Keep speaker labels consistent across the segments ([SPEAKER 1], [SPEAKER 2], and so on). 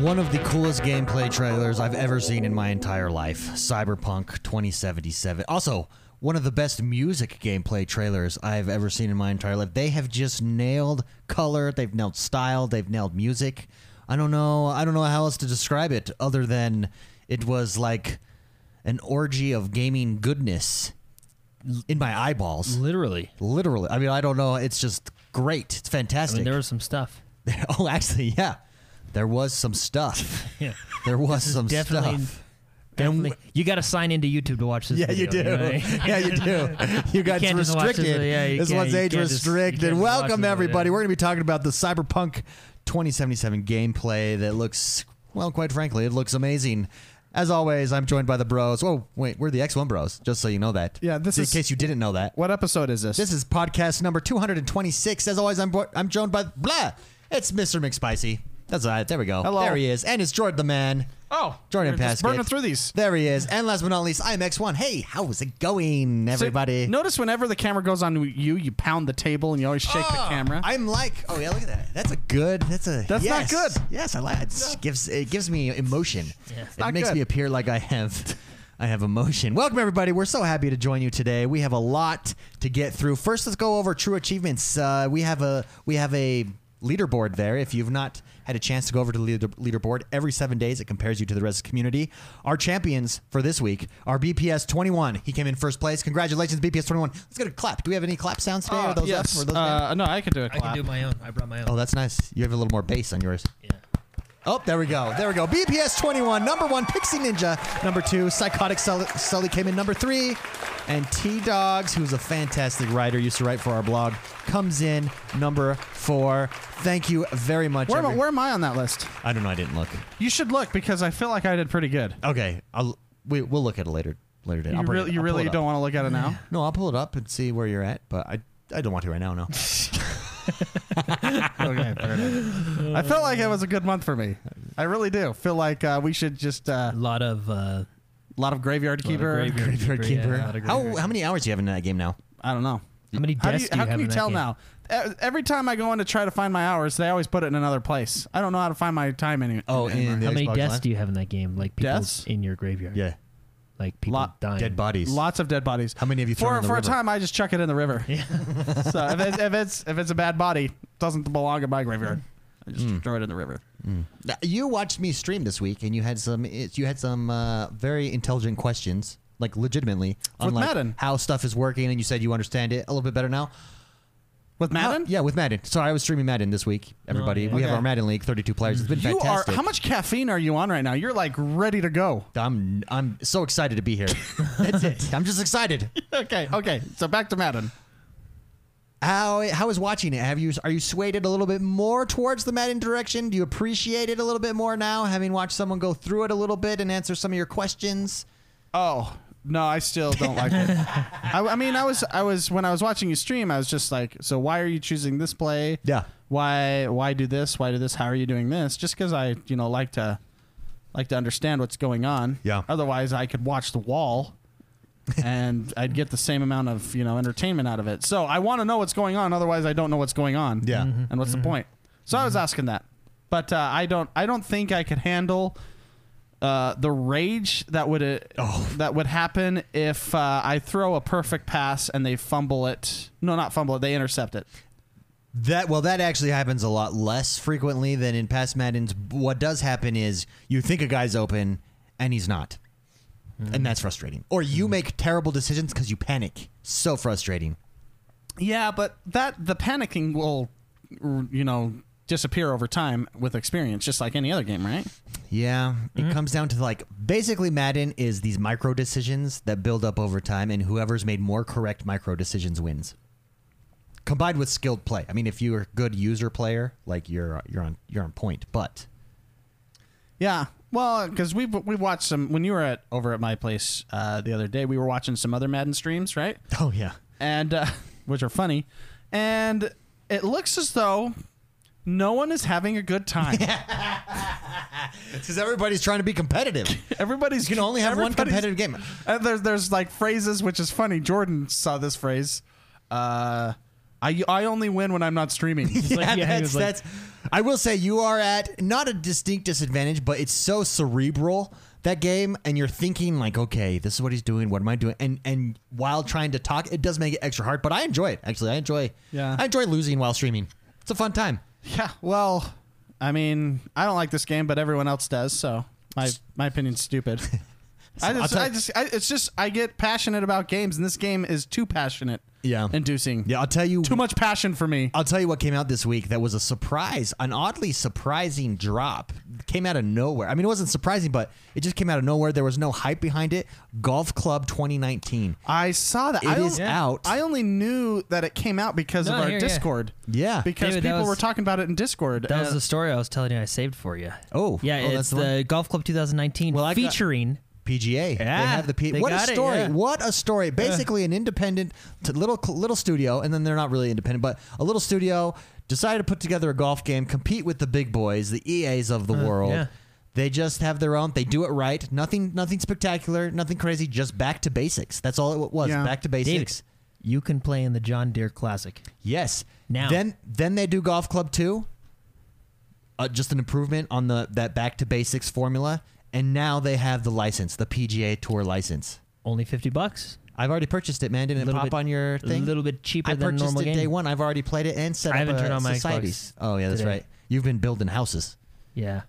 [SPEAKER 1] One of the coolest gameplay trailers I've ever seen in my entire life. Cyberpunk 2077. Also, one of the best music gameplay trailers I've ever seen in my entire life. They have just nailed color, they've nailed style, they've nailed music. I don't know, I don't know how else to describe it other than it was like an orgy of gaming goodness in my eyeballs.
[SPEAKER 2] Literally.
[SPEAKER 1] Literally. I mean, I don't know, it's just great. It's
[SPEAKER 2] I
[SPEAKER 1] fantastic.
[SPEAKER 2] mean, there was some stuff.
[SPEAKER 1] oh, actually, yeah. There was some stuff.
[SPEAKER 2] Yeah.
[SPEAKER 1] There was some
[SPEAKER 2] definitely-
[SPEAKER 1] stuff.
[SPEAKER 2] Definitely. you got to sign into YouTube to watch this.
[SPEAKER 1] Yeah, you do.
[SPEAKER 2] video, know what I mean?
[SPEAKER 1] yeah, you do. You got
[SPEAKER 2] can't just watch this,
[SPEAKER 1] restricted.
[SPEAKER 2] uh, yeah, you
[SPEAKER 1] this
[SPEAKER 2] can't-
[SPEAKER 1] one's
[SPEAKER 2] you
[SPEAKER 1] age
[SPEAKER 2] can't just- you
[SPEAKER 1] restricted.
[SPEAKER 2] can't just watch
[SPEAKER 1] Welcome
[SPEAKER 2] this,
[SPEAKER 1] everybody.
[SPEAKER 2] yeah.
[SPEAKER 1] We're going to be talking about the Cyberpunk 2077 gameplay that looks, well, quite frankly, it looks amazing. As always, I'm joined by the Bros. Oh, wait, we're the X1 Bros. Just so you know that.
[SPEAKER 3] Yeah, this
[SPEAKER 1] in
[SPEAKER 3] is-
[SPEAKER 1] case you didn't know that.
[SPEAKER 3] What episode is this?
[SPEAKER 1] This is podcast number 226. As always, I'm bo- I'm joined by blah. It's Mr. McSpicy. That's all right. There we go.
[SPEAKER 3] Hello.
[SPEAKER 1] There he is. And it's Jordan the man.
[SPEAKER 3] oh,
[SPEAKER 1] Jordan
[SPEAKER 3] we're just
[SPEAKER 1] Paskett.
[SPEAKER 3] burning through these.
[SPEAKER 1] There he is. And last but not least, I'm X1. Hey, how's it going,
[SPEAKER 3] So,
[SPEAKER 1] everybody?
[SPEAKER 3] notice whenever the camera goes on you, you pound the table and you always shake
[SPEAKER 1] Ah,
[SPEAKER 3] the camera.
[SPEAKER 1] I'm like, oh yeah, look at that. That's a good. That's a.
[SPEAKER 3] That's not
[SPEAKER 1] yes.
[SPEAKER 3] good.
[SPEAKER 1] Yes, I like. It just gives it gives me emotion. it
[SPEAKER 3] not
[SPEAKER 1] makes
[SPEAKER 3] good.
[SPEAKER 1] me appear like I have. I have emotion. Welcome everybody. We're so happy to join you today. We have a lot to get through. First, let's go over true achievements. Uh, we have a we have a leaderboard there. If you've not had a chance to go over to the leader, leaderboard every seven days, it compares you to the rest of the community. Our champions for this week are BPS 21. He came in first place. Congratulations, BPS 21. Let's get a clap. Do we have any clap sounds today?
[SPEAKER 3] Uh,
[SPEAKER 1] or those
[SPEAKER 3] yes.
[SPEAKER 1] Or those
[SPEAKER 3] Uh, no, I could do a
[SPEAKER 2] I
[SPEAKER 3] clap.
[SPEAKER 2] can do my own. I brought my own.
[SPEAKER 1] Oh, that's nice. You have a little more bass on yours.
[SPEAKER 2] yeah.
[SPEAKER 1] Oh, there we go. There we go. BPS 21, number one, Pixie Ninja, number two, Psychotic Sully, Sully came in number three. And T Dogs, who's a fantastic writer, used to write for our blog, comes in number four. Thank you very much.
[SPEAKER 3] where, am I,
[SPEAKER 1] every-
[SPEAKER 3] where am I on that list?
[SPEAKER 1] I don't know. I didn't look.
[SPEAKER 3] You should look because I feel like I did pretty good.
[SPEAKER 1] Okay. I'll, we, we'll look at it later. Later today.
[SPEAKER 3] You
[SPEAKER 1] I'll bring
[SPEAKER 3] really,
[SPEAKER 1] it-
[SPEAKER 3] you
[SPEAKER 1] I'll pull
[SPEAKER 3] really
[SPEAKER 1] it up.
[SPEAKER 3] don't want to look at it now.
[SPEAKER 1] No, I'll pull it up and see where you're at, but I, I don't want to right now, no.
[SPEAKER 3] okay, fair enough. I felt like it was a good month for me. I really do. Feel like uh, we should just uh,
[SPEAKER 2] A lot of. Uh,
[SPEAKER 3] a lot of graveyard keeper.
[SPEAKER 2] graveyard keeper, yeah, a lot of
[SPEAKER 1] how,
[SPEAKER 2] graveyard
[SPEAKER 1] how many hours do you have in that game now?
[SPEAKER 3] I don't know.
[SPEAKER 2] How many
[SPEAKER 3] How, do
[SPEAKER 2] deaths
[SPEAKER 3] you,
[SPEAKER 2] do you
[SPEAKER 3] how
[SPEAKER 2] have
[SPEAKER 3] can you
[SPEAKER 2] in that
[SPEAKER 3] tell
[SPEAKER 2] game?
[SPEAKER 3] now? E- Every time I go in to try to find my hours, they always put it in another place. I don't know how to find my time any,
[SPEAKER 1] Oh, in
[SPEAKER 3] anymore.
[SPEAKER 1] the
[SPEAKER 2] How many
[SPEAKER 1] Xbox
[SPEAKER 2] deaths
[SPEAKER 1] Live?
[SPEAKER 2] do you have in that game? Like people
[SPEAKER 3] Deaths?
[SPEAKER 2] in your graveyard.
[SPEAKER 1] Yeah.
[SPEAKER 2] Like people
[SPEAKER 3] Lot-
[SPEAKER 2] dying.
[SPEAKER 1] Dead bodies.
[SPEAKER 3] Lots of dead bodies.
[SPEAKER 1] How many have you thrown
[SPEAKER 3] for
[SPEAKER 1] in the
[SPEAKER 3] for
[SPEAKER 1] river?
[SPEAKER 3] a time? I just chuck it in the river. so if it's, if it's if it's a bad body, it doesn't belong in my graveyard. I just throw it in the river.
[SPEAKER 1] Now, uh, You watched me stream this week, and you had some you had some uh, very intelligent questions, like legitimately, on
[SPEAKER 3] With
[SPEAKER 1] like,
[SPEAKER 3] Madden.
[SPEAKER 1] how stuff is working, and you said you understand it a little bit better now.
[SPEAKER 3] With Madden, Oh,
[SPEAKER 1] How- yeah, with Madden. Sorry, I was streaming Madden this week. Everybody,
[SPEAKER 2] yeah.
[SPEAKER 1] we have
[SPEAKER 3] Okay.
[SPEAKER 1] our Madden League, thirty-two players. It's been
[SPEAKER 3] you
[SPEAKER 1] fantastic.
[SPEAKER 3] are. How much caffeine are you on right now? You're like ready to go.
[SPEAKER 1] I'm I'm so excited to be here. That's it. I'm just excited.
[SPEAKER 3] okay, okay. So back to Madden.
[SPEAKER 1] How how is watching it? Have you are you swayed it a little bit more towards the Madden direction? Do you appreciate it a little bit more now, having watched someone go through it a little bit and answer some of your questions?
[SPEAKER 3] Oh no, I still don't like it. I, I mean, I was I was when I was watching you stream, I was just like, so why are you choosing this play?
[SPEAKER 1] Yeah.
[SPEAKER 3] Why why do this? Why do this? How are you doing this? Just because I you know like to like to understand what's going on.
[SPEAKER 1] Yeah.
[SPEAKER 3] Otherwise, I could watch the wall. and I'd get the same amount of you know entertainment out of it. So I want to know what's going on. Otherwise, I don't know what's going on.
[SPEAKER 1] Yeah. Mhm.
[SPEAKER 3] And what's the point? So I was asking that, but uh, I don't. I don't think I could handle uh, the rage that would uh, that would happen if uh, I throw a perfect pass and they fumble it. No, not fumble it. They intercept it.
[SPEAKER 1] That well, that actually happens a lot less frequently than in past Maddens. What does happen is you think a guy's open and he's not, and that's frustrating. Or you make terrible decisions because you panic. So frustrating.
[SPEAKER 3] Yeah, but that the panicking will, r- you know, disappear over time with experience, just like any other game, right?
[SPEAKER 1] Yeah, it comes down to like basically Madden is these micro decisions that build up over time, and whoever's made more correct micro decisions wins. Combined with skilled play. I mean, if you're a good user player, like you're you're on you're on point. But
[SPEAKER 3] Yeah. Well, because we we watched some when you were at over at my place uh, the other day, we were watching some other Madden streams, right?
[SPEAKER 1] oh yeah,
[SPEAKER 3] And uh, which are funny, and it looks as though no one is having a good time.
[SPEAKER 1] because everybody's trying to be competitive.
[SPEAKER 3] Everybody's
[SPEAKER 1] You can only have one
[SPEAKER 3] everybody's-
[SPEAKER 1] competitive game.
[SPEAKER 3] And there's there's like phrases which is funny. Jordan saw this phrase. Uh, I, I only win when I'm not streaming.
[SPEAKER 1] Yeah,
[SPEAKER 2] like- yeah, he
[SPEAKER 1] that's,
[SPEAKER 2] was like-
[SPEAKER 1] that's. I will say you are at not a distinct disadvantage, but it's so cerebral that game, and you're thinking like, okay, this is what he's doing. What am I doing? And and while trying to talk, it does make it extra hard. But I enjoy it actually. I enjoy.
[SPEAKER 3] Yeah.
[SPEAKER 1] I enjoy losing while streaming. It's a fun time.
[SPEAKER 3] yeah, well, I mean, I don't like this game, but everyone else does, so my my opinion's stupid. I
[SPEAKER 1] I'll
[SPEAKER 3] just,
[SPEAKER 1] tell-
[SPEAKER 3] I just, I, it's just, I get passionate about games, and this game is too passionate,
[SPEAKER 1] Yeah.
[SPEAKER 3] inducing.
[SPEAKER 1] Yeah, I'll tell you.
[SPEAKER 3] Too much passion for me.
[SPEAKER 1] I'll tell you what came out this week that was a surprise, an oddly surprising drop. Came out of nowhere. I mean, it wasn't surprising, but it just came out of nowhere. There was no hype behind it. Golf Club 2019.
[SPEAKER 3] I saw that.
[SPEAKER 1] It
[SPEAKER 3] I
[SPEAKER 1] is
[SPEAKER 3] on-
[SPEAKER 1] out.
[SPEAKER 3] I only knew that it came out because
[SPEAKER 2] No,
[SPEAKER 3] of our
[SPEAKER 2] here, yeah.
[SPEAKER 3] Discord.
[SPEAKER 1] Yeah.
[SPEAKER 3] Because
[SPEAKER 2] David, that
[SPEAKER 3] people
[SPEAKER 2] was-
[SPEAKER 3] were talking about it in Discord.
[SPEAKER 2] That
[SPEAKER 3] and-
[SPEAKER 2] was the story I was telling you I saved for you.
[SPEAKER 1] Oh,
[SPEAKER 2] yeah,
[SPEAKER 1] oh, that's
[SPEAKER 2] it's
[SPEAKER 1] the
[SPEAKER 2] the,
[SPEAKER 1] one?
[SPEAKER 2] Golf Club 2019
[SPEAKER 1] Well, I got-
[SPEAKER 2] featuring.
[SPEAKER 1] PGA. they
[SPEAKER 2] Yeah,
[SPEAKER 1] have the P-
[SPEAKER 2] they
[SPEAKER 1] What
[SPEAKER 2] got
[SPEAKER 1] a
[SPEAKER 2] it,
[SPEAKER 1] story!
[SPEAKER 2] yeah. Uh.
[SPEAKER 1] What a story! Basically, an independent t- little cl- little studio, and then they're not really independent, but a little studio decided to put together a golf game, compete with the big boys, the EAs of the world.
[SPEAKER 2] Uh, yeah.
[SPEAKER 1] They just have their own. They do it right. Nothing, nothing spectacular. Nothing crazy. Just back to basics. That's all it w- was.
[SPEAKER 3] Yeah.
[SPEAKER 1] Back to
[SPEAKER 2] David,
[SPEAKER 1] basics.
[SPEAKER 2] you can play in the John Deere Classic.
[SPEAKER 1] Yes.
[SPEAKER 2] Now.
[SPEAKER 1] Then then they do golf club two. Uh, just an improvement on the that back to basics formula, and now they have the license, the PGA Tour license.
[SPEAKER 2] Only 50 bucks.
[SPEAKER 1] I've already purchased it, man. Didn't it
[SPEAKER 2] Little
[SPEAKER 1] pop
[SPEAKER 2] bit-
[SPEAKER 1] on your thing?
[SPEAKER 2] A little bit cheaper
[SPEAKER 1] I
[SPEAKER 2] than a
[SPEAKER 1] purchased
[SPEAKER 2] normal
[SPEAKER 1] it
[SPEAKER 2] game.
[SPEAKER 1] day one. I've already played it and set
[SPEAKER 2] I
[SPEAKER 1] up
[SPEAKER 2] haven't
[SPEAKER 1] a
[SPEAKER 2] turned on my
[SPEAKER 1] societies.
[SPEAKER 2] Xbox
[SPEAKER 1] Oh yeah, that's
[SPEAKER 2] today.
[SPEAKER 1] right. You've been building houses.
[SPEAKER 2] Yeah.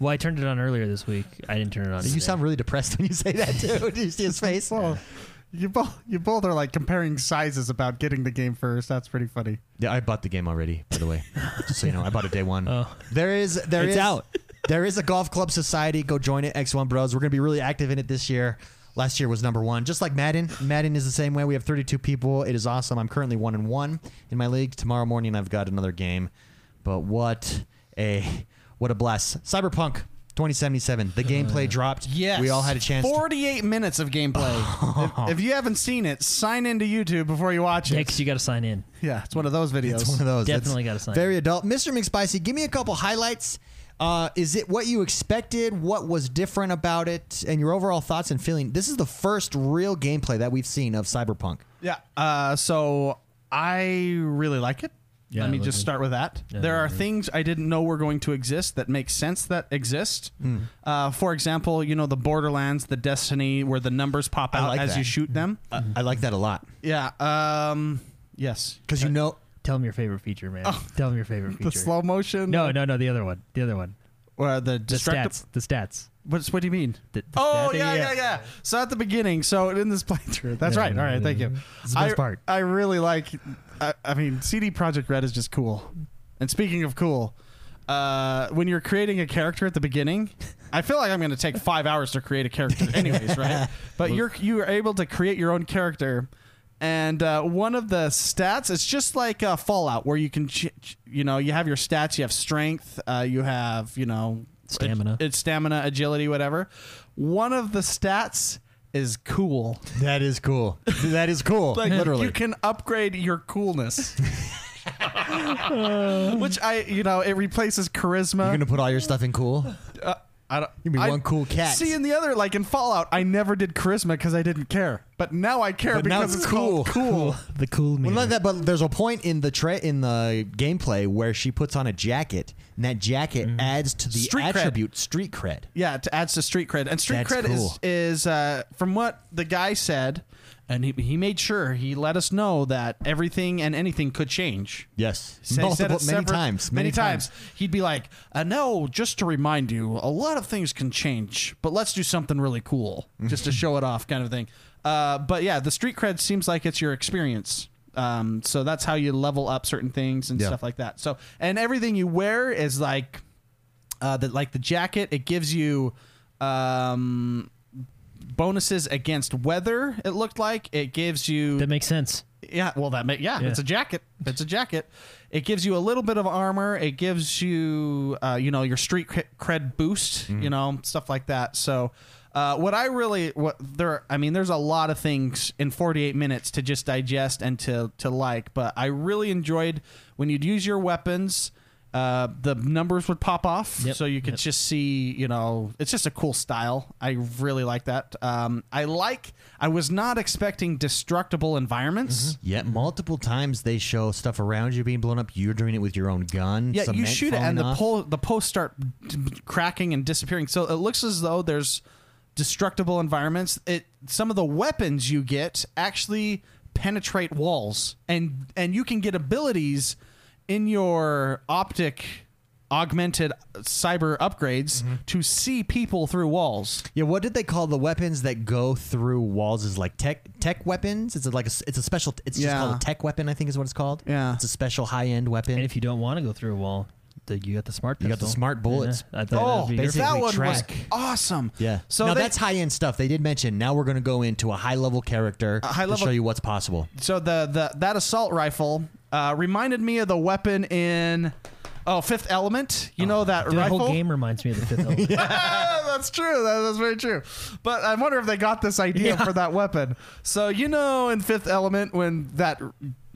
[SPEAKER 2] well, I turned it on earlier this week. I didn't turn it on.
[SPEAKER 1] You
[SPEAKER 2] today.
[SPEAKER 1] sound really depressed when you say that, too. Do you see his face?
[SPEAKER 3] Well, oh. you both you both are like comparing sizes about getting the game first. That's pretty funny.
[SPEAKER 1] Yeah, I bought the game already. By the way, just so you know, I bought it day one.
[SPEAKER 2] Oh.
[SPEAKER 1] There is there
[SPEAKER 2] It's
[SPEAKER 1] is-
[SPEAKER 2] out.
[SPEAKER 1] There is a golf club society. Go join it, X1 Bros. We're gonna be really active in it this year. Last year was number one, just like Madden. Madden is the same way. We have 32 people. It is awesome. I'm currently one and one in my league. Tomorrow morning, I've got another game. But what a what a blast! Cyberpunk 2077. The
[SPEAKER 2] Uh,
[SPEAKER 1] gameplay dropped.
[SPEAKER 3] Yes.
[SPEAKER 1] we all had a chance. to-
[SPEAKER 3] 48 minutes of gameplay. if, if you haven't seen it, sign into YouTube before you watch
[SPEAKER 2] Yeah,
[SPEAKER 3] it.
[SPEAKER 2] 'cause you got to sign in.
[SPEAKER 3] Yeah, it's one of those videos.
[SPEAKER 1] It's one of those.
[SPEAKER 2] Definitely
[SPEAKER 1] It's
[SPEAKER 2] gotta sign
[SPEAKER 1] Very adult. Mr. McSpicy, give me a couple highlights. Uh, is it what you expected? What was different about it? And your overall thoughts and feeling. This is the first real gameplay that we've seen of Cyberpunk.
[SPEAKER 3] Yeah. Uh, so I really like it.
[SPEAKER 2] Yeah,
[SPEAKER 3] Let me
[SPEAKER 2] it
[SPEAKER 3] just
[SPEAKER 2] looks-
[SPEAKER 3] start with that.
[SPEAKER 2] Yeah,
[SPEAKER 3] there
[SPEAKER 2] it
[SPEAKER 3] are
[SPEAKER 2] looks-
[SPEAKER 3] things I didn't know were going to exist that make sense that exist. Uh, for example, you know the Borderlands, the Destiny, where the numbers pop
[SPEAKER 1] I
[SPEAKER 3] out
[SPEAKER 1] like
[SPEAKER 3] as
[SPEAKER 1] that.
[SPEAKER 3] you shoot them.
[SPEAKER 1] I- I like that a lot
[SPEAKER 3] Yeah. Um, yes.
[SPEAKER 1] because you know
[SPEAKER 2] Tell them your favorite feature, man. Tell them your favorite feature.
[SPEAKER 3] Oh. The slow motion.
[SPEAKER 2] no, no, no. The other one. The other one.
[SPEAKER 3] Or the
[SPEAKER 2] The
[SPEAKER 3] destructive.
[SPEAKER 2] stats. The stats.
[SPEAKER 3] What's, what do you mean?
[SPEAKER 2] The- the
[SPEAKER 3] oh,
[SPEAKER 2] stat thing,
[SPEAKER 3] yeah, yeah, yeah, So at the beginning, so in this playthrough, that's
[SPEAKER 2] Yeah,
[SPEAKER 3] right. All right,
[SPEAKER 2] yeah,
[SPEAKER 3] thank you.
[SPEAKER 2] yeah. It's the best
[SPEAKER 3] I,
[SPEAKER 2] part.
[SPEAKER 3] I really like. I, I mean, CD Project Red is just cool. And speaking of cool, uh, when you're creating a character at the beginning, I feel like I'm going to take five hours to create a character, anyways, right? But you're you are able to create your own character. And uh, one of the stats, it's just like uh, Fallout, where you can, ch- ch- you know, you have your stats, you have strength, uh, you have, you know,
[SPEAKER 2] Stamina.
[SPEAKER 3] it's stamina, agility, whatever. One of the stats is cool.
[SPEAKER 1] that is cool. That is cool.
[SPEAKER 3] Like
[SPEAKER 1] literally.
[SPEAKER 3] you can upgrade your coolness. Which I, you know, it replaces charisma.
[SPEAKER 1] You're gonna put all your stuff in cool.
[SPEAKER 3] Uh, I don't.
[SPEAKER 1] You can be
[SPEAKER 3] I-
[SPEAKER 1] one cool cat.
[SPEAKER 3] See, in the other, like in Fallout, I never did charisma because I didn't care. But now I care
[SPEAKER 1] But now
[SPEAKER 3] because
[SPEAKER 1] it's
[SPEAKER 3] it's called
[SPEAKER 1] cool.
[SPEAKER 3] Cool.
[SPEAKER 2] The cool.
[SPEAKER 1] Well,
[SPEAKER 2] Mirror.
[SPEAKER 1] not that, but there's a point in the tra- in the gameplay where she puts on a jacket, and that jacket adds to the
[SPEAKER 3] Mm-hmm. Street cred.
[SPEAKER 1] attribute street cred.
[SPEAKER 3] Yeah, it adds to street cred, and street
[SPEAKER 1] That's
[SPEAKER 3] cred
[SPEAKER 1] cool.
[SPEAKER 3] is is uh, from what the guy said, and he, he made sure he let us know that everything and anything could change.
[SPEAKER 1] Yes,
[SPEAKER 3] Say- said
[SPEAKER 1] multiple
[SPEAKER 3] it
[SPEAKER 1] many
[SPEAKER 3] several-
[SPEAKER 1] times,
[SPEAKER 3] many times. He'd be like, uh, "No, just to remind you, a lot of things can change, but let's do something really cool just to show it off, kind of thing." Uh, but yeah, the street cred seems like it's your experience. Um, so that's how you level up certain things and
[SPEAKER 1] Yeah.
[SPEAKER 3] stuff like that. So and everything you wear is like, uh, the, like the jacket. It gives you. Um, bonuses against weather it looked like it gives you
[SPEAKER 2] that makes sense.
[SPEAKER 3] yeah, well, that may, yeah,
[SPEAKER 2] Yeah.
[SPEAKER 3] it's a jacket. It's a jacket. It gives you a little bit of armor. It gives you, uh, you know, your street cre- cred boost. You know, stuff like that. So, uh, what I really, what there, I mean, there's a lot of things in 48 minutes to just digest and to to like. But I really enjoyed when you'd use your weapons. Uh, the numbers would pop off,
[SPEAKER 2] Yep,
[SPEAKER 3] so you could
[SPEAKER 2] yep.
[SPEAKER 3] just see, you know, it's just a cool style. I really like that. Um, I like. I was not expecting destructible environments.
[SPEAKER 1] Yet multiple times they show stuff around you being blown up. You're doing it with your own gun.
[SPEAKER 3] Yeah, you
[SPEAKER 1] cement
[SPEAKER 3] shoot it,
[SPEAKER 1] falling
[SPEAKER 3] and the
[SPEAKER 1] off.
[SPEAKER 3] pole, the posts start d- cracking and disappearing. So it looks as though there's destructible environments. It some of the weapons you get actually penetrate walls, and and you can get abilities in your optic augmented cyber upgrades
[SPEAKER 1] Mm-hmm.
[SPEAKER 3] to see people through walls.
[SPEAKER 1] Yeah, what did they call the weapons that go through walls? Is like tech tech weapons. It's a, like a, s- it's a special. It's just
[SPEAKER 3] Yeah.
[SPEAKER 1] called a tech weapon. I think is what it's called.
[SPEAKER 3] Yeah.
[SPEAKER 1] it's a special high end weapon.
[SPEAKER 2] And if you don't want to go through a wall, the, you got the smart.
[SPEAKER 1] You got the
[SPEAKER 2] pistol.
[SPEAKER 1] smart bullets.
[SPEAKER 2] Yeah, I thought
[SPEAKER 3] Oh,
[SPEAKER 2] that'd be-
[SPEAKER 1] basically
[SPEAKER 3] that one
[SPEAKER 1] track.
[SPEAKER 3] was awesome.
[SPEAKER 1] yeah.
[SPEAKER 3] So
[SPEAKER 1] now
[SPEAKER 3] they-
[SPEAKER 1] that's high end stuff. They did mention. Now we're going to go into a high level character.
[SPEAKER 3] A high
[SPEAKER 1] to
[SPEAKER 3] level-
[SPEAKER 1] show you what's possible.
[SPEAKER 3] So the, the that assault rifle uh, reminded me of the weapon in oh Fifth Element. You know that
[SPEAKER 2] Dude, the
[SPEAKER 3] rifle.
[SPEAKER 2] whole game reminds me of the fifth element.
[SPEAKER 3] that's true. That, that's very true. But I wonder if they got this idea for that weapon. So you know, in Fifth Element, when that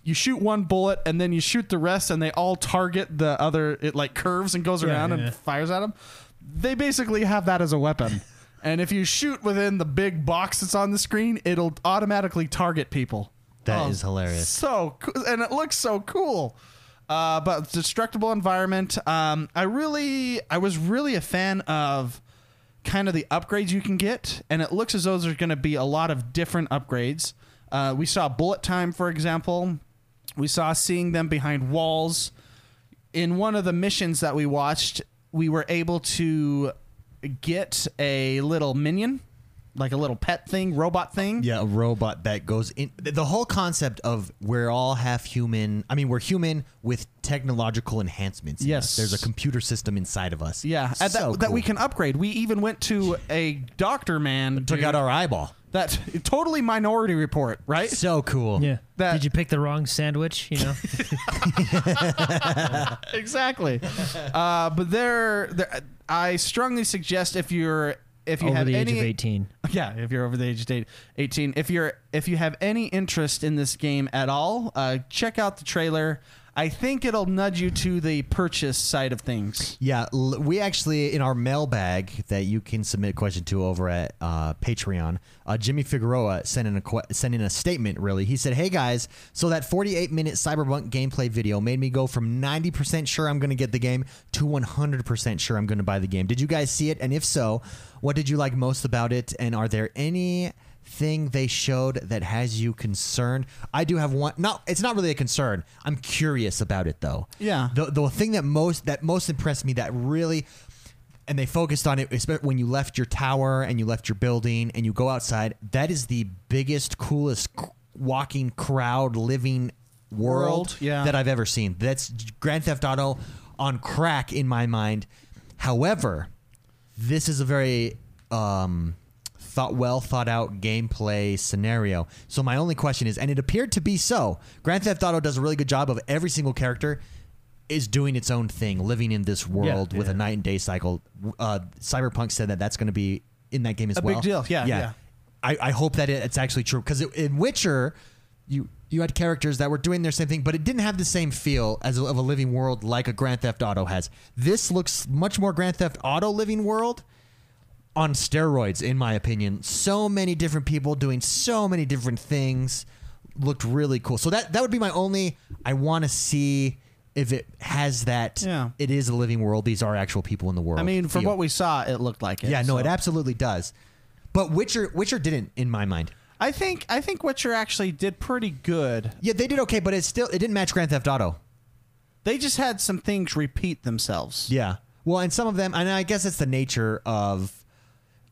[SPEAKER 3] you shoot one bullet and then you shoot the rest, and they all target the other. It like curves and goes
[SPEAKER 2] Yeah,
[SPEAKER 3] around
[SPEAKER 2] yeah,
[SPEAKER 3] and
[SPEAKER 2] yeah.
[SPEAKER 3] fires at them. They basically have that as a weapon. And if you shoot within the big box that's on the screen, it'll automatically target people.
[SPEAKER 1] That is
[SPEAKER 3] Oh,
[SPEAKER 1] hilarious.
[SPEAKER 3] so cool, and it looks so cool. Uh, but destructible environment. Um, I really, I was really a fan of kind of the upgrades you can get, and it looks as though there's going to be a lot of different upgrades. Uh, we saw bullet time, for example. We saw seeing them behind walls. In one of the missions that we watched, we were able to get a little minion, like a little pet thing, robot thing.
[SPEAKER 1] Yeah, a robot that goes in. th- The whole concept of we're all half human. I mean, we're human with technological enhancements. in
[SPEAKER 3] Yes.
[SPEAKER 1] us. there's a computer system inside of us.
[SPEAKER 3] Yeah, and that,
[SPEAKER 1] So
[SPEAKER 3] that we
[SPEAKER 1] cool.
[SPEAKER 3] can upgrade. We even went to a doctor man
[SPEAKER 1] took
[SPEAKER 3] dude,
[SPEAKER 1] out our eyeball.
[SPEAKER 3] that totally Minority Report, right?
[SPEAKER 1] So cool.
[SPEAKER 2] Yeah.
[SPEAKER 3] That-
[SPEAKER 2] Did you pick the wrong sandwich? You know,
[SPEAKER 3] exactly. uh, but there, there, I strongly suggest if you're if you
[SPEAKER 2] over
[SPEAKER 3] have
[SPEAKER 2] the
[SPEAKER 3] any
[SPEAKER 2] age of eighteen.
[SPEAKER 3] yeah, if you're over the age of eight- 18, if you're if you have any interest in this game at all, uh, check out the trailer. I think it'll nudge you to the purchase side of things.
[SPEAKER 1] Yeah, l- we actually in our mailbag that you can submit a question to over at uh, Patreon. Uh, Jimmy Figueroa sent in a que- sent in a statement. Really, he said, "Hey guys, so that 48 minute Cyberpunk gameplay video made me go from 90 percent sure I'm going to get the game to 100 percent sure I'm going to buy the game. Did you guys see it? And if so, what did you like most about it? And are there any?" thing they showed that has you concerned i do have one not it's not really a concern i'm curious about it though
[SPEAKER 3] Yeah.
[SPEAKER 1] the, the thing that most that most impressed me that really and they focused on it espe- when you left your tower and you left your building and you go outside that is the biggest coolest c- walking crowd living world,
[SPEAKER 3] World, yeah.
[SPEAKER 1] that i've ever seen that's grand theft auto on crack in my mind however this is a very um, thought well thought out gameplay scenario. So my only question is, and it appeared to be so. Grand Theft Auto does a really good job of every single character is doing its own thing, living in this world with a
[SPEAKER 2] yeah.
[SPEAKER 1] night and day cycle. Uh, Cyberpunk said that that's going to be in that game as
[SPEAKER 3] A big
[SPEAKER 1] well.
[SPEAKER 3] deal, yeah, yeah.
[SPEAKER 1] I, I hope that it, it's actually true because in Witcher, you you had characters that were doing their same thing, but it didn't have the same feel as a, of a living world like a Grand Theft Auto has. This looks much more Grand Theft Auto living world on steroids, in my opinion. So many different people doing so many different things looked really cool. So that that would be my only. I want to see if it has that.
[SPEAKER 3] Yeah.
[SPEAKER 1] It is a living world. These are actual people in the world.
[SPEAKER 3] I mean, from
[SPEAKER 1] feel.
[SPEAKER 3] what we saw, it looked like it.
[SPEAKER 1] Yeah, no,
[SPEAKER 3] so.
[SPEAKER 1] it absolutely does. But Witcher, Witcher didn't, in my mind.
[SPEAKER 3] I think I think Witcher actually did pretty good.
[SPEAKER 1] Yeah, they did okay, but it still it didn't match Grand Theft Auto.
[SPEAKER 3] They just had some things repeat themselves.
[SPEAKER 1] Yeah. Well, and some of them, and I guess it's the nature of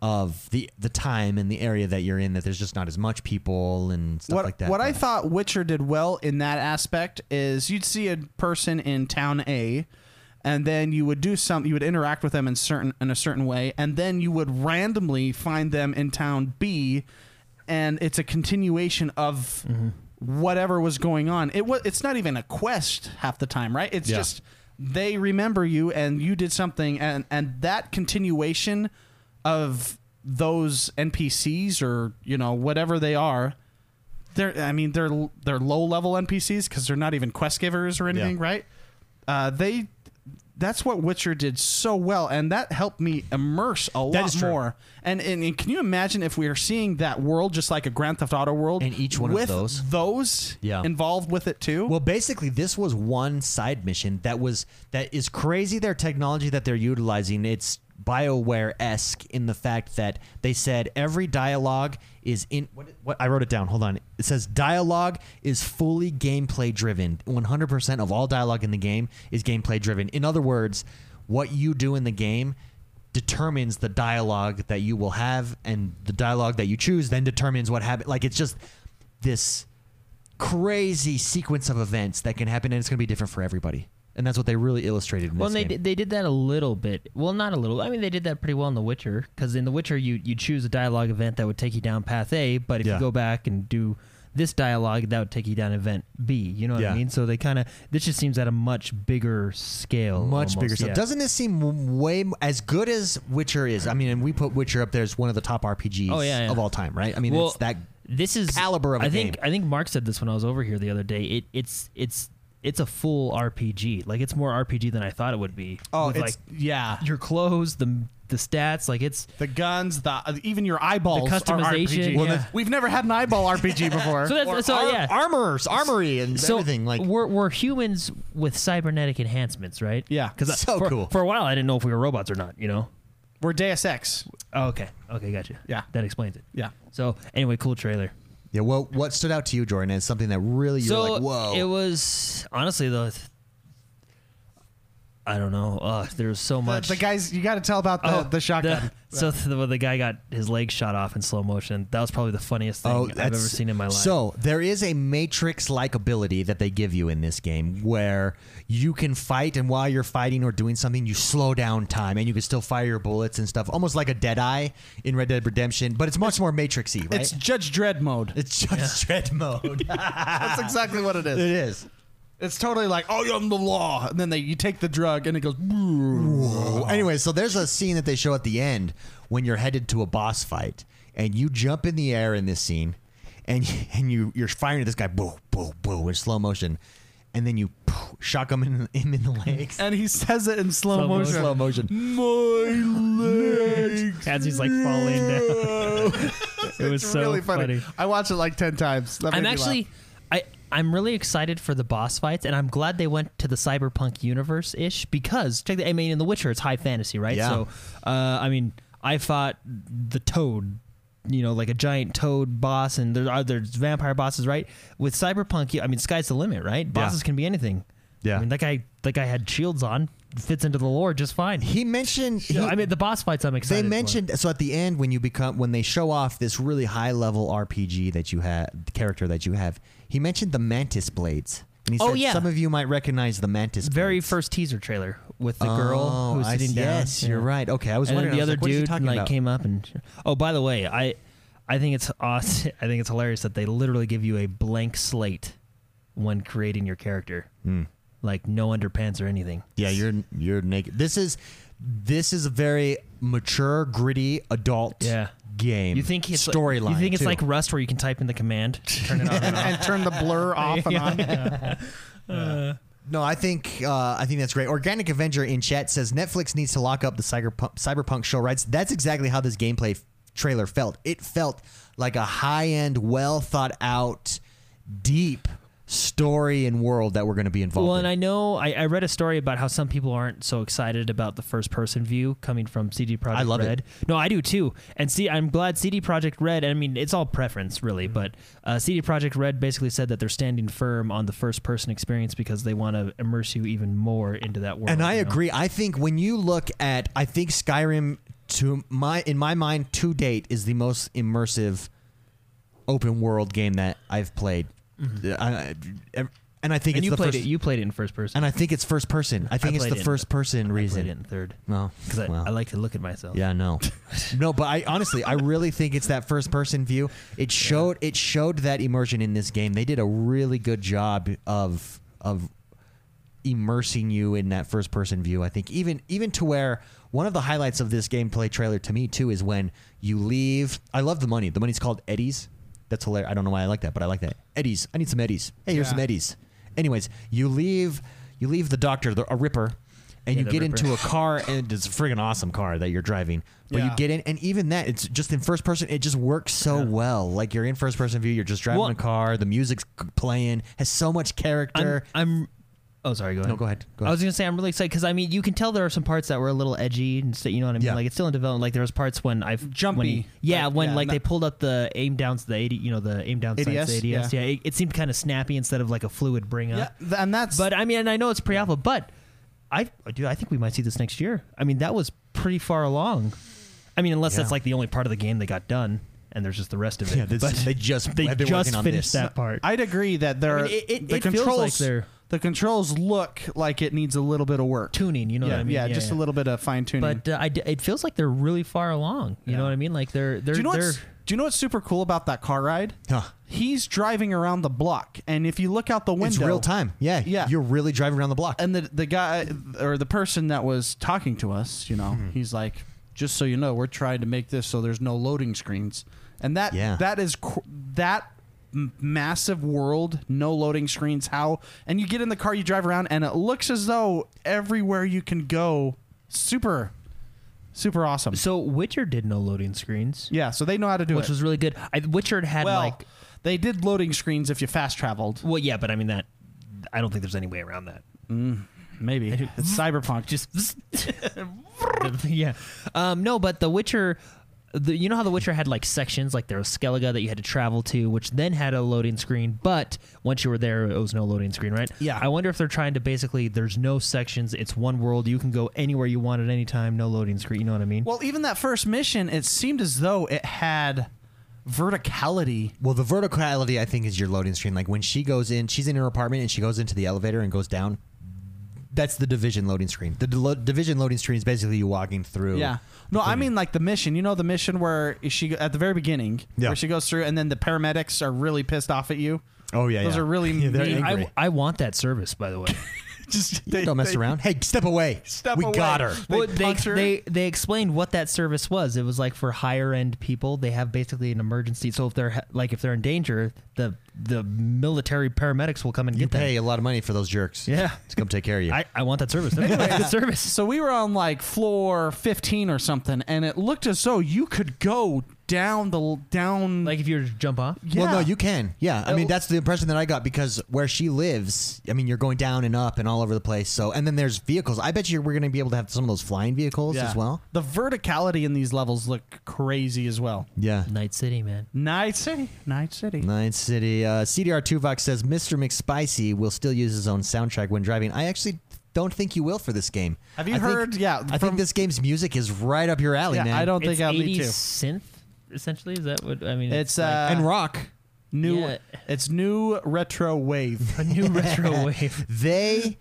[SPEAKER 1] of the the time and the area that you're in that there's just not as much people and stuff
[SPEAKER 3] what
[SPEAKER 1] like that.
[SPEAKER 3] what I
[SPEAKER 1] but-
[SPEAKER 3] thought Witcher did well in that aspect is you'd see a person in town A, and then you would do some you would interact with them in certain in a certain way, and then you would randomly find them in town B, and it's a continuation of
[SPEAKER 1] Mm-hmm.
[SPEAKER 3] whatever was going on. It was it's not even a quest half the time, right? It's
[SPEAKER 1] Yeah.
[SPEAKER 3] just they remember you and you did something and and that continuation of those npcs or you know whatever they are they're I mean they're they're low level NPCs because they're not even quest givers or anything, right? Uh, they that's what Witcher did so well, and that helped me immerse a lot
[SPEAKER 2] That is true.
[SPEAKER 3] more. And, and and can you imagine if we are seeing that world just like a Grand Theft Auto world,
[SPEAKER 1] And each one of
[SPEAKER 3] with
[SPEAKER 1] those?
[SPEAKER 3] those
[SPEAKER 1] Yeah.
[SPEAKER 3] involved with it too?
[SPEAKER 1] Well, basically, this was one side mission that was that is crazy. Their technology that they're utilizing it's Bioware esque in the fact that they said every dialogue is in. What, what I wrote it down. Hold on. It says dialogue is fully gameplay driven. One hundred percent of all dialogue in the game is gameplay driven. In other words, what you do in the game determines the dialogue that you will have, and the dialogue that you choose then determines what happens. Like it's just this crazy sequence of events that can happen, and it's going to be different for everybody. And that's what they really illustrated in
[SPEAKER 2] Well,
[SPEAKER 1] this
[SPEAKER 2] and they
[SPEAKER 1] game.
[SPEAKER 2] did, they did that a little bit. Well, not a little. I mean, they did that pretty well in The Witcher because in The Witcher, you you choose a dialogue event that would take you down path A, but if
[SPEAKER 1] Yeah.
[SPEAKER 2] you go back and do this dialogue, that would take you down event B. You know what
[SPEAKER 1] Yeah.
[SPEAKER 2] I mean? So they kind of this just seems at a much bigger scale,
[SPEAKER 1] Much
[SPEAKER 2] almost,
[SPEAKER 1] bigger stuff.
[SPEAKER 2] yeah.
[SPEAKER 1] Doesn't this seem w- way m- as good as Witcher is? I mean, and we put Witcher up there as one of the top RPGs
[SPEAKER 2] Oh, yeah, yeah.
[SPEAKER 1] of all time, right? I mean,
[SPEAKER 2] Well,
[SPEAKER 1] it's that.
[SPEAKER 2] this is
[SPEAKER 1] caliber of
[SPEAKER 2] I
[SPEAKER 1] a
[SPEAKER 2] think
[SPEAKER 1] game.
[SPEAKER 2] I think Mark said this when I was over here the other day. It it's it's it's a full RPG. Like it's more RPG than I thought it would be.
[SPEAKER 3] oh,
[SPEAKER 2] With,
[SPEAKER 3] it's yeah,
[SPEAKER 2] like your clothes, the the stats, like it's
[SPEAKER 3] the guns, the even your eyeballs,
[SPEAKER 2] The customization,
[SPEAKER 3] Are RPG.
[SPEAKER 2] Well, yeah.
[SPEAKER 3] We've never had an eyeball RPG before.
[SPEAKER 2] So that's-
[SPEAKER 1] Or
[SPEAKER 2] so,
[SPEAKER 1] ar-
[SPEAKER 2] oh, yeah.
[SPEAKER 1] armors, armory, and everything. Like,
[SPEAKER 2] we're we're humans with cybernetic enhancements, right?
[SPEAKER 3] Yeah.
[SPEAKER 2] because
[SPEAKER 1] So
[SPEAKER 2] for,
[SPEAKER 1] cool.
[SPEAKER 2] For a while, I didn't know if we were robots or not. You know.
[SPEAKER 3] We're Deus Ex.
[SPEAKER 2] Oh, okay. Okay, gotcha.
[SPEAKER 3] Yeah.
[SPEAKER 2] that explains it.
[SPEAKER 3] Yeah.
[SPEAKER 2] So anyway, cool trailer.
[SPEAKER 1] yeah. Well, what stood out to you, Jordan, is something that really you
[SPEAKER 2] so
[SPEAKER 1] were like, whoa.
[SPEAKER 2] it was honestly though. th- I don't know. Uh, there's so
[SPEAKER 3] The,
[SPEAKER 2] much.
[SPEAKER 3] the guys, you got to tell about the,
[SPEAKER 2] Oh,
[SPEAKER 3] the shotgun.
[SPEAKER 2] the- so th- the, the guy got his leg shot off in slow motion. That was probably the funniest thing I've ever
[SPEAKER 1] Oh, that's-
[SPEAKER 2] seen in my life.
[SPEAKER 1] So there is a matrix like ability that they give you in this game where you can fight and while you're fighting or doing something, you slow down time and you can still fire your bullets and stuff. Almost like a dead eye in Red Dead Redemption, but it's much more matrixy, right? It's,
[SPEAKER 3] It's Judge Dread mode.
[SPEAKER 1] just dread mode. it
[SPEAKER 3] That's exactly what it is.
[SPEAKER 1] is.
[SPEAKER 3] It's totally like, oh, I'm the law, and then they you take the drug, and it goes.
[SPEAKER 1] Whoa.
[SPEAKER 2] Uh-huh.
[SPEAKER 1] Anyway, so there's a scene that they show at the end when you're headed to a boss fight, and you jump in the air in this scene, and and you you're firing at this guy, boo, boo, boo, in slow motion, and then you poof, shock him in him in the legs.
[SPEAKER 3] And he says it in slow,
[SPEAKER 2] Slow
[SPEAKER 3] motion.
[SPEAKER 1] Slow motion.
[SPEAKER 3] My legs.
[SPEAKER 2] as he's like falling down, it was
[SPEAKER 3] It's
[SPEAKER 2] so
[SPEAKER 3] really funny.
[SPEAKER 2] funny.
[SPEAKER 3] I watched it like ten times. That
[SPEAKER 2] I'm
[SPEAKER 3] made me laugh.
[SPEAKER 2] actually, I I'm really excited for the boss fights, and I'm glad they went to the cyberpunk universe ish because check the I mean in The Witcher it's high fantasy, right?
[SPEAKER 1] Yeah.
[SPEAKER 2] So, uh, I mean, I fought the Toad, you know, like a giant Toad boss, and there are there's vampire bosses, right? With cyberpunk, you- I mean, sky's the limit, right? Bosses can be anything.
[SPEAKER 1] Yeah.
[SPEAKER 2] I mean, that guy that guy had shields on, fits into the lore just fine.
[SPEAKER 1] He mentioned. He,
[SPEAKER 2] So, I mean, the boss fights I'm
[SPEAKER 1] they
[SPEAKER 2] excited. for.
[SPEAKER 1] mentioned so at the end when you become when they show off this really high level RPG that you have character that you have. He mentioned the mantis blades, and he
[SPEAKER 2] Oh,
[SPEAKER 1] said
[SPEAKER 2] yeah.
[SPEAKER 1] some of you might recognize the mantis.
[SPEAKER 2] very
[SPEAKER 1] blades.
[SPEAKER 2] first teaser trailer with the girl
[SPEAKER 1] Oh,
[SPEAKER 2] who's
[SPEAKER 1] I
[SPEAKER 2] sitting
[SPEAKER 1] see.
[SPEAKER 2] down.
[SPEAKER 1] Yes, you're right. Okay, I was
[SPEAKER 2] and then
[SPEAKER 1] wondering.
[SPEAKER 2] the
[SPEAKER 1] I was
[SPEAKER 2] other
[SPEAKER 1] like, what is he
[SPEAKER 2] dude
[SPEAKER 1] talking
[SPEAKER 2] like
[SPEAKER 1] about?
[SPEAKER 2] came up and oh, by the way, I I think it's awesome. I think it's hilarious that they literally give you a blank slate when creating your character,
[SPEAKER 1] Hmm.
[SPEAKER 2] like no underpants or anything.
[SPEAKER 1] Yeah, you're you're naked. This is this is a very mature, gritty, adult
[SPEAKER 2] Yeah.
[SPEAKER 1] game.
[SPEAKER 2] You think it's like-
[SPEAKER 1] storyline?
[SPEAKER 2] You think it's
[SPEAKER 1] too.
[SPEAKER 2] like Rust where you can type in the command, turn it on.
[SPEAKER 3] and, and turn the blur off and on.
[SPEAKER 1] no? I think uh, I think that's great. Organic Avenger in chat says Netflix needs to lock up the cyberpunk, cyberpunk show rights. That's exactly how this gameplay f- trailer felt. It felt like a high end, well thought out, deep story and world that we're going to be involved.
[SPEAKER 2] Well,
[SPEAKER 1] in.
[SPEAKER 2] and I know I, I read a story about how some people aren't so excited about the first person view coming from CD Project
[SPEAKER 1] I love it.
[SPEAKER 2] Red. No, I do too. And see, I'm glad CD Project Red. I mean, it's all preference
[SPEAKER 1] Mm-hmm.
[SPEAKER 2] really, but uh, CD Project Red basically said that they're standing firm on the first person experience because they want to immerse you even more into that world.
[SPEAKER 1] And I
[SPEAKER 2] you know?
[SPEAKER 1] agree. I think when you look at, I think Skyrim to my in my mind to date is the most immersive open world game that I've played. I- I- and I think
[SPEAKER 2] Mm-hmm. And
[SPEAKER 1] it's
[SPEAKER 2] you
[SPEAKER 1] the
[SPEAKER 2] played
[SPEAKER 1] first.
[SPEAKER 2] it. You played it in first person.
[SPEAKER 1] and I think it's first person. I think it's
[SPEAKER 2] played
[SPEAKER 1] the
[SPEAKER 2] it in-
[SPEAKER 1] first person
[SPEAKER 2] I played it
[SPEAKER 1] reason.
[SPEAKER 2] in third
[SPEAKER 1] Well,
[SPEAKER 2] because I,
[SPEAKER 1] well.
[SPEAKER 2] I like to look at myself.
[SPEAKER 1] Yeah, no, no. But I honestly, I really think it's that first person view. It showed it showed that immersion in this game. They did a really good job of of immersing you in that first person view. I think even even to where one of the highlights of this gameplay trailer to me too is when you leave. I love the money. The money's called Eddies. That's hilarious. I don't know why I like that, but I like that. Eddies. I need some Eddies. Hey, here's
[SPEAKER 3] Yeah.
[SPEAKER 1] some Eddies. Anyways, you leave you leave the doctor, the, a Ripper, and
[SPEAKER 2] Yeah,
[SPEAKER 1] you
[SPEAKER 2] the
[SPEAKER 1] get
[SPEAKER 2] Ripper.
[SPEAKER 1] into a car, and it's a friggin' awesome car that you're driving. But
[SPEAKER 3] Yeah.
[SPEAKER 1] you get in, and even that, it's just in first person. It just works so well. Like you're in first person view, you're just driving
[SPEAKER 2] Well-
[SPEAKER 1] a car. The music's c- playing, has so much
[SPEAKER 2] I'm,
[SPEAKER 1] character.
[SPEAKER 2] I'm. Oh, sorry. Go ahead.
[SPEAKER 1] no, go ahead. Go
[SPEAKER 2] I
[SPEAKER 1] ahead.
[SPEAKER 2] was gonna say I'm really excited because I mean you can tell there are some parts that were a little edgy and st- you know what I mean.
[SPEAKER 1] Yeah.
[SPEAKER 2] Like it's still in development. Like there was parts when I've
[SPEAKER 3] Jumpy.
[SPEAKER 2] when he- yeah,
[SPEAKER 3] Like,
[SPEAKER 2] when
[SPEAKER 3] yeah,
[SPEAKER 2] like
[SPEAKER 3] no-
[SPEAKER 2] they pulled up the aim down to the eighty, you know, the aim down sights,
[SPEAKER 3] ADS,
[SPEAKER 2] the ADS. Yeah, it, it seemed kind of snappy instead of like a fluid bring
[SPEAKER 3] Yeah,
[SPEAKER 2] up.
[SPEAKER 3] th- and that's
[SPEAKER 2] But I mean, and I know it's pre-alpha, but I dude, I think we might see this next year. I mean, that was pretty far along. I mean, unless
[SPEAKER 1] Yeah.
[SPEAKER 2] that's like the only part of the game that got done, and there's just the rest of it.
[SPEAKER 1] yeah, this,
[SPEAKER 2] but
[SPEAKER 1] they just
[SPEAKER 2] they
[SPEAKER 1] have been
[SPEAKER 2] just
[SPEAKER 1] working on
[SPEAKER 2] finished
[SPEAKER 1] this.
[SPEAKER 2] that part.
[SPEAKER 3] I'd agree that there
[SPEAKER 2] I
[SPEAKER 3] are
[SPEAKER 2] mean, it- it-
[SPEAKER 3] the
[SPEAKER 2] it feels like
[SPEAKER 3] controls
[SPEAKER 2] they're-
[SPEAKER 3] the controls look like it needs a little bit of work.
[SPEAKER 2] Tuning, you know
[SPEAKER 3] yeah,
[SPEAKER 2] what I mean?
[SPEAKER 3] yeah, just a little bit of fine tuning.
[SPEAKER 2] But uh, I d it feels like they're really far along. You
[SPEAKER 3] Yeah.
[SPEAKER 2] know what I mean? Like they're they're
[SPEAKER 3] do you know
[SPEAKER 2] they're
[SPEAKER 3] what's do you know what's super cool about that car ride?
[SPEAKER 1] Huh.
[SPEAKER 3] He's driving around the block, and if you look out the window,
[SPEAKER 1] It's real time. Yeah,
[SPEAKER 3] Yeah.
[SPEAKER 1] You're really driving around the block.
[SPEAKER 3] And the the guy or the person that was talking to us, you know,
[SPEAKER 1] Hmm.
[SPEAKER 3] he's like, "Just so you know, we're trying to make this so there's no loading screens." And that
[SPEAKER 1] Yeah.
[SPEAKER 3] that is cr- that m- massive world, no loading screens. How and you get in the car, you drive around, and it looks as though everywhere you can go, super, super awesome.
[SPEAKER 2] so Witcher did no loading screens,
[SPEAKER 3] Yeah, so they know how to do
[SPEAKER 2] which
[SPEAKER 3] it.
[SPEAKER 2] was really good. I, Witcher had
[SPEAKER 3] well,
[SPEAKER 2] like
[SPEAKER 3] they did loading screens if you fast traveled.
[SPEAKER 2] well, yeah, but I mean that I don't think there's any way around that.
[SPEAKER 3] Maybe it's cyberpunk. Just
[SPEAKER 2] Just yeah, um, no, but The Witcher. The, you know how The Witcher had like sections, like there was Skellige that you had to travel to, which then had a loading screen. But once you were there, it was no loading screen, right?
[SPEAKER 3] Yeah.
[SPEAKER 2] I wonder if they're trying to basically, there's no sections. It's one world. You can go anywhere you want at any time. No loading screen. You know what I mean?
[SPEAKER 3] well, even that first mission, it seemed as though it had verticality.
[SPEAKER 1] Well, the verticality I think is your loading screen. Like when she goes in, she's in her apartment and she goes into the elevator and goes down. That's the division loading screen. The delo- division loading screen is basically you walking through.
[SPEAKER 3] Yeah. No, I mean like the mission. You know the mission where she at the very beginning,
[SPEAKER 1] Yeah.
[SPEAKER 3] where she goes through, and then the paramedics are really pissed off at you.
[SPEAKER 1] Oh yeah.
[SPEAKER 3] Those
[SPEAKER 1] yeah.
[SPEAKER 3] are really
[SPEAKER 1] Yeah, they're
[SPEAKER 3] mean.
[SPEAKER 1] angry.
[SPEAKER 2] I, I want that service, by the way.
[SPEAKER 3] Just they,
[SPEAKER 1] Don't mess
[SPEAKER 3] they-
[SPEAKER 1] around. Hey, step away.
[SPEAKER 3] Step
[SPEAKER 1] we
[SPEAKER 3] away.
[SPEAKER 1] got her.
[SPEAKER 3] They
[SPEAKER 2] Well, they,
[SPEAKER 3] punch her.
[SPEAKER 2] they they explained what that service was. It was like for higher end people. They have basically an emergency. So if they're ha- like if they're in danger, the the military paramedics will come and
[SPEAKER 1] You
[SPEAKER 2] get them.
[SPEAKER 1] pay a lot of money for those jerks.
[SPEAKER 2] Yeah.
[SPEAKER 1] To come take care of you.
[SPEAKER 2] I, I want that service. That's the service.
[SPEAKER 3] So we were on like floor fifteen or something, and it looked as though you could go down the down.
[SPEAKER 2] Like if you were to jump off.
[SPEAKER 1] Well, no,
[SPEAKER 3] yeah.
[SPEAKER 1] you can. Yeah, I mean
[SPEAKER 3] It'll-
[SPEAKER 1] that's the impression that I got because where she lives, I mean you're going down and up and all over the place. So and then there's vehicles. I bet you we're going to be able to have some of those flying vehicles
[SPEAKER 3] Yeah.
[SPEAKER 1] as well.
[SPEAKER 3] The verticality in these levels look crazy as well.
[SPEAKER 1] Yeah.
[SPEAKER 2] Night City, man.
[SPEAKER 3] Night City, Night City.
[SPEAKER 1] Night City. Uh, CDR Tuvok says Mr. McSpicy will still use his own soundtrack when driving. I actually don't think he will for this game.
[SPEAKER 3] Have you
[SPEAKER 1] I think-
[SPEAKER 3] heard? yeah,
[SPEAKER 1] I think this game's music is right up your alley,
[SPEAKER 3] Yeah,
[SPEAKER 1] man.
[SPEAKER 3] I don't think
[SPEAKER 2] it's
[SPEAKER 3] I'll need
[SPEAKER 2] 80s
[SPEAKER 3] to.
[SPEAKER 2] synth essentially. Is that what I mean?
[SPEAKER 3] It's
[SPEAKER 2] like
[SPEAKER 3] uh,
[SPEAKER 1] and rock.
[SPEAKER 3] new.
[SPEAKER 2] Yeah.
[SPEAKER 3] It's new retro wave.
[SPEAKER 2] a new retro wave.
[SPEAKER 1] They.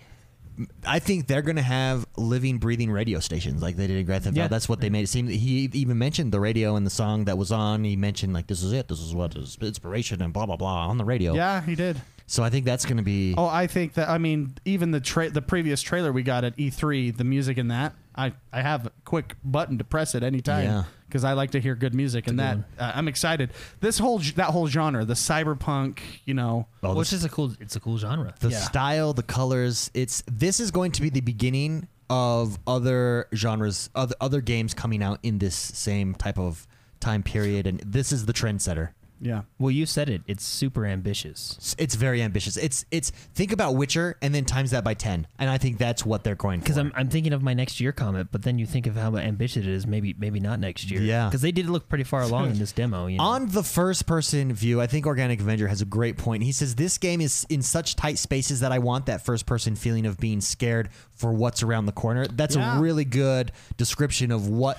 [SPEAKER 1] I think they're going to have living, breathing radio stations like they did in Grand Theft Auto.
[SPEAKER 2] Yeah.
[SPEAKER 1] That's what they made it seem. He even mentioned the radio and the song that was on. He mentioned like, "This is it. This is what is inspiration and blah blah blah" on the radio.
[SPEAKER 3] yeah, he did.
[SPEAKER 1] So I think that's going to be.
[SPEAKER 3] Oh, I think that. I mean, even the tra- the previous trailer we got at E3, the music in that, I I have a quick button to press at any
[SPEAKER 1] Yeah.
[SPEAKER 3] time because I like to hear good music, and that uh, I'm excited. This whole g- that whole genre, the cyberpunk, you know,
[SPEAKER 1] Oh,
[SPEAKER 2] which
[SPEAKER 1] this-
[SPEAKER 2] is a cool. It's a cool genre.
[SPEAKER 1] the
[SPEAKER 3] Yeah.
[SPEAKER 1] style, the colors. It's this is going to be the beginning of other genres, other other games coming out in this same type of time period, and this is the trendsetter.
[SPEAKER 3] yeah,
[SPEAKER 2] well, you said it. It's super ambitious.
[SPEAKER 1] It's- It's very ambitious. It's it's think about Witcher and then times that by ten, and I think that's what they're going for.
[SPEAKER 2] Because I'm, I'm thinking of my next year comment, but then you think of how ambitious it is. Maybe maybe not next year.
[SPEAKER 1] Yeah.
[SPEAKER 2] Because they did look pretty far along in this demo. You know?
[SPEAKER 1] On the first person view, I think Organic Avenger has a great point. He says, This game is in such tight spaces that I want that first person feeling of being scared for what's around the corner. That's
[SPEAKER 3] Yeah.
[SPEAKER 1] a really good description of what.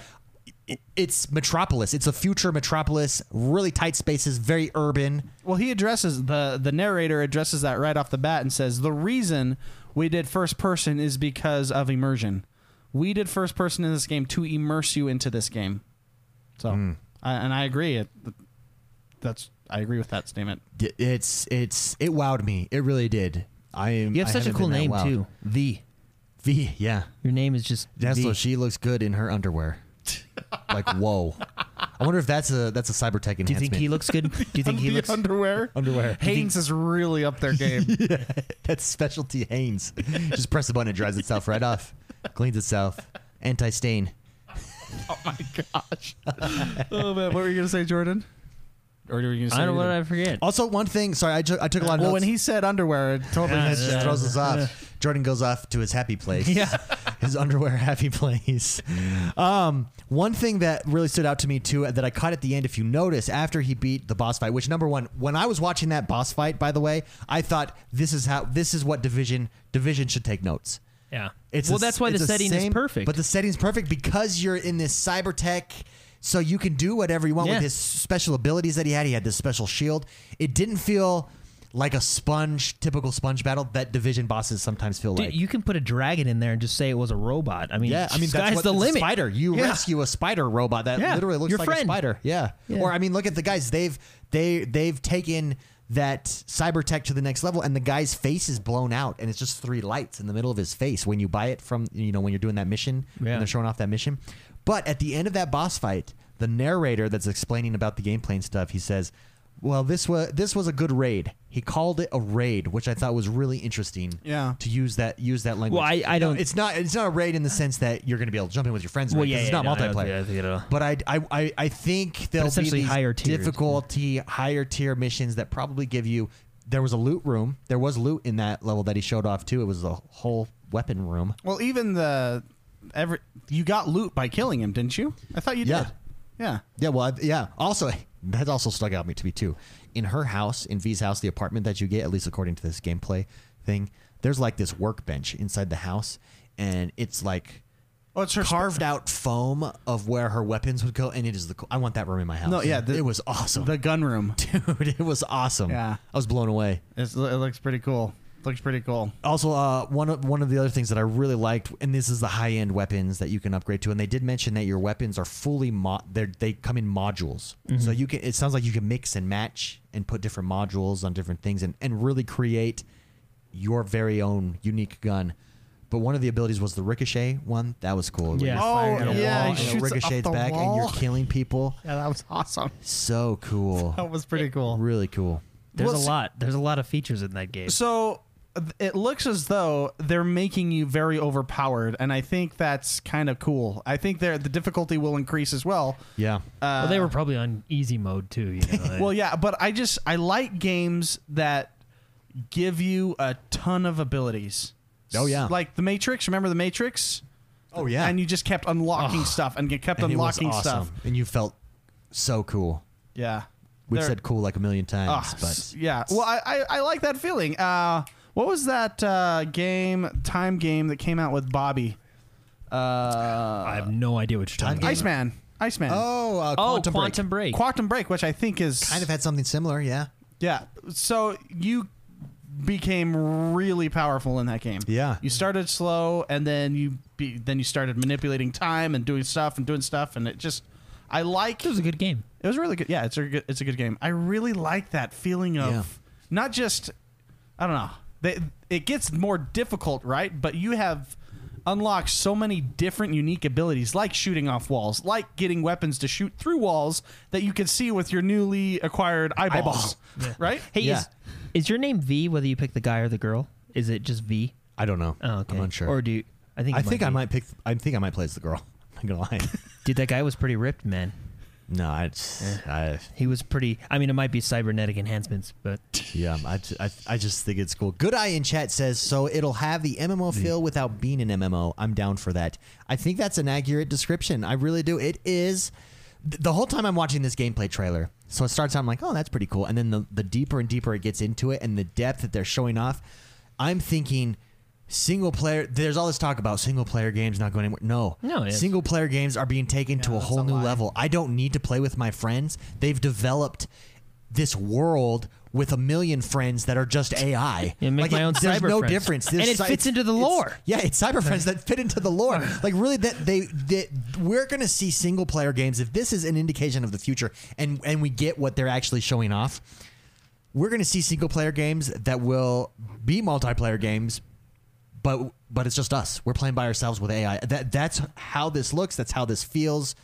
[SPEAKER 1] i- It's Metropolis. It's a future Metropolis. Really tight spaces, very urban.
[SPEAKER 3] Well, he addresses the the narrator addresses that right off the bat and says the reason we did first person is because of immersion. We did first person in this game to immerse you into this game. So,
[SPEAKER 2] Hmm.
[SPEAKER 3] I, and I agree. It, that's I agree with that statement.
[SPEAKER 1] D- It's it's it wowed me. It really did. I am.
[SPEAKER 2] you have
[SPEAKER 1] I
[SPEAKER 2] such a
[SPEAKER 1] haven't
[SPEAKER 2] cool
[SPEAKER 1] been
[SPEAKER 2] name
[SPEAKER 1] that wowed.
[SPEAKER 2] too. The
[SPEAKER 1] V. Yeah.
[SPEAKER 2] your name is just
[SPEAKER 1] That's
[SPEAKER 2] the.
[SPEAKER 1] what she looks good in her underwear. like whoa. I wonder if that's a that's a cybertech enhancement.
[SPEAKER 2] Do you think he looks good? Do you think he
[SPEAKER 3] the
[SPEAKER 2] looks?
[SPEAKER 3] underwear.
[SPEAKER 1] underwear?
[SPEAKER 3] Haynes is really up their game.
[SPEAKER 1] That's specialty Hanes. Just press the button, it dries itself right off, cleans itself, anti-stain.
[SPEAKER 3] oh my gosh. oh man, what were you gonna say, Jordan? Or were you gonna say?
[SPEAKER 2] I don't know what
[SPEAKER 3] anything?
[SPEAKER 2] I forget.
[SPEAKER 1] Also, one thing. Sorry, I, ju- I took a lot of
[SPEAKER 3] Well, when
[SPEAKER 1] notes.
[SPEAKER 3] he said underwear, it totally
[SPEAKER 2] Yeah,
[SPEAKER 1] It
[SPEAKER 3] missed
[SPEAKER 1] just
[SPEAKER 2] yeah.
[SPEAKER 1] throws us off. Jordan goes off to his happy place.
[SPEAKER 2] Yeah.
[SPEAKER 1] his underwear happy place. Um, one thing that really stood out to me too that I caught at the end, if you notice, after he beat the boss fight, which number one, when I was watching that boss fight, by the way, I thought this is how this is what division division should take notes.
[SPEAKER 2] Yeah.
[SPEAKER 1] It's
[SPEAKER 2] well,
[SPEAKER 1] a-
[SPEAKER 2] that's why
[SPEAKER 1] it's
[SPEAKER 2] the
[SPEAKER 1] a
[SPEAKER 2] setting
[SPEAKER 1] same-
[SPEAKER 2] is perfect.
[SPEAKER 1] But the setting's perfect because you're in this cyber tech, so you can do whatever you want
[SPEAKER 2] Yeah.
[SPEAKER 1] with his special abilities that he had. He had this special shield. It didn't feel like a sponge, typical sponge battle that division bosses sometimes feel
[SPEAKER 2] Dude,
[SPEAKER 1] like.
[SPEAKER 2] you can put a dragon in there and just say it was a robot. I mean,
[SPEAKER 1] yeah, I mean, that's
[SPEAKER 2] sky's
[SPEAKER 1] what
[SPEAKER 2] the
[SPEAKER 1] it's a
[SPEAKER 2] limit.
[SPEAKER 1] Spider, you
[SPEAKER 2] Yeah.
[SPEAKER 1] rescue a spider robot that
[SPEAKER 2] Yeah,
[SPEAKER 1] literally looks
[SPEAKER 2] your
[SPEAKER 1] like a
[SPEAKER 2] friend.
[SPEAKER 1] spider. Yeah.
[SPEAKER 2] Yeah.
[SPEAKER 1] or I mean, look at the guys. They've they they've taken that cyber tech to the next level, and the guy's face is blown out, and it's just three lights in the middle of his face when you buy it from you know when you're doing that mission
[SPEAKER 2] Yeah.
[SPEAKER 1] and they're showing off that mission. But at the end of that boss fight, the narrator that's explaining about the gameplay and stuff, he says. Well, this was this was a good raid. He called it a raid, which I thought was really interesting.
[SPEAKER 3] Yeah.
[SPEAKER 1] to use that use that language.
[SPEAKER 2] Well, I- I
[SPEAKER 1] No,
[SPEAKER 2] don't-
[SPEAKER 1] It's not it's not a raid in the sense that you're going to be able to jump in with your friends.
[SPEAKER 2] Well,
[SPEAKER 1] right? 'Cause
[SPEAKER 2] yeah,
[SPEAKER 1] it's
[SPEAKER 2] yeah,
[SPEAKER 1] not
[SPEAKER 2] no, I don't-
[SPEAKER 1] multiplayer.
[SPEAKER 2] yeah, I think it all-
[SPEAKER 1] but I, I I I think there'll be
[SPEAKER 2] essentially
[SPEAKER 1] these
[SPEAKER 2] higher tiered.
[SPEAKER 1] difficulty, higher tier missions that probably give you. There was a loot room. There was loot in that level that he showed off too. It was the whole weapon room.
[SPEAKER 3] Well, even the every you got loot by killing him, didn't you? I thought you
[SPEAKER 1] Yeah.
[SPEAKER 3] did. Yeah.
[SPEAKER 1] Yeah, well, I- yeah. Also, that also stuck out to me to me too. In her house, in V's house, the apartment that you get, at least according to this gameplay thing, there's like this workbench inside the house, and it's like
[SPEAKER 3] Oh, it's her sp-
[SPEAKER 1] carved out foam of where her weapons would go, and it is the. co- I want that room in my house.
[SPEAKER 3] No, yeah, the-
[SPEAKER 1] it was awesome,
[SPEAKER 3] The gun room.
[SPEAKER 1] dude. It was awesome.
[SPEAKER 3] Yeah.
[SPEAKER 1] I was blown away.
[SPEAKER 3] It's, it looks pretty cool. Looks pretty cool.
[SPEAKER 1] Also, uh, one of one of the other things that I really liked, and this is the high end weapons that you can upgrade to, and they did mention that your weapons are fully mo- they they come in modules,
[SPEAKER 3] Mm-hmm.
[SPEAKER 1] so you can. It sounds like you can mix and match and put different modules on different things, and and really create your very own unique gun. But one of the abilities was the ricochet one. That was cool.
[SPEAKER 2] Yeah.
[SPEAKER 1] When
[SPEAKER 2] fire
[SPEAKER 3] Oh
[SPEAKER 2] at a
[SPEAKER 1] you-
[SPEAKER 2] wall,
[SPEAKER 3] yeah,
[SPEAKER 1] and
[SPEAKER 3] he
[SPEAKER 1] it
[SPEAKER 3] shoots
[SPEAKER 1] ricochets
[SPEAKER 3] up the
[SPEAKER 1] back,
[SPEAKER 3] wall.
[SPEAKER 1] and you're killing people.
[SPEAKER 3] yeah, that was awesome.
[SPEAKER 1] So cool.
[SPEAKER 3] That was pretty cool.
[SPEAKER 1] Really cool.
[SPEAKER 2] There's
[SPEAKER 3] Well,
[SPEAKER 2] a
[SPEAKER 3] see-
[SPEAKER 2] lot. There's a lot of features in that game.
[SPEAKER 3] So th- it looks as though they're making you very overpowered, and I think that's kind of cool. I think they're, the difficulty will increase as well.
[SPEAKER 1] Yeah.
[SPEAKER 3] Uh,
[SPEAKER 2] well, they were probably on easy mode too. You know?
[SPEAKER 3] Well, yeah, but I just I like games that give you a ton of abilities.
[SPEAKER 1] Oh, yeah.
[SPEAKER 3] like the Matrix. Remember the Matrix?
[SPEAKER 1] Oh yeah.
[SPEAKER 3] And you just kept unlocking stuff and you kept
[SPEAKER 1] and it was
[SPEAKER 3] unlocking stuff.
[SPEAKER 1] awesome. and you felt so cool.
[SPEAKER 3] Yeah,
[SPEAKER 1] We've
[SPEAKER 3] They're-
[SPEAKER 1] said cool like a million
[SPEAKER 3] ah,
[SPEAKER 1] times,
[SPEAKER 3] s-
[SPEAKER 1] but
[SPEAKER 3] yeah. Well, I, I I like that feeling. Uh, what was that uh, game time game that came out with Bobby?
[SPEAKER 2] I
[SPEAKER 3] Uh,
[SPEAKER 2] have no idea what you're talking about.
[SPEAKER 3] Iceman, Iceman,
[SPEAKER 1] oh, uh,
[SPEAKER 2] Oh,
[SPEAKER 1] Quantum, Break
[SPEAKER 2] Quantum Break.
[SPEAKER 3] Quantum Break, which I think is
[SPEAKER 1] kind of had something similar. Yeah,
[SPEAKER 3] Yeah. So you became really powerful in that game.
[SPEAKER 1] Yeah.
[SPEAKER 3] You started slow, and then you be, then you started manipulating time and doing stuff and doing stuff, and it just I like
[SPEAKER 2] It was a good game.
[SPEAKER 3] it was really good. Yeah, it's a good it's a good game. I really like that feeling of
[SPEAKER 1] Yeah.
[SPEAKER 3] not just I don't know. They, it gets more difficult, right? But you have unlocked so many different unique abilities, like shooting off walls, like getting weapons to shoot through walls that you can see with your newly acquired eyeballs, right?
[SPEAKER 2] Hey,
[SPEAKER 1] Yeah.
[SPEAKER 2] is, is your name V? Whether you pick the guy or the girl, is it just V?
[SPEAKER 1] I don't know.
[SPEAKER 2] Oh, okay.
[SPEAKER 1] I'm unsure.
[SPEAKER 2] Or do you, I think?
[SPEAKER 1] I
[SPEAKER 2] it
[SPEAKER 1] think I
[SPEAKER 2] be.
[SPEAKER 1] might pick. I think I might play as the girl. I'm not gonna lie.
[SPEAKER 2] Dude, that guy was pretty ripped, man.
[SPEAKER 1] no, I,
[SPEAKER 2] Eh.
[SPEAKER 1] just- I
[SPEAKER 2] He was pretty. I mean, it might be cybernetic enhancements, but
[SPEAKER 1] yeah, I, ju- I, I just think it's cool. Good Eye in chat says so it'll have the MMO
[SPEAKER 2] Mm.
[SPEAKER 1] feel without being an MMO. I'm down for that. I think that's an accurate description. I really do. It is. th- The whole time I'm watching this gameplay trailer, so it starts out I'm like, oh, that's pretty cool, and then the, the deeper and deeper it gets into it, and the depth that they're showing off, I'm thinking single player. There's all this talk about single player games not going anywhere. No,
[SPEAKER 2] No, it is.
[SPEAKER 1] single player games are being taken to a
[SPEAKER 3] that's
[SPEAKER 1] whole
[SPEAKER 3] a
[SPEAKER 1] new
[SPEAKER 3] lie.
[SPEAKER 1] level. I don't need to play with my friends. They've developed this world with a million friends that are just AI.
[SPEAKER 2] Yeah, make my own
[SPEAKER 1] there's
[SPEAKER 2] cyber
[SPEAKER 1] no
[SPEAKER 2] friends.
[SPEAKER 1] difference.
[SPEAKER 2] And it
[SPEAKER 1] cy-
[SPEAKER 2] fits into the
[SPEAKER 1] it's-
[SPEAKER 2] lore.
[SPEAKER 1] yeah, it's cyber friends that fit into the lore. Like really, that they, that we're gonna see single player games. If this is an indication of the future, and and we get what they're actually showing off, we're gonna see single player games that will be multiplayer games. But but it's just us. We're playing by ourselves with AI. That that's how this looks. That's how this feels.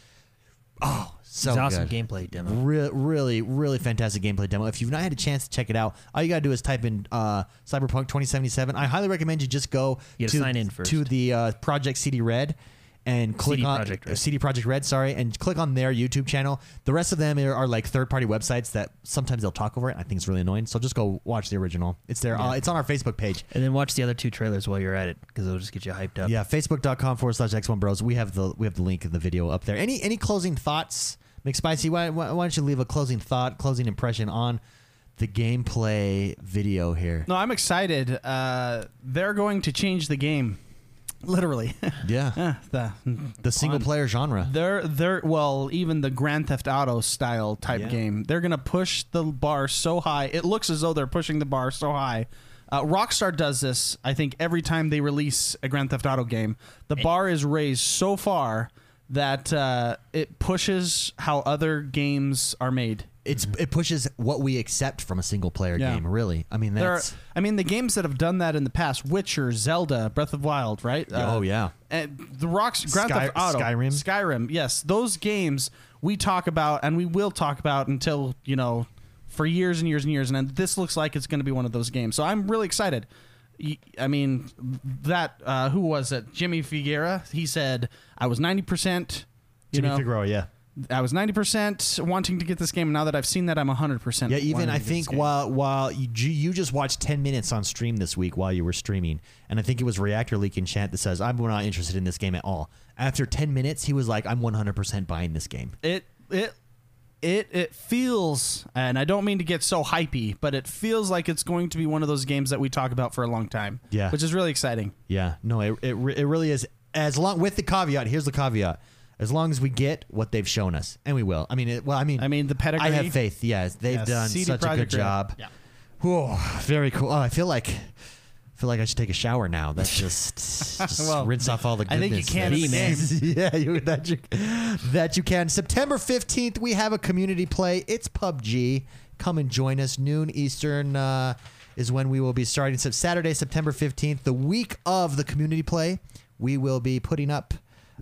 [SPEAKER 1] Oh, so
[SPEAKER 2] it's an awesome
[SPEAKER 1] good.
[SPEAKER 2] gameplay demo.
[SPEAKER 1] Re- really, really fantastic gameplay demo. If you've not had a chance to check it out, all you gotta do is type in uh, Cyberpunk 2077. I highly recommend you just go
[SPEAKER 2] You gotta
[SPEAKER 1] to,
[SPEAKER 2] sign in first.
[SPEAKER 1] to the uh, Project CD Red and click
[SPEAKER 2] CD
[SPEAKER 1] on
[SPEAKER 2] Projekt Red.
[SPEAKER 1] uh, CD Project Red, sorry, and click on their YouTube channel. The rest of them are, are like third-party websites that sometimes they'll talk over it. I think it's really annoying. So just go watch the original. It's there. Uh, it's on our Facebook page.
[SPEAKER 2] And then watch the other two trailers while you're at it because it'll just get you hyped up.
[SPEAKER 1] Yeah, facebook.com forward slash X1 Bros. We have the we have the link in the video up there. Any any closing thoughts, McSpicy? Why, why why don't you leave a closing thought, closing impression on the gameplay video here?
[SPEAKER 3] No, I'm excited. Uh, they're going to change the game, literally.
[SPEAKER 1] Yeah,
[SPEAKER 3] Eh, the,
[SPEAKER 1] the single player genre.
[SPEAKER 3] they're they're well, even the Grand Theft Auto style type
[SPEAKER 1] Yeah.
[SPEAKER 3] game. They're gonna push the bar so high. It looks as though they're pushing the bar so high. Uh, Rockstar does this, I think, every time they release a Grand Theft Auto game. The bar is raised so far that uh, it pushes how other games are made.
[SPEAKER 1] It's it pushes what we accept from a single player
[SPEAKER 3] Yeah.
[SPEAKER 1] game. Really, I mean
[SPEAKER 3] There are,
[SPEAKER 1] that's
[SPEAKER 3] I mean, the games that have done that in the past: Witcher, Zelda, Breath of Wild, right? Uh,
[SPEAKER 1] oh yeah.
[SPEAKER 3] and the rocks Grand
[SPEAKER 1] Sky-
[SPEAKER 3] Theft Auto,
[SPEAKER 1] Skyrim?
[SPEAKER 3] Skyrim. Yes, those games we talk about and we will talk about until you know for years and years and years. And then this looks like it's going to be one of those games. So I'm really excited. Y- I mean, that uh, who was it? Jimmy Figuera. He said I was ninety percent. You know,
[SPEAKER 1] yeah.
[SPEAKER 3] I was ninety percent wanting to get this game. Now that I've seen that, I'm hundred percent.
[SPEAKER 1] Yeah, even I think while while you, ju- you just watched ten minutes on stream this week while you were streaming, and I think it was Reactor leaking chant that says I'm not interested in this game at all. After ten minutes, he was like, I'm 100 percent buying this game.
[SPEAKER 3] it it it it feels and I don't mean to get so hypey, but it feels like it's going to be one of those games that we talk about for a long time.
[SPEAKER 1] Yeah.
[SPEAKER 3] Which is really exciting.
[SPEAKER 1] Yeah, no, it it, re- it really is. As long with the caveat, here's the caveat: as long as we get what they've shown us, and we will. I mean, it, well, I mean,
[SPEAKER 3] I mean, the pedigree-
[SPEAKER 1] I have faith. Yes, they've
[SPEAKER 3] Yes,
[SPEAKER 1] done
[SPEAKER 3] CD
[SPEAKER 1] such a good
[SPEAKER 3] Projekt Red.
[SPEAKER 1] job.
[SPEAKER 3] Yeah.
[SPEAKER 1] Whoa, very cool. Oh, I feel like. I feel like I should take a shower now. That's just, just
[SPEAKER 3] Well,
[SPEAKER 1] rinse off all the
[SPEAKER 3] I
[SPEAKER 1] goodness.
[SPEAKER 3] think you can
[SPEAKER 1] that-
[SPEAKER 3] in the game.
[SPEAKER 1] yeah, you, that you that you can. September fifteenth, we have a community play. It's PUBG. Come and join us. Noon Eastern uh, is when we will be starting. So Saturday, September fifteenth, the week of the community play, we will be putting up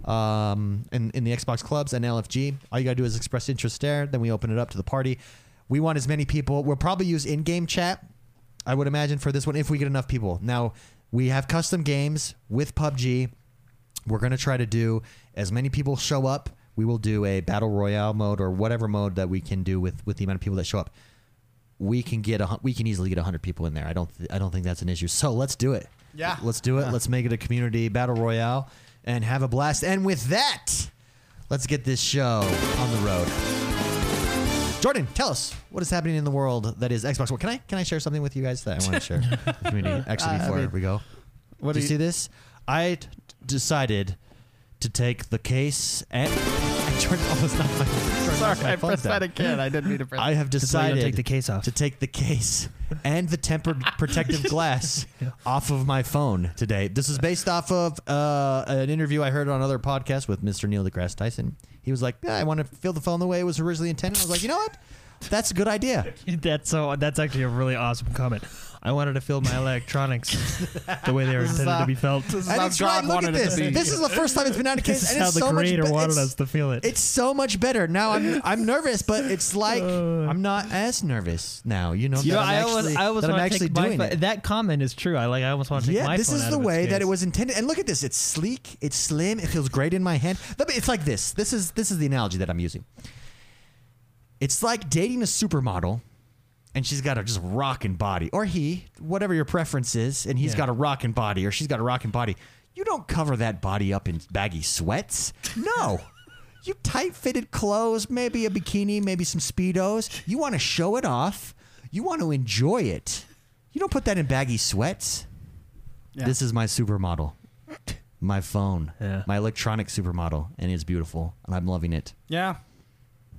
[SPEAKER 1] um, in in the Xbox clubs and LFG. All you gotta do is express interest there. Then we open it up to the party. We want as many people. We'll probably use in-game chat. I would imagine for this one if we get enough people. Now we have custom games with PUBG. We're gonna try to do as many people show up. We will do a battle royale mode or whatever mode that we can do with with the amount of people that show up. We can get a hun- we can easily get hundred people in there. I don't th- I don't think that's an issue. So let's do it.
[SPEAKER 3] Yeah.
[SPEAKER 1] let's do it. Let's make it a community battle royale and have a blast. And with that, let's get this show on the road. Jordan, tell us what is happening in the world that is Xbox One. Can I can I share something with you guys that I want to share? Community, actually, before we go,
[SPEAKER 3] What
[SPEAKER 1] do
[SPEAKER 3] do
[SPEAKER 1] you, see this? I t- decided to take the case and I turned almost not my. Jordan, knocked my phone down.
[SPEAKER 3] again. I didn't mean to press
[SPEAKER 1] I have
[SPEAKER 2] That's why
[SPEAKER 1] decided
[SPEAKER 2] you don't take the case off.
[SPEAKER 1] to take the case and the tempered protective glass off of my phone today. This is based off of uh, an interview I heard on another podcast with Mr. Neil deGrasse Tyson. He was like, yeah, I want to feel the phone the way it was originally intended. I was like, you know what? That's a good idea.
[SPEAKER 2] That's so. That's actually a really awesome comment. I wanted to feel my electronics the way they were intended to be felt.
[SPEAKER 3] is
[SPEAKER 1] And
[SPEAKER 3] how
[SPEAKER 1] it's
[SPEAKER 3] God
[SPEAKER 1] right. Look at
[SPEAKER 3] wanted it
[SPEAKER 1] this.
[SPEAKER 3] to be.
[SPEAKER 1] This is the first time it's been out of case,
[SPEAKER 2] This is
[SPEAKER 1] and
[SPEAKER 2] how
[SPEAKER 1] it's
[SPEAKER 2] the
[SPEAKER 1] so much.
[SPEAKER 2] creator
[SPEAKER 1] be-
[SPEAKER 2] wanted
[SPEAKER 1] it's-
[SPEAKER 2] us to feel it.
[SPEAKER 1] It's so much better now. I'm I'm nervous, but it's like I'm not as nervous now. You know,
[SPEAKER 2] You know,
[SPEAKER 1] that I'm
[SPEAKER 2] I
[SPEAKER 1] actually,
[SPEAKER 2] almost, I almost
[SPEAKER 1] that I'm
[SPEAKER 2] want to
[SPEAKER 1] actually
[SPEAKER 2] take my
[SPEAKER 1] doing
[SPEAKER 2] pho-
[SPEAKER 1] it.
[SPEAKER 2] That comment is true. I like. I almost want to take
[SPEAKER 1] Yeah,
[SPEAKER 2] my
[SPEAKER 1] this
[SPEAKER 2] phone
[SPEAKER 1] is
[SPEAKER 2] out
[SPEAKER 1] the
[SPEAKER 2] of its
[SPEAKER 1] way that
[SPEAKER 2] case.
[SPEAKER 1] it was intended. And look at this; it's sleek, it's slim, it feels great in my hand. Let me- It's like this. This is this is the analogy that I'm using. It's like dating a supermodel, and she's got a just rocking body, or he, whatever your preference is, and he's
[SPEAKER 2] Yeah.
[SPEAKER 1] got a rocking body, or she's got a rocking body. You don't cover that body up in baggy sweats. No. You tight fitted clothes, maybe a bikini, maybe some Speedos. You want to show it off. You want to enjoy it. You don't put that in baggy sweats.
[SPEAKER 3] Yeah.
[SPEAKER 1] This is my supermodel. My phone.
[SPEAKER 2] Yeah.
[SPEAKER 1] My electronic supermodel. And it's beautiful. And I'm loving it.
[SPEAKER 3] Yeah.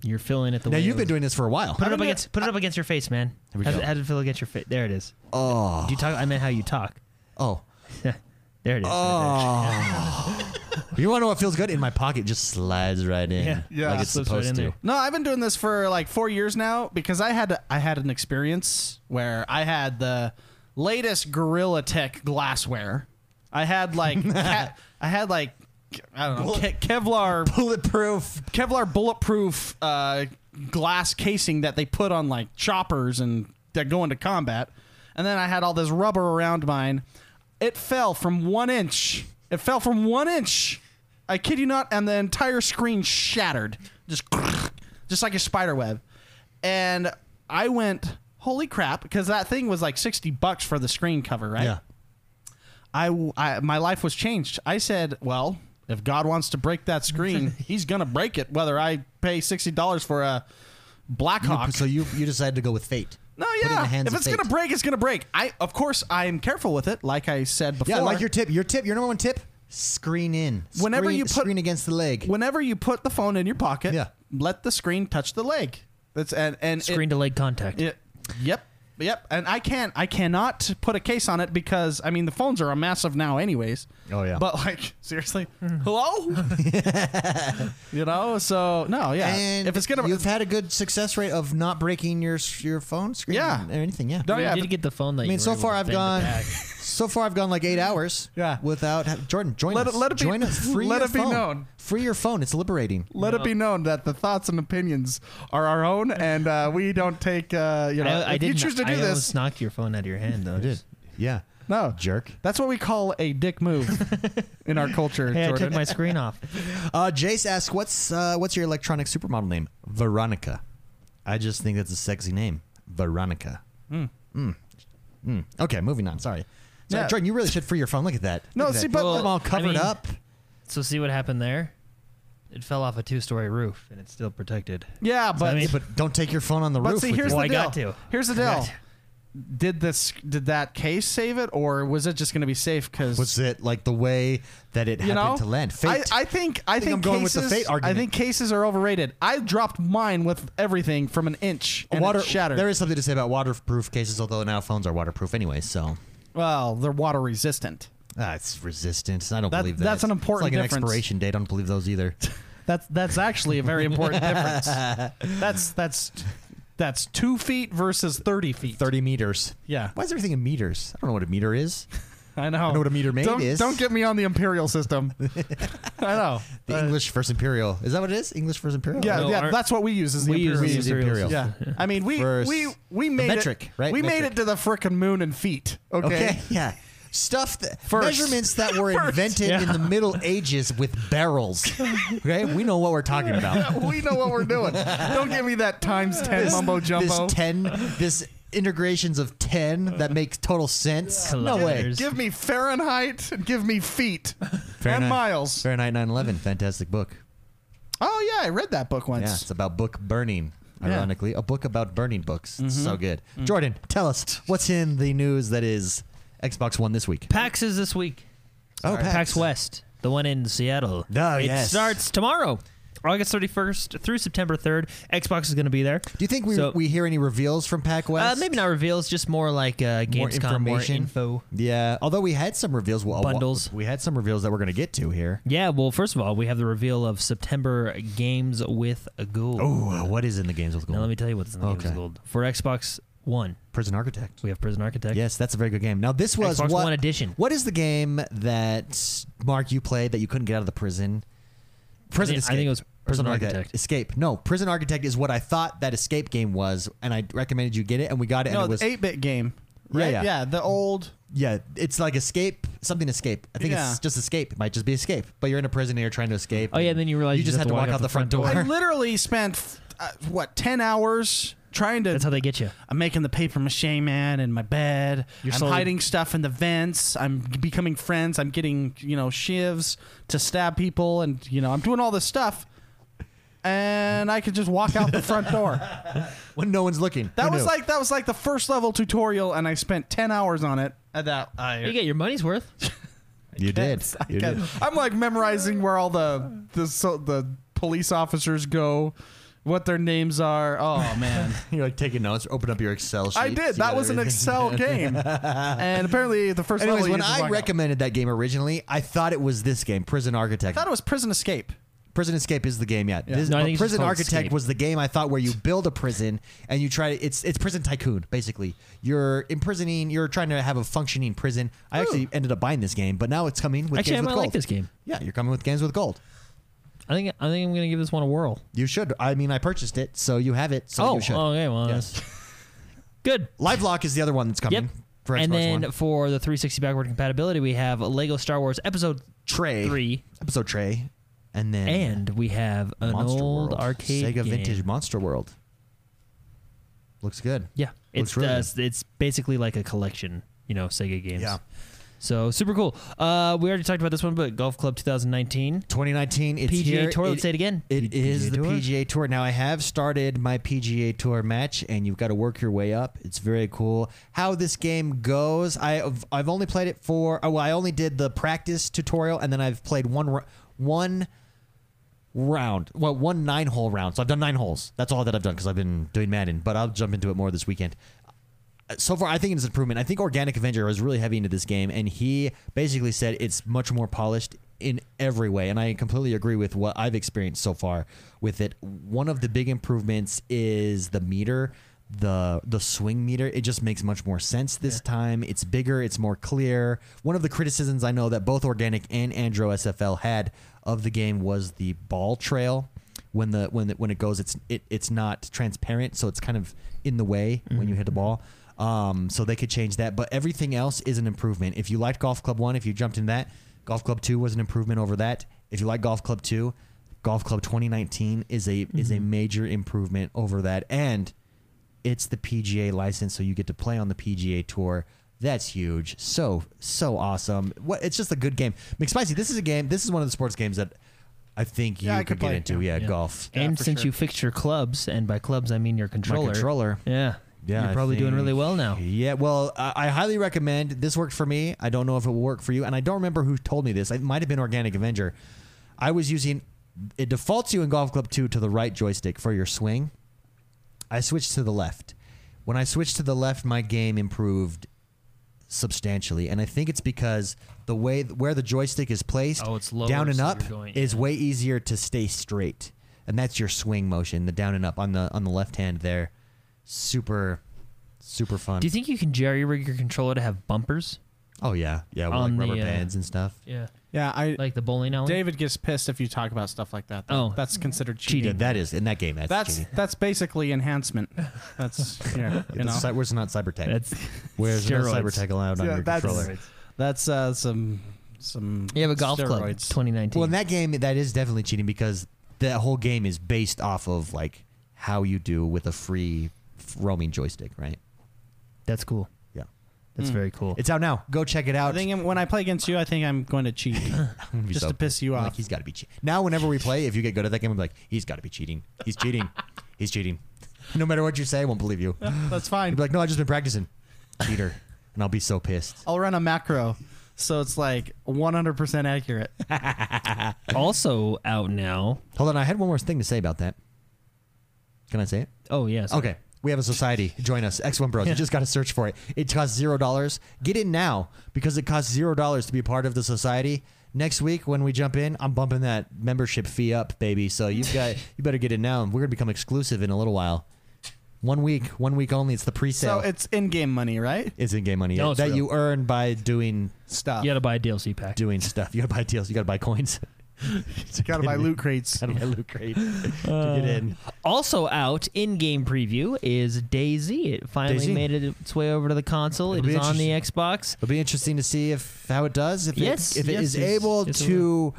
[SPEAKER 2] You're feeling it the
[SPEAKER 1] Now,
[SPEAKER 2] way it
[SPEAKER 1] you've
[SPEAKER 2] was-
[SPEAKER 1] been doing this for a while.
[SPEAKER 2] Put it up against. Put it up against your face, man.
[SPEAKER 1] Here we
[SPEAKER 2] How does
[SPEAKER 1] go.
[SPEAKER 2] it- how does it feel against your face? There it is.
[SPEAKER 1] Oh.
[SPEAKER 2] Do you talk? I meant how you talk.
[SPEAKER 1] Oh.
[SPEAKER 2] There it is.
[SPEAKER 1] You want to know what feels good? In my pocket, just slides right in.
[SPEAKER 2] Yeah.
[SPEAKER 3] Yeah.
[SPEAKER 1] Like it's
[SPEAKER 2] Slips right
[SPEAKER 1] supposed
[SPEAKER 2] in
[SPEAKER 1] to.
[SPEAKER 2] there.
[SPEAKER 3] No, I've been doing this for like four years now because I had I had an experience where I had the latest Gorilla Tech glassware. I had like cat, I had like I don't know
[SPEAKER 1] Bullet-
[SPEAKER 3] Ke- Kevlar
[SPEAKER 1] Bulletproof.
[SPEAKER 3] Kevlar bulletproof uh, glass casing that they put on like choppers and that go into combat. And then I had all this rubber around mine. It fell from one inch. It fell from one inch. I kid you not, and the entire screen shattered, just just like a spider web. And I went, holy crap, because that thing was like sixty bucks for the screen cover, right?
[SPEAKER 1] Yeah.
[SPEAKER 3] I, I- my life was changed. I said, well, if God wants to break that screen, He's gonna break it, whether I pay sixty dollars for a Blackhawk.
[SPEAKER 1] So you you decided to go with fate.
[SPEAKER 3] no,
[SPEAKER 1] Put it in the
[SPEAKER 3] yeah.
[SPEAKER 1] hands
[SPEAKER 3] If
[SPEAKER 1] of
[SPEAKER 3] it's
[SPEAKER 1] fate.
[SPEAKER 3] gonna break, it's gonna break. I, of course, I'm careful with it, like I said before.
[SPEAKER 1] Yeah, like your tip. Your tip. Your number one tip. Screen in.
[SPEAKER 3] Whenever
[SPEAKER 1] Screen-
[SPEAKER 3] you put-
[SPEAKER 1] screen against the leg.
[SPEAKER 3] Whenever you put the phone in your pocket,
[SPEAKER 1] Yeah.
[SPEAKER 3] let the screen touch the leg. That's and and it-
[SPEAKER 2] Screen to leg contact.
[SPEAKER 3] it- yep, yep. And I can't, I cannot put a case on it because I mean the phones are a massive now, anyways.
[SPEAKER 1] Oh, yeah.
[SPEAKER 3] But like seriously,
[SPEAKER 2] Mm-hmm.
[SPEAKER 3] hello. you know, so no, yeah.
[SPEAKER 1] And
[SPEAKER 3] if it's gonna,
[SPEAKER 1] you've had a good success rate of not breaking your your phone screen.
[SPEAKER 3] Yeah.
[SPEAKER 1] Or anything. Yeah.
[SPEAKER 3] No,
[SPEAKER 2] you
[SPEAKER 3] Oh, yeah,
[SPEAKER 2] did
[SPEAKER 3] but-
[SPEAKER 2] get the phone that
[SPEAKER 1] I
[SPEAKER 2] you
[SPEAKER 1] mean,
[SPEAKER 2] were
[SPEAKER 1] so
[SPEAKER 2] able
[SPEAKER 1] far
[SPEAKER 2] to
[SPEAKER 1] I've
[SPEAKER 2] bend it
[SPEAKER 1] gone.
[SPEAKER 2] back.
[SPEAKER 1] So far I've gone like eight hours.
[SPEAKER 3] Mm-hmm. Yeah.
[SPEAKER 1] Without ha- Jordan, join
[SPEAKER 3] Let
[SPEAKER 1] us.
[SPEAKER 3] it- let it be-
[SPEAKER 1] join us. Free
[SPEAKER 3] let
[SPEAKER 1] your
[SPEAKER 3] it be
[SPEAKER 1] phone.
[SPEAKER 3] known.
[SPEAKER 1] Free your phone. It's liberating.
[SPEAKER 3] let it be known that the thoughts and opinions are our own, and uh, we don't take. Uh, you know,
[SPEAKER 2] I, I
[SPEAKER 3] if you
[SPEAKER 2] did.
[SPEAKER 3] choose to do
[SPEAKER 2] I
[SPEAKER 3] this,
[SPEAKER 2] almost knocked your phone out of your hand though.
[SPEAKER 1] I did. Yeah.
[SPEAKER 3] no.
[SPEAKER 1] Jerk.
[SPEAKER 3] That's what we call a dick move in our culture,
[SPEAKER 2] Hey, I
[SPEAKER 3] Jordan.
[SPEAKER 2] took my screen off.
[SPEAKER 1] Uh, Jace asks, "What's uh, what's your electronic supermodel name?" Veronica. I just think that's a sexy name, Veronica.
[SPEAKER 3] Hmm.
[SPEAKER 1] Mm. Mm. Okay, moving on. Sorry. Sorry,
[SPEAKER 3] Yeah.
[SPEAKER 1] Jordan, you really should free your phone. Look at that.
[SPEAKER 3] No,
[SPEAKER 1] Look at
[SPEAKER 3] see,
[SPEAKER 1] that.
[SPEAKER 3] but-
[SPEAKER 1] Look at them all
[SPEAKER 2] Well, I
[SPEAKER 1] covered
[SPEAKER 2] mean-
[SPEAKER 1] up.
[SPEAKER 2] So see what happened there. It fell off a two-story roof and it's still protected.
[SPEAKER 3] yeah, but
[SPEAKER 2] I mean,
[SPEAKER 1] But don't take your phone on the
[SPEAKER 3] but
[SPEAKER 1] roof.
[SPEAKER 3] see,
[SPEAKER 1] with
[SPEAKER 3] here's
[SPEAKER 1] you.
[SPEAKER 3] the
[SPEAKER 2] Well, Oh, I
[SPEAKER 3] deal.
[SPEAKER 2] got to.
[SPEAKER 3] Here's the
[SPEAKER 2] I got
[SPEAKER 3] deal. Did this? Did that case save it, or was it just going to be safe? Because
[SPEAKER 1] was it like the way that it
[SPEAKER 3] you
[SPEAKER 1] happened
[SPEAKER 3] know,
[SPEAKER 1] to land? Fate.
[SPEAKER 3] I, I think I,
[SPEAKER 1] I think I'm going with the
[SPEAKER 3] cases-
[SPEAKER 1] fate argument.
[SPEAKER 3] I think cases are overrated. I dropped mine with everything from an inch and
[SPEAKER 1] Water
[SPEAKER 3] it shattered.
[SPEAKER 1] There is something to say about waterproof cases, although now phones are waterproof anyway. So
[SPEAKER 3] well, they're water resistant.
[SPEAKER 1] ah, it's resistance. I don't
[SPEAKER 3] That-
[SPEAKER 1] believe that.
[SPEAKER 3] that's an
[SPEAKER 1] It's
[SPEAKER 3] important
[SPEAKER 1] like an
[SPEAKER 3] difference.
[SPEAKER 1] expiration date. I don't believe those either.
[SPEAKER 3] That's that's actually a very important difference. That's that's that's two feet versus thirty feet.
[SPEAKER 1] Thirty meters.
[SPEAKER 3] Yeah,
[SPEAKER 1] Why is everything in meters? I don't know what a meter is.
[SPEAKER 3] I know.
[SPEAKER 1] know what a meter maid
[SPEAKER 3] Oh. don't,
[SPEAKER 1] is.
[SPEAKER 3] Don't get me on the imperial system. I know.
[SPEAKER 1] The English first imperial. Is that what it is? English first imperial?
[SPEAKER 3] Yeah,
[SPEAKER 2] No,
[SPEAKER 3] yeah.
[SPEAKER 2] our-
[SPEAKER 3] That's what we use as the
[SPEAKER 2] we use
[SPEAKER 3] imperial.
[SPEAKER 1] the
[SPEAKER 3] system.
[SPEAKER 1] imperial
[SPEAKER 2] imperials.
[SPEAKER 3] Yeah. I mean, we
[SPEAKER 1] Versus-
[SPEAKER 3] we we
[SPEAKER 1] The
[SPEAKER 3] made
[SPEAKER 1] metric,
[SPEAKER 3] it.
[SPEAKER 1] right?
[SPEAKER 3] We made
[SPEAKER 1] Metric.
[SPEAKER 3] it to the frickin' moon in feet. Okay.
[SPEAKER 1] Okay. Yeah. Stuff that
[SPEAKER 3] First.
[SPEAKER 1] measurements that were
[SPEAKER 3] First.
[SPEAKER 1] invented in
[SPEAKER 2] Yeah.
[SPEAKER 1] the Middle Ages with barrels. Okay, we know what we're talking about.
[SPEAKER 3] we know what we're doing. Don't give me that times ten mumbo jumbo.
[SPEAKER 1] This ten, this integrations of ten that make total sense. No way.
[SPEAKER 2] Kilometers.
[SPEAKER 3] Give me Fahrenheit. Give me feet and miles.
[SPEAKER 1] Fahrenheit 9/11, fantastic book.
[SPEAKER 3] Oh yeah, I read that book
[SPEAKER 1] Yeah,
[SPEAKER 3] once.
[SPEAKER 1] it's about book burning.
[SPEAKER 3] Yeah. Mm-hmm.
[SPEAKER 1] Ironically, a book about burning books. It's so good. Jordan, tell us what's in the news that is Xbox One this week.
[SPEAKER 2] PAX is this week.
[SPEAKER 1] Oh,
[SPEAKER 2] PAX.
[SPEAKER 1] PAX.
[SPEAKER 2] West, the one in Seattle.
[SPEAKER 1] Oh,
[SPEAKER 2] it
[SPEAKER 1] yes.
[SPEAKER 2] starts tomorrow, August 31st through September 3rd. Xbox is going to be there.
[SPEAKER 1] Do you think we,
[SPEAKER 2] So-
[SPEAKER 1] we hear any reveals from PAC
[SPEAKER 2] Uh,
[SPEAKER 1] West?
[SPEAKER 2] maybe not reveals, just more like uh,
[SPEAKER 1] More
[SPEAKER 2] Gamescom, more
[SPEAKER 1] information?
[SPEAKER 2] info.
[SPEAKER 1] Yeah, although we had some reveals. Well,
[SPEAKER 2] Bundles.
[SPEAKER 1] We had some reveals that we're going to get to here.
[SPEAKER 2] Yeah, well, first of all, we have the reveal of September games with a gold.
[SPEAKER 1] Oh, what is in the games with gold?
[SPEAKER 2] Now let me tell you what's in the games
[SPEAKER 1] Okay.
[SPEAKER 2] with gold. For Xbox One,
[SPEAKER 1] Prison Architect.
[SPEAKER 2] we have Prison Architect.
[SPEAKER 1] Yes, that's a very good game. Now this was
[SPEAKER 2] Xbox
[SPEAKER 1] what
[SPEAKER 2] One edition.
[SPEAKER 1] What is the game that Mark you played that you couldn't get out of the prison? Prison
[SPEAKER 2] I think- I
[SPEAKER 1] Escape.
[SPEAKER 2] think it was Prison Architect.
[SPEAKER 1] Escape. No, Prison Architect is what I thought that Escape game was, and I recommended you get it, and we got it.
[SPEAKER 3] No,
[SPEAKER 1] and it was
[SPEAKER 3] the eight bit game.
[SPEAKER 1] Yeah,
[SPEAKER 3] Right?
[SPEAKER 1] yeah.
[SPEAKER 3] the old.
[SPEAKER 1] yeah, it's like Escape, something Escape. I think
[SPEAKER 3] Yeah.
[SPEAKER 1] it's just Escape. It might just be Escape, but you're in a prison and you're trying to escape.
[SPEAKER 2] Oh, yeah, and then you realize
[SPEAKER 1] you just, had to walk out the front door.
[SPEAKER 3] I literally spent uh, what ten hours trying to.
[SPEAKER 2] That's how they get you.
[SPEAKER 3] I'm making the paper mache man in my bed.
[SPEAKER 2] You're
[SPEAKER 3] I'm
[SPEAKER 2] slowly-
[SPEAKER 3] hiding stuff in the vents. I'm becoming friends. I'm getting you know shivs to stab people, and you know I'm doing all this stuff. And I could just walk out the front door.
[SPEAKER 1] when no one's looking. Who
[SPEAKER 3] That was
[SPEAKER 1] knew?
[SPEAKER 3] like that was like the first level tutorial, and I spent ten hours on it. At Uh, that, I
[SPEAKER 2] You get your money's worth.
[SPEAKER 1] you did.
[SPEAKER 3] I
[SPEAKER 1] You
[SPEAKER 3] can't-
[SPEAKER 1] did.
[SPEAKER 3] I'm like memorizing where all the the so, the police officers go, what their names are. Oh man,
[SPEAKER 1] You're like taking notes. Open up your Excel sheet.
[SPEAKER 3] I did. That was an Excel game, and apparently the first
[SPEAKER 1] Anyways,
[SPEAKER 3] level. you
[SPEAKER 1] when
[SPEAKER 3] just
[SPEAKER 1] I
[SPEAKER 3] walk out.
[SPEAKER 1] recommended that game originally, I thought it was this game, Prison Architect.
[SPEAKER 3] I thought it was Prison Escape.
[SPEAKER 1] Prison Escape is the game yet.
[SPEAKER 3] Yeah.
[SPEAKER 1] This-
[SPEAKER 2] No, I
[SPEAKER 1] but
[SPEAKER 2] think it's just
[SPEAKER 1] prison
[SPEAKER 2] called
[SPEAKER 1] Architect
[SPEAKER 2] Escape.
[SPEAKER 1] was the game I thought where you build a prison and you try to. It's it's Prison Tycoon basically. You're imprisoning. You're trying to have a functioning prison. I actually ended up buying this game, but now it's coming with
[SPEAKER 2] Actually,
[SPEAKER 1] games with
[SPEAKER 2] I might
[SPEAKER 1] gold.
[SPEAKER 2] like this game.
[SPEAKER 1] Yeah, you're coming with games with gold.
[SPEAKER 2] I think I think I'm gonna give this one a whirl.
[SPEAKER 1] You should. I mean, I purchased it, so you have it. So
[SPEAKER 2] oh,
[SPEAKER 1] you should.
[SPEAKER 2] okay, well,
[SPEAKER 1] Yes.
[SPEAKER 2] that's good.
[SPEAKER 1] Livelock is the other one that's coming.
[SPEAKER 2] Yep.
[SPEAKER 1] For Xbox
[SPEAKER 2] and then
[SPEAKER 1] One.
[SPEAKER 2] for the 360 backward compatibility, we have Lego Star Wars Episode
[SPEAKER 1] Trey.
[SPEAKER 2] Three,
[SPEAKER 1] Episode Trey. And then
[SPEAKER 2] and we have an
[SPEAKER 1] Monster
[SPEAKER 2] old
[SPEAKER 1] World.
[SPEAKER 2] arcade
[SPEAKER 1] Sega
[SPEAKER 2] game.
[SPEAKER 1] Vintage Monster World. Looks good.
[SPEAKER 2] Yeah,
[SPEAKER 1] Looks
[SPEAKER 2] it's
[SPEAKER 1] really
[SPEAKER 2] uh,
[SPEAKER 1] good.
[SPEAKER 2] s- it's basically like a collection, you know, Sega games.
[SPEAKER 1] Yeah.
[SPEAKER 2] So super cool. Uh, we already talked about this one, but Golf Club 2019
[SPEAKER 1] 2019. It's
[SPEAKER 2] PGA
[SPEAKER 1] here.
[SPEAKER 2] Tour.
[SPEAKER 1] It-
[SPEAKER 2] let's say it again.
[SPEAKER 1] It is
[SPEAKER 2] PGA
[SPEAKER 1] the
[SPEAKER 2] Tour.
[SPEAKER 1] PGA Tour. Now I have started my PGA Tour match, and you've got to work your way up. It's very cool how this game goes. I've I've only played it for oh, well, I only did the practice tutorial, and then I've played one ro- one round, well one nine hole round. So I've done nine holes. That's all that I've done because I've been doing Madden. But I'll jump into it more this weekend so far, I think it's an improvement. I think Organic Avenger was really heavy into this game, and he basically said it's much more polished in every way. And I completely agree with what I've experienced so far with it. One of the big improvements is the meter, the the swing meter. It just makes much more sense this time. It's bigger, it's more clear. One of the criticisms I know that both Organic and Andro SFL had of the game was the ball trail when the when it, when it goes, it's it, it's not transparent, so it's kind of in the way when
[SPEAKER 3] Mm-hmm.
[SPEAKER 1] you hit the ball. Um, so they could change that, but everything else is an improvement. If you liked Golf Club One, if you jumped in that, Golf Club Two was an improvement over that. If you like Golf Club Two, Golf Club 2019 is a is a
[SPEAKER 3] Mm-hmm.
[SPEAKER 1] major improvement over that, and it's the PGA license, so you get to play on the PGA Tour. That's huge. So so awesome. What it's just a good game. McSpicy, this is a game. This is one of the sports games that I think you
[SPEAKER 3] Yeah, I
[SPEAKER 1] could,
[SPEAKER 3] could
[SPEAKER 1] get
[SPEAKER 3] play it,
[SPEAKER 1] into. Yeah,
[SPEAKER 2] Yeah.
[SPEAKER 1] golf.
[SPEAKER 3] Yeah,
[SPEAKER 2] and
[SPEAKER 3] for
[SPEAKER 2] since
[SPEAKER 3] sure.
[SPEAKER 2] you fixed your clubs, and by clubs I mean your controller. Oh.
[SPEAKER 1] My controller.
[SPEAKER 2] Yeah.
[SPEAKER 1] Yeah,
[SPEAKER 2] You're
[SPEAKER 1] I
[SPEAKER 2] probably doing
[SPEAKER 1] think-
[SPEAKER 2] really well now.
[SPEAKER 1] Yeah, well, I, I highly recommend. This worked for me. I don't know if it will work for you, and I don't remember who told me this. It might have been Organic Avenger. I was using. It defaults you in Golf Club Two to the right joystick for your swing. I switched to the left. When I switched to the left, my game improved substantially, and I think it's because the way where the joystick is placed,
[SPEAKER 2] Oh, it's lower,
[SPEAKER 1] down and
[SPEAKER 2] so
[SPEAKER 1] up,
[SPEAKER 2] you're going-
[SPEAKER 1] is
[SPEAKER 2] yeah.
[SPEAKER 1] way easier to stay straight, and that's your swing motion, the down and up on the on the left hand there. Super, super fun.
[SPEAKER 2] Do you think you can jerry rig your controller to have bumpers?
[SPEAKER 1] oh yeah, yeah, with like
[SPEAKER 2] On the,
[SPEAKER 1] rubber
[SPEAKER 2] uh,
[SPEAKER 1] bands and stuff.
[SPEAKER 2] Yeah.
[SPEAKER 3] Yeah, I
[SPEAKER 2] Like the bowling alley.
[SPEAKER 3] David gets pissed if you talk about stuff like that. though.
[SPEAKER 2] Oh.
[SPEAKER 3] that's considered
[SPEAKER 1] Yeah,
[SPEAKER 3] cheating.
[SPEAKER 1] that is in that game. That's
[SPEAKER 3] That's
[SPEAKER 1] cheating.
[SPEAKER 3] that's basically enhancement. That's yeah, you know.
[SPEAKER 1] That's cy- where's not cyber tech?
[SPEAKER 2] That's
[SPEAKER 1] where's not
[SPEAKER 2] steroids.
[SPEAKER 1] cyber tech allowed on
[SPEAKER 3] Yeah,
[SPEAKER 1] your
[SPEAKER 3] that's-
[SPEAKER 1] controller?
[SPEAKER 3] That's uh, some some.
[SPEAKER 2] You have a golf club.
[SPEAKER 3] steroids.
[SPEAKER 2] 2019.
[SPEAKER 1] Well, in that game, that is definitely cheating because that whole game is based off of like how you do with a free f- roaming joystick, right?
[SPEAKER 2] That's cool.
[SPEAKER 1] Yeah.
[SPEAKER 2] That's
[SPEAKER 3] Mm.
[SPEAKER 2] very cool.
[SPEAKER 1] It's out now. Go check it
[SPEAKER 3] I
[SPEAKER 1] out.
[SPEAKER 3] think I'm- when I play against you, I think I'm going to cheat
[SPEAKER 1] I'm gonna be
[SPEAKER 3] just
[SPEAKER 1] so
[SPEAKER 3] to piss you
[SPEAKER 1] I'm Like
[SPEAKER 3] off.
[SPEAKER 1] he's got to be cheating. Now, whenever we play, if you get good at that game, I'm like, he's got to be cheating. He's cheating. he's cheating. No matter what you say, I won't believe you.
[SPEAKER 3] Yeah, that's
[SPEAKER 1] You'd
[SPEAKER 3] fine.
[SPEAKER 1] be like, no, I've just been practicing. Cheater. And I'll be so pissed.
[SPEAKER 3] I'll run a macro, so it's like 100% accurate.
[SPEAKER 2] also out now.
[SPEAKER 1] Hold on. I had one more thing to say about that. Can I say it?
[SPEAKER 2] Oh yes.
[SPEAKER 1] Okay. We have a society. Join us. X1 Bros. You just got to search for it. It costs zero dollars. Get in now because it costs zero dollars to be a part of the society. Next week when we jump in, I'm bumping that membership fee up, baby. So you've got you better get in now. We're gonna become exclusive in a little while. One week, one week only. It's the
[SPEAKER 3] So
[SPEAKER 1] pre-sale.
[SPEAKER 3] it's in-game money, right?
[SPEAKER 1] it's in-game money
[SPEAKER 2] No, it's
[SPEAKER 1] that
[SPEAKER 2] real.
[SPEAKER 1] you earn by doing
[SPEAKER 3] Stuff.
[SPEAKER 1] uh,
[SPEAKER 2] You got to buy a DLC pack.
[SPEAKER 1] doing stuff. You gotta buy deals. You gotta buy coins.
[SPEAKER 3] you gotta buy loot crates.
[SPEAKER 1] gotta buy loot crate to get
[SPEAKER 2] Uh,
[SPEAKER 1] in.
[SPEAKER 2] Also out in game preview is DayZ. It finally
[SPEAKER 1] DayZ.
[SPEAKER 2] made it its way over to the console.
[SPEAKER 1] It'll
[SPEAKER 2] It
[SPEAKER 1] be
[SPEAKER 2] is on the Xbox.
[SPEAKER 1] It'll be interesting to see if how it does. If
[SPEAKER 2] Yes,
[SPEAKER 1] it, if
[SPEAKER 2] yes,
[SPEAKER 1] it is
[SPEAKER 2] yes,
[SPEAKER 1] able
[SPEAKER 2] yes, it
[SPEAKER 1] to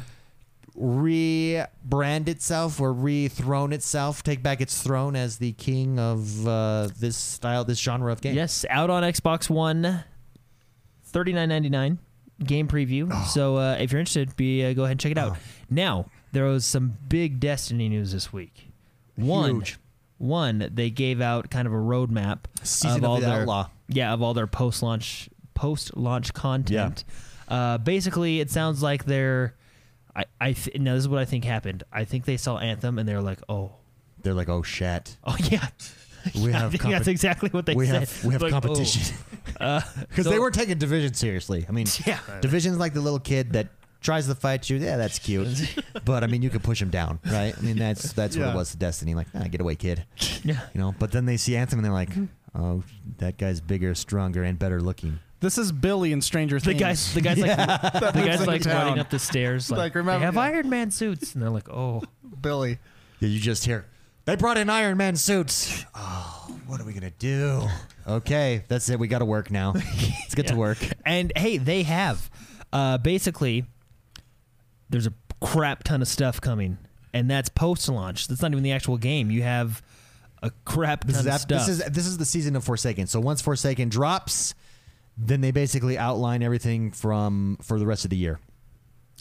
[SPEAKER 1] rebrand itself or rethrone itself, take back its throne as the king of uh, this style, this genre of game.
[SPEAKER 2] Yes, out on Xbox One. Thirty nine ninety nine game preview. So uh, if you're interested, be uh, go ahead and check it out.
[SPEAKER 1] Oh.
[SPEAKER 2] Now there was some big Destiny news this week. One,
[SPEAKER 1] Huge.
[SPEAKER 2] one they gave out kind of a roadmap
[SPEAKER 1] Season
[SPEAKER 2] of
[SPEAKER 1] of
[SPEAKER 2] all
[SPEAKER 1] the
[SPEAKER 2] their
[SPEAKER 1] Outlaw.
[SPEAKER 2] yeah of all their post launch post launch content. Uh, basically, it sounds like they're. I, I th- now this is what I think happened. I think they saw Anthem and they were like, oh,
[SPEAKER 1] They're like, oh shit,
[SPEAKER 2] oh yeah.
[SPEAKER 1] we
[SPEAKER 2] I
[SPEAKER 1] have
[SPEAKER 2] think
[SPEAKER 1] compet-
[SPEAKER 2] that's exactly what they
[SPEAKER 1] we
[SPEAKER 2] said.
[SPEAKER 1] have we have
[SPEAKER 2] Like, oh.
[SPEAKER 1] competition
[SPEAKER 2] Uh,
[SPEAKER 1] because
[SPEAKER 2] so-
[SPEAKER 1] they were taking division seriously. I mean,
[SPEAKER 2] Yeah.
[SPEAKER 1] division's like the little kid that tries to fight you. Yeah, that's cute. but I mean, you could push him down, right? I mean, that's that's what
[SPEAKER 3] Yeah.
[SPEAKER 1] it was to Destiny. Like, nah, get away, kid.
[SPEAKER 2] Yeah.
[SPEAKER 1] You know. But then they see Anthem and they're like, oh, that guy's bigger, stronger, and better looking.
[SPEAKER 3] This is Billy in Stranger
[SPEAKER 2] The
[SPEAKER 3] Things.
[SPEAKER 2] guys, the guys, like, the
[SPEAKER 3] lives
[SPEAKER 2] guys,
[SPEAKER 3] in
[SPEAKER 2] like
[SPEAKER 3] town.
[SPEAKER 2] running up the stairs. Like,
[SPEAKER 3] Like, remember-
[SPEAKER 2] they have
[SPEAKER 3] yeah.
[SPEAKER 2] Iron Man suits, and they're like, "Oh,
[SPEAKER 3] Billy.
[SPEAKER 1] Yeah, you just hear they brought in Iron Man suits. Oh, what are we gonna do? Okay, that's it. We got to work now. Let's get to
[SPEAKER 2] Yeah.
[SPEAKER 1] work.
[SPEAKER 2] And hey, they have. Uh, basically, there's a crap ton of stuff coming, and that's post launch. That's not even the actual game. You have a crap ton
[SPEAKER 1] This is,
[SPEAKER 2] of
[SPEAKER 1] ap-
[SPEAKER 2] stuff.
[SPEAKER 1] this is this is the season of Forsaken. So once Forsaken drops, then they basically outline everything from for the rest of the year.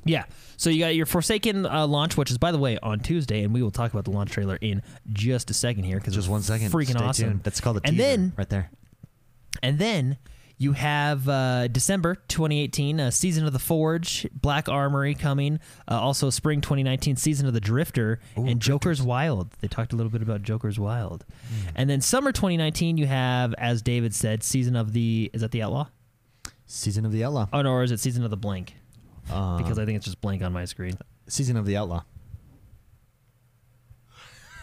[SPEAKER 2] yeah. So you got your Forsaken uh, launch, which is, by the way, on Tuesday, and we will talk about the launch trailer in just a second here because
[SPEAKER 1] Just one second.
[SPEAKER 2] freaking
[SPEAKER 1] Stay
[SPEAKER 2] awesome.
[SPEAKER 1] tuned. That's called a
[SPEAKER 2] And
[SPEAKER 1] teaser
[SPEAKER 2] then-
[SPEAKER 1] right there.
[SPEAKER 2] And then you have uh, December 2018, uh, Season of the Forge, Black Armory coming. Uh, also, Spring 2019, Season of the Drifter, and Joker's Wild. They talked a little bit about Joker's Wild. And then Summer 2019, you have, as David said, Season of the. Is that the Outlaw?
[SPEAKER 1] Season of the Outlaw.
[SPEAKER 2] Oh, no, or is it Season of the Blank?
[SPEAKER 1] Uh,
[SPEAKER 2] Because I think it's just blank on my screen.
[SPEAKER 1] Season of the Outlaw.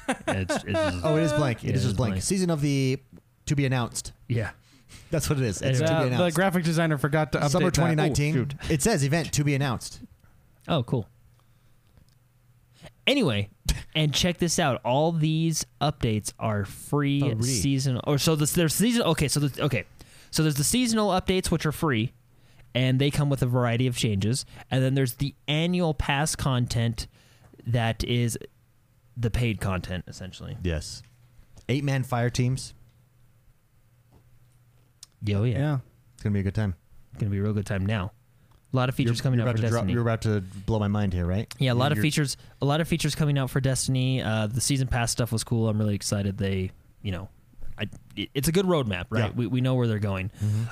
[SPEAKER 2] It's, it's just,
[SPEAKER 1] Oh, it is blank.
[SPEAKER 2] Uh, Yeah,
[SPEAKER 1] it is
[SPEAKER 2] it
[SPEAKER 1] just
[SPEAKER 2] is
[SPEAKER 1] blank.
[SPEAKER 2] blank.
[SPEAKER 1] Season of the to be announced.
[SPEAKER 2] yeah.
[SPEAKER 1] That's what it is. It's
[SPEAKER 2] Yeah,
[SPEAKER 1] to be
[SPEAKER 3] the
[SPEAKER 1] announced.
[SPEAKER 3] graphic designer forgot to update
[SPEAKER 1] Summer
[SPEAKER 3] that.
[SPEAKER 1] 2019.
[SPEAKER 3] Oh, shoot.
[SPEAKER 1] it says event to be announced.
[SPEAKER 2] Oh, cool. Anyway, and check this out. All these updates are free
[SPEAKER 1] Oh, really?
[SPEAKER 2] seasonal. Or so this, there's season. Okay, so the, okay, so there's the seasonal updates which are free, and they come with a variety of changes. And then there's the annual pass content that is the paid content essentially.
[SPEAKER 1] Yes. Eight man fire teams.
[SPEAKER 2] Yo, yeah,
[SPEAKER 3] Yeah.
[SPEAKER 1] It's gonna be a good time.
[SPEAKER 2] it's gonna be a real good time now. A lot of features coming
[SPEAKER 1] you're
[SPEAKER 2] out
[SPEAKER 1] about
[SPEAKER 2] for
[SPEAKER 1] to drop-
[SPEAKER 2] Destiny.
[SPEAKER 1] you're about to blow my mind here, right?
[SPEAKER 2] Yeah, a lot of
[SPEAKER 1] You're-
[SPEAKER 2] features. A lot of features coming out for Destiny. Uh, the season pass stuff was cool. I'm really excited. They, you know, I, it- it's a good roadmap,
[SPEAKER 1] Yeah.
[SPEAKER 2] right? We we know where they're going.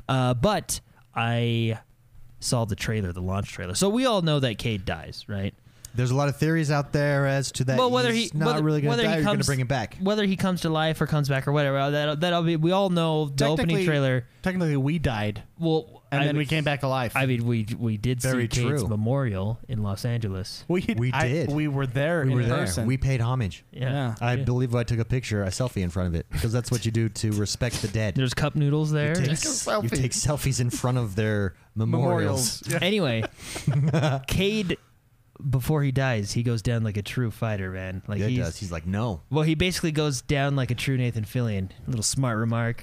[SPEAKER 2] Uh, but I saw the trailer, the launch trailer. So we all know that Cade dies, right?
[SPEAKER 1] There's a lot of theories out there as to that.
[SPEAKER 2] well, whether
[SPEAKER 1] he's
[SPEAKER 2] he
[SPEAKER 1] not
[SPEAKER 2] whether,
[SPEAKER 1] really going
[SPEAKER 2] whether
[SPEAKER 1] to
[SPEAKER 2] he
[SPEAKER 1] die, or you're going to
[SPEAKER 2] comes-
[SPEAKER 1] bring him back.
[SPEAKER 2] Whether he comes to life or comes back or whatever, uh, that that'll be. We all know the opening
[SPEAKER 3] Technically-
[SPEAKER 2] trailer.
[SPEAKER 3] Technically, we died,
[SPEAKER 2] Well,
[SPEAKER 3] and
[SPEAKER 2] I
[SPEAKER 3] then
[SPEAKER 2] mean-
[SPEAKER 3] we came back alive.
[SPEAKER 2] I mean, we we did
[SPEAKER 1] Very
[SPEAKER 2] see Cade's
[SPEAKER 1] true.
[SPEAKER 2] memorial in Los Angeles.
[SPEAKER 3] we
[SPEAKER 1] We
[SPEAKER 3] I-
[SPEAKER 1] did.
[SPEAKER 3] we were there
[SPEAKER 1] We
[SPEAKER 3] in
[SPEAKER 1] were there.
[SPEAKER 3] person.
[SPEAKER 1] We paid homage.
[SPEAKER 2] Yeah,
[SPEAKER 1] I
[SPEAKER 2] Yeah.
[SPEAKER 1] believe I took a picture, a selfie in front of it, because that's what you do to respect the dead.
[SPEAKER 2] There's cup noodles there.
[SPEAKER 1] you, take,
[SPEAKER 2] It's-
[SPEAKER 3] selfie.
[SPEAKER 1] you take selfies in front of their memorials.
[SPEAKER 3] memorials. Yeah.
[SPEAKER 2] Anyway, Cade, before he dies, he goes down like a true fighter, man. Like
[SPEAKER 1] yeah, he
[SPEAKER 2] he's,
[SPEAKER 1] does. He's like, no.
[SPEAKER 2] well, he basically goes down like a true Nathan Fillion. Little smart remark.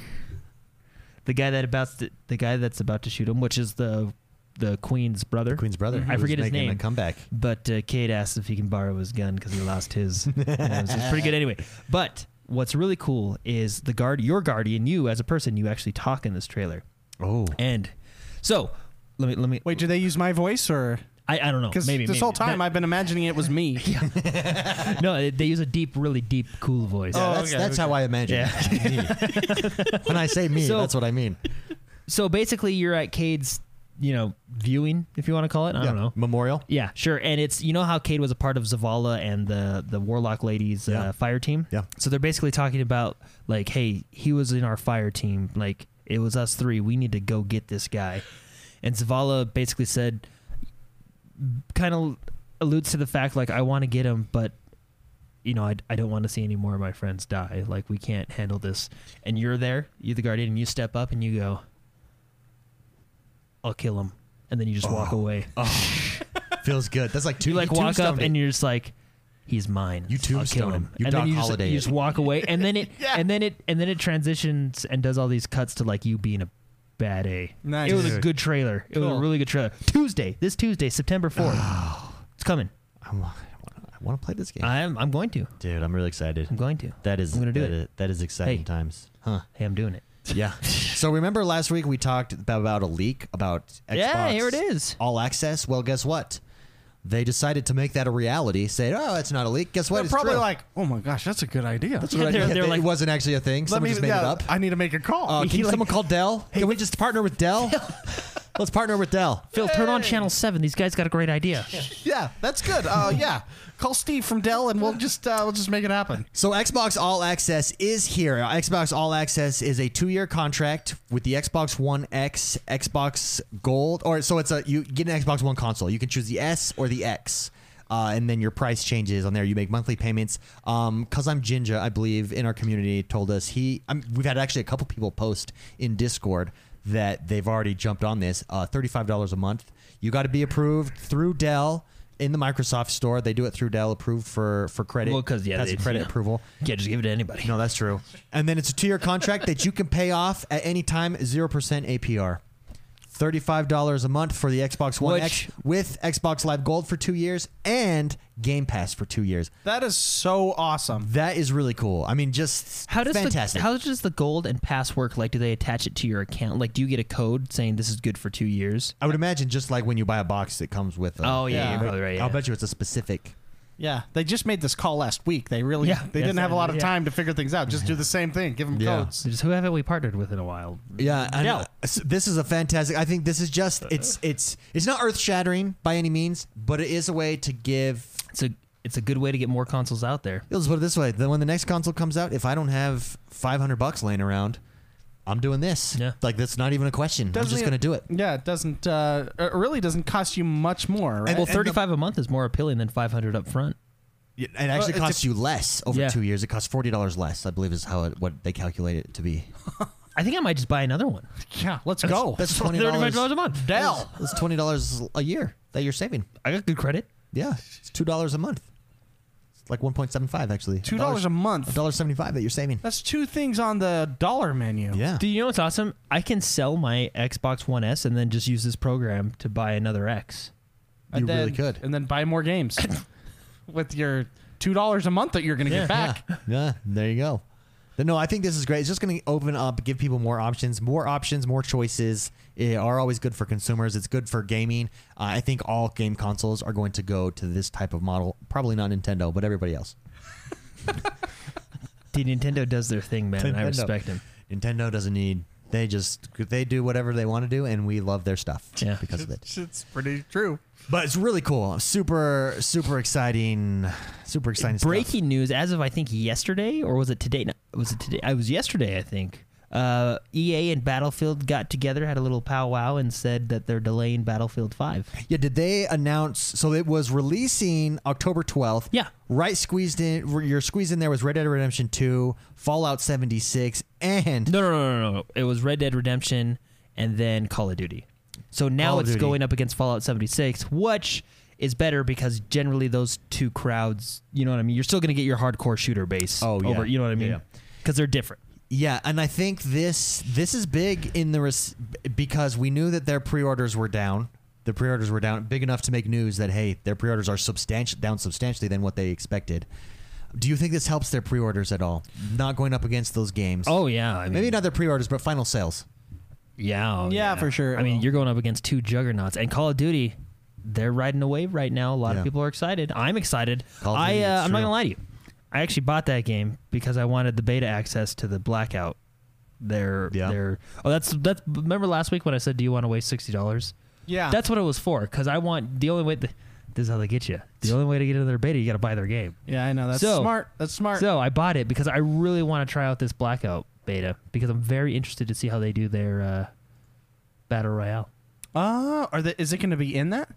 [SPEAKER 2] The guy that about to, the guy that's about to shoot him, which is the the queen's brother.
[SPEAKER 1] Queen's brother.
[SPEAKER 2] Mm-hmm. I
[SPEAKER 1] who's
[SPEAKER 2] forget his
[SPEAKER 1] making A
[SPEAKER 2] name.
[SPEAKER 1] comeback.
[SPEAKER 2] But uh, Cade asks if he can borrow his gun because he lost his. You know, so it's pretty good anyway. But what's really cool is the guard, your guardian, you as a person, you actually talk in this trailer.
[SPEAKER 1] Oh,
[SPEAKER 2] And so let me let me
[SPEAKER 3] Wait, do they use my voice or?
[SPEAKER 2] I, I don't know
[SPEAKER 3] Because this
[SPEAKER 2] maybe
[SPEAKER 3] whole
[SPEAKER 2] maybe.
[SPEAKER 3] time I've been imagining it was me.
[SPEAKER 2] No, they- they use a deep, really deep, cool voice.
[SPEAKER 1] yeah,
[SPEAKER 3] Oh,
[SPEAKER 1] that's,
[SPEAKER 3] okay,
[SPEAKER 1] that's how I imagine. it. Me. when I say me,
[SPEAKER 2] So-
[SPEAKER 1] that's what I mean.
[SPEAKER 2] So basically, you're at Cade's, you know, viewing, if you want to call it. I don't
[SPEAKER 1] Yeah.
[SPEAKER 2] know.
[SPEAKER 1] Memorial.
[SPEAKER 2] Yeah, sure. And it's you know how Cade was a part of Zavala and the the Warlock ladies
[SPEAKER 1] Yeah.
[SPEAKER 2] uh, fire team.
[SPEAKER 1] Yeah.
[SPEAKER 2] So they're basically talking about like, hey, he was in our fire team. Like it was us three. We need to go get this guy. And Zavala basically said, kind of alludes to the fact like I want to get him, but you know I, I don't want to see any more of my friends die. Like we can't handle this. And you're there, you're the guardian, and you step up and you go, I'll kill him. And then you just walk away
[SPEAKER 1] Feels good. That's like two.
[SPEAKER 2] you like walk up
[SPEAKER 1] tombstoned it.
[SPEAKER 2] and you're just like he's mine
[SPEAKER 1] You
[SPEAKER 2] I'll kill
[SPEAKER 1] tombstone him. You
[SPEAKER 2] and then
[SPEAKER 1] Doc
[SPEAKER 2] you just,
[SPEAKER 1] Holliday
[SPEAKER 2] you
[SPEAKER 1] it.
[SPEAKER 2] just walk away and then it
[SPEAKER 3] Yeah.
[SPEAKER 2] and then it and then it transitions and does all these cuts to like you being a bad a
[SPEAKER 3] Nice.
[SPEAKER 2] it was a good trailer it was a
[SPEAKER 3] Cool.
[SPEAKER 2] really good trailer tuesday this tuesday september 4th it's coming
[SPEAKER 1] I'm, I want to play this game,
[SPEAKER 2] i'm i'm going to
[SPEAKER 1] dude. I'm really excited.
[SPEAKER 2] i'm going to
[SPEAKER 1] That is-
[SPEAKER 2] I'm gonna do
[SPEAKER 1] that
[SPEAKER 2] it.
[SPEAKER 1] is- that is exciting
[SPEAKER 2] Hey.
[SPEAKER 1] times, huh?
[SPEAKER 2] hey i'm doing it
[SPEAKER 1] Yeah. so remember last week we talked about, about a leak about Xbox
[SPEAKER 2] yeah here it is
[SPEAKER 1] All Access. Well, guess what? They decided to make that a reality. Say, oh, it's not a leak. Guess what?
[SPEAKER 3] They're
[SPEAKER 1] it's
[SPEAKER 3] probably
[SPEAKER 1] true.
[SPEAKER 3] like, oh my gosh, that's a good idea.
[SPEAKER 1] That's what I- yeah,
[SPEAKER 2] They're- they're
[SPEAKER 1] they-
[SPEAKER 2] like-
[SPEAKER 1] it wasn't actually a thing. Someone just made
[SPEAKER 3] yeah,
[SPEAKER 1] it up.
[SPEAKER 3] I need to make a call.
[SPEAKER 1] Uh, can
[SPEAKER 2] he like-
[SPEAKER 1] someone call Dell? Can we just partner with Dell? Let's partner with Dell.
[SPEAKER 2] Phil, turn on channel seven. These guys got a great idea.
[SPEAKER 3] Yeah, that's good. Uh, yeah, call Steve from Dell, and we'll just uh, we'll just make it happen.
[SPEAKER 1] So Xbox All Access is here. Now, Xbox All Access is a two-year contract with the Xbox One X, Xbox Gold, or so it's a you get an Xbox One console. You can choose the S or the X. Uh, and then your price changes on there. You make monthly payments. Um, cause I'm Jinja, I believe in our community told us he. i we've had actually a couple people post in Discord that they've already jumped on this. Uh, Thirty-five dollars a month. You got to be approved through Dell in the Microsoft Store. They do it through Dell, approved for for credit.
[SPEAKER 2] Well, 'cause, yeah,
[SPEAKER 1] that's
[SPEAKER 2] they-
[SPEAKER 1] credit
[SPEAKER 2] yeah.
[SPEAKER 1] approval.
[SPEAKER 2] Can't just give it to anybody.
[SPEAKER 1] No, that's true. And then it's a two-year contract that you can pay off at any time, zero percent APR. Thirty-five dollars a month for the Xbox One
[SPEAKER 2] Which-
[SPEAKER 1] X with Xbox Live Gold for two years and Game Pass for two years.
[SPEAKER 3] That is so awesome.
[SPEAKER 1] That is really cool. I mean, just
[SPEAKER 2] How does
[SPEAKER 1] fantastic.
[SPEAKER 2] the how does the gold and pass work? Like, do they attach it to your account? Like, do you get a code saying this is good for two years?
[SPEAKER 1] I would imagine just like when you buy a box, it comes with. A,
[SPEAKER 2] Oh
[SPEAKER 3] yeah.
[SPEAKER 2] yeah, you're probably right.
[SPEAKER 1] I'll
[SPEAKER 2] yeah.
[SPEAKER 1] bet you it's a specific.
[SPEAKER 3] Yeah, they just made this call last week. They really
[SPEAKER 2] Yeah,
[SPEAKER 3] they
[SPEAKER 2] yes,
[SPEAKER 3] didn't have a lot of
[SPEAKER 2] yeah.
[SPEAKER 3] time to figure things out. Just do the same thing. Give them
[SPEAKER 1] Yeah.
[SPEAKER 3] codes.
[SPEAKER 2] Just who haven't we partnered with in a while?
[SPEAKER 1] Yeah, I know.
[SPEAKER 2] Dell.
[SPEAKER 1] S- This is a fantastic. I think this is just it's it's it's not earth shattering by any means, but it is a way to give
[SPEAKER 2] It's a it's a good way to get more consoles out there.
[SPEAKER 1] Let's put it this way: then when the next console comes out, if I don't have 500 bucks laying around, I'm doing this.
[SPEAKER 2] Yeah.
[SPEAKER 1] like that's not even a question. I'm
[SPEAKER 3] Doesn't
[SPEAKER 1] just
[SPEAKER 3] it-
[SPEAKER 1] gonna do it.
[SPEAKER 3] Yeah, it doesn't. Uh, it really doesn't cost you much more, right?
[SPEAKER 1] And-
[SPEAKER 2] Well,
[SPEAKER 1] the-
[SPEAKER 2] thirty five a month is more appealing than five hundred up front.
[SPEAKER 1] It actually
[SPEAKER 3] it's
[SPEAKER 1] costs you less over
[SPEAKER 2] Yeah.
[SPEAKER 1] two years. It costs forty dollars less, I believe, is how it, what they calculate it to be.
[SPEAKER 2] I think I might just buy another one.
[SPEAKER 3] yeah, let's go.
[SPEAKER 1] That's twenty
[SPEAKER 2] Thirty-five dollars
[SPEAKER 1] dollars.
[SPEAKER 2] a month.
[SPEAKER 3] Dell.
[SPEAKER 1] That's twenty dollars a year that you're saving.
[SPEAKER 2] I got good credit.
[SPEAKER 1] Yeah, it's two dollars a month. It's like one point seven five actually.
[SPEAKER 3] Two dollars a month.
[SPEAKER 1] dollar seventy five that you're saving.
[SPEAKER 3] That's two things on the dollar menu.
[SPEAKER 1] Yeah.
[SPEAKER 2] Do you know what's awesome? I can sell my Xbox One S and then just use this program to buy another X.
[SPEAKER 1] You
[SPEAKER 3] And
[SPEAKER 1] really
[SPEAKER 3] then-
[SPEAKER 1] could.
[SPEAKER 3] And then buy more games with your two dollars a month that you're going to
[SPEAKER 2] Yeah.
[SPEAKER 3] get back.
[SPEAKER 1] Yeah, yeah, there you go. But no, I think this is great. It's just going to open up, give people more options, more options, more choices. eh, are always good for consumers. It's good for gaming. Uh, I think all game consoles are going to go to this type of model. Probably not Nintendo, but everybody else.
[SPEAKER 2] Dude, Nintendo does their thing, man. and I
[SPEAKER 1] Nintendo.
[SPEAKER 2] respect them.
[SPEAKER 1] Nintendo doesn't need. They just they do whatever they want to do, and we love their stuff
[SPEAKER 2] Yeah.
[SPEAKER 1] because of it.
[SPEAKER 3] It's pretty true.
[SPEAKER 1] But it's really cool. Super super exciting. Super exciting. stuff.
[SPEAKER 2] Breaking news as of I think yesterday or was it today? No, was it today? I was yesterday, I think. Uh, EA and Battlefield got together, had a little powwow, and said that they're delaying Battlefield Five.
[SPEAKER 1] Yeah, did they announce? So it was releasing October 12th.
[SPEAKER 2] Yeah.
[SPEAKER 1] Right squeezed in, your squeeze in there was Red Dead Redemption 2, Fallout 76, and.
[SPEAKER 2] No, no, no, no, no. It was Red Dead Redemption and then Call of Duty. So now
[SPEAKER 1] Call of
[SPEAKER 2] it's
[SPEAKER 1] Duty.
[SPEAKER 2] going up against Fallout 76, which is better because generally those two crowds, you know what I mean? You're still going to get your hardcore shooter base
[SPEAKER 1] Oh, yeah.
[SPEAKER 2] over, you know what I mean?
[SPEAKER 1] Yeah.
[SPEAKER 2] Cuz they're different.
[SPEAKER 1] Yeah, and I think this this is big in the res- because we knew that their pre-orders were down. The pre-orders were down big enough to make news that hey, their pre-orders are substantial down substantially than what they expected. Do you think this helps their pre-orders at all? Not going up against those games.
[SPEAKER 2] Oh yeah, I mean,
[SPEAKER 1] maybe not their pre-orders, but final sales.
[SPEAKER 2] Yeah, oh,
[SPEAKER 3] Yeah, for sure it
[SPEAKER 2] I mean,
[SPEAKER 3] will.
[SPEAKER 2] you're going up against two juggernauts, and Call of Duty, they're riding a wave right now. A lot
[SPEAKER 1] Yeah.
[SPEAKER 2] of people are excited. I'm excited.
[SPEAKER 1] Call of
[SPEAKER 2] I,
[SPEAKER 1] Duty,
[SPEAKER 2] uh,
[SPEAKER 1] it's
[SPEAKER 2] I'm not
[SPEAKER 1] true.
[SPEAKER 2] gonna lie to you. I actually bought that game because I wanted the beta access to the blackout. Their,
[SPEAKER 1] Yeah.
[SPEAKER 2] their. Oh, that's that's. Remember last week when I said, "Do you want to waste sixty dollars?"
[SPEAKER 3] Yeah.
[SPEAKER 2] That's what it was for. Because I want the only way. th this is how they get you. The only way to get into their beta, you got to buy their game.
[SPEAKER 3] yeah, I know. That's
[SPEAKER 2] So-
[SPEAKER 3] smart. That's smart.
[SPEAKER 2] So I bought it because I really want to try out this blackout beta because I'm very interested to see how they do their uh, battle royale.
[SPEAKER 3] uh, are they, is it going to be in that?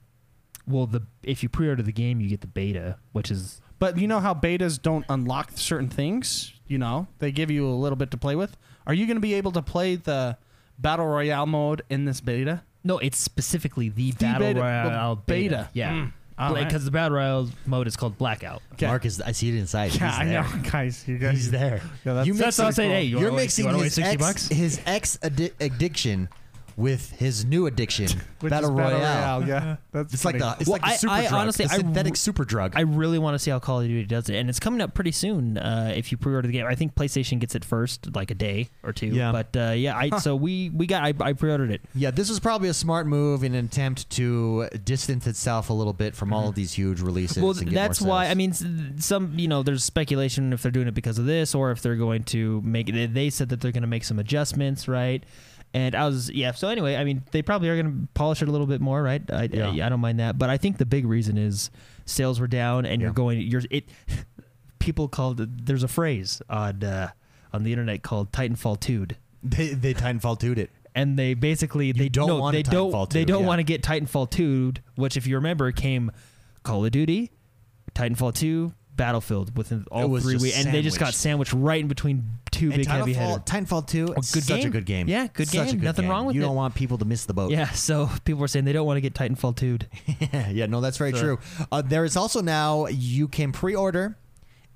[SPEAKER 2] Well, the if you pre-order the game, you get the beta, which is
[SPEAKER 3] But you know how betas don't unlock certain things? You know, they give you a little bit to play with. Are you going to be able to play the Battle Royale mode in this beta?
[SPEAKER 2] no, it's specifically the, battle
[SPEAKER 3] beta- the
[SPEAKER 2] royale beta.
[SPEAKER 3] beta.
[SPEAKER 1] Hmm.
[SPEAKER 2] Yeah,
[SPEAKER 3] all right.
[SPEAKER 2] because the battle royale mode is called blackout.
[SPEAKER 3] Okay.
[SPEAKER 1] Mark is I see it inside. He's there.
[SPEAKER 3] guys. You
[SPEAKER 1] He's there.
[SPEAKER 3] Yeah, that's-
[SPEAKER 1] you
[SPEAKER 2] So that's
[SPEAKER 1] mixing-
[SPEAKER 2] what I'm saying. Hey, you
[SPEAKER 1] You're
[SPEAKER 2] wanna waste-
[SPEAKER 1] mixing
[SPEAKER 2] you wanna
[SPEAKER 1] his
[SPEAKER 2] waste 60
[SPEAKER 1] ex,
[SPEAKER 2] bucks?
[SPEAKER 1] his ex addi- addiction with his new addiction, battle, royale.
[SPEAKER 3] Yeah, that's
[SPEAKER 1] It's like the it's
[SPEAKER 2] Well,
[SPEAKER 1] like the
[SPEAKER 2] I-
[SPEAKER 1] super
[SPEAKER 2] I
[SPEAKER 1] drug,
[SPEAKER 2] honestly-
[SPEAKER 1] the
[SPEAKER 2] I
[SPEAKER 1] synthetic
[SPEAKER 2] re-
[SPEAKER 1] super drug.
[SPEAKER 2] I really want to see how Call of Duty does it, and it's coming up pretty soon. Uh, if you pre-order the game, I think PlayStation gets it first, like a day or two.
[SPEAKER 1] Yeah.
[SPEAKER 2] But uh, yeah, I, so we we got I, I pre-ordered it.
[SPEAKER 1] yeah, this was probably a smart move in an attempt to distance itself a little bit from all of these huge releases.
[SPEAKER 2] Mm-hmm. Well,
[SPEAKER 1] and get
[SPEAKER 2] that's
[SPEAKER 1] more
[SPEAKER 2] why.
[SPEAKER 1] sales.
[SPEAKER 2] I mean, s- some you know, there's speculation if they're doing it because of this, or if they're going to make. They, they said that they're going to make some adjustments, right? And I was yeah. So anyway, I mean, they probably are going to polish it a little bit more, right? I,
[SPEAKER 1] Yeah.
[SPEAKER 2] I, I don't mind that, but I think the big reason is sales were down, and you're
[SPEAKER 1] Yeah.
[SPEAKER 2] going you're it. People called there's a phrase on uh, on the internet called Titanfall 2
[SPEAKER 1] They they Titanfall 2'd it.
[SPEAKER 2] and they basically they
[SPEAKER 1] don't
[SPEAKER 2] no,
[SPEAKER 1] want
[SPEAKER 2] they
[SPEAKER 1] a
[SPEAKER 2] don't
[SPEAKER 1] Titanfall
[SPEAKER 2] they
[SPEAKER 1] 2,
[SPEAKER 2] don't
[SPEAKER 1] yeah.
[SPEAKER 2] want to get Titanfall 2, which if you remember came Call of Duty, Titanfall 2, Battlefield within all
[SPEAKER 1] It was
[SPEAKER 2] three
[SPEAKER 1] just
[SPEAKER 2] weeks, and they just got sandwiched right in between two
[SPEAKER 1] And
[SPEAKER 2] big heavy hitters.
[SPEAKER 1] Titanfall, Titanfall 2,
[SPEAKER 2] good
[SPEAKER 1] such a
[SPEAKER 2] game.
[SPEAKER 1] good game.
[SPEAKER 2] Yeah, good
[SPEAKER 1] Such a
[SPEAKER 2] game. Nothing wrong with
[SPEAKER 1] you
[SPEAKER 2] it.
[SPEAKER 1] don't want people to miss the boat.
[SPEAKER 2] Yeah, so people were saying they don't want to get Titanfall 2.
[SPEAKER 1] Yeah, yeah, no, that's very
[SPEAKER 2] So-
[SPEAKER 1] true. Uh, there is also now you can pre-order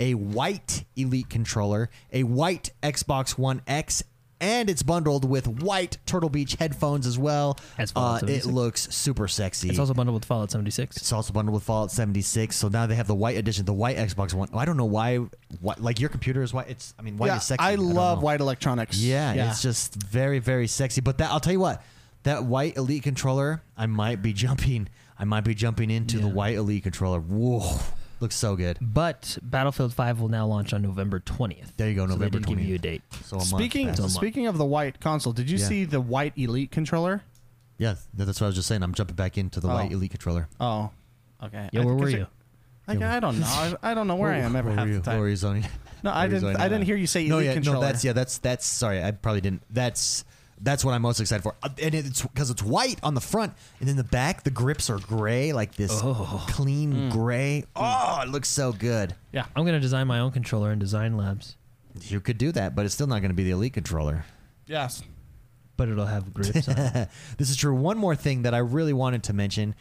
[SPEAKER 1] a white Elite controller, a white Xbox One X, and it's bundled with white Turtle Beach headphones as well.
[SPEAKER 2] As well
[SPEAKER 1] uh,
[SPEAKER 2] as
[SPEAKER 1] it
[SPEAKER 2] 76.
[SPEAKER 1] looks super sexy.
[SPEAKER 2] It's also bundled with Fallout 76.
[SPEAKER 1] It's also bundled with Fallout 76, so now they have the white edition, the white Xbox One. I don't know why, what, like your computer is white. It's, I mean, white
[SPEAKER 3] yeah,
[SPEAKER 1] is sexy.
[SPEAKER 3] I
[SPEAKER 1] don't
[SPEAKER 3] love
[SPEAKER 1] know.
[SPEAKER 3] white electronics.
[SPEAKER 1] Yeah,
[SPEAKER 3] yeah.
[SPEAKER 1] it's just very, very sexy. But that I'll tell you what, that white elite controller, I might be jumping. I might be jumping into the
[SPEAKER 2] Yeah.
[SPEAKER 1] white elite controller. Whoa, looks so good.
[SPEAKER 2] But Battlefield 5 will now launch on November 20th.
[SPEAKER 1] There you go,
[SPEAKER 2] So
[SPEAKER 1] November
[SPEAKER 2] they did give
[SPEAKER 1] 20th.
[SPEAKER 2] you a date.
[SPEAKER 1] So a
[SPEAKER 3] speaking
[SPEAKER 1] month past.
[SPEAKER 2] a month.
[SPEAKER 3] speaking of the white console, did you
[SPEAKER 1] Yeah.
[SPEAKER 3] see the white Elite controller?
[SPEAKER 1] yeah, that- that's what I was just saying. I'm jumping back into the
[SPEAKER 3] Oh.
[SPEAKER 1] white elite controller.
[SPEAKER 3] Oh, okay.
[SPEAKER 2] Yo,
[SPEAKER 3] I-
[SPEAKER 2] where were
[SPEAKER 3] 'cause
[SPEAKER 2] you?
[SPEAKER 3] I, I don't know. I, I don't know where I am every
[SPEAKER 1] What
[SPEAKER 3] half
[SPEAKER 1] were you?
[SPEAKER 3] the
[SPEAKER 1] What were
[SPEAKER 3] time.
[SPEAKER 1] you zoning?
[SPEAKER 3] No, I
[SPEAKER 1] What were you
[SPEAKER 3] didn't.
[SPEAKER 1] zoning
[SPEAKER 3] I
[SPEAKER 1] out
[SPEAKER 3] didn't
[SPEAKER 1] at?
[SPEAKER 3] hear you say Elite
[SPEAKER 1] no, yeah,
[SPEAKER 3] controller.
[SPEAKER 1] no, that's yeah, that's that's sorry, I probably didn't. That's that's what I'm most excited for, Uh, and it's because it's white on the front, and then the back, the grips are gray, like this clean gray. Oh, it looks so good.
[SPEAKER 3] yeah.
[SPEAKER 2] I'm going to design my own controller in Design Labs,
[SPEAKER 1] You could do that, but it's still not going to be the elite controller.
[SPEAKER 3] Yes.
[SPEAKER 2] but it'll have grips on it.
[SPEAKER 1] This is true. One more thing that I really wanted to mention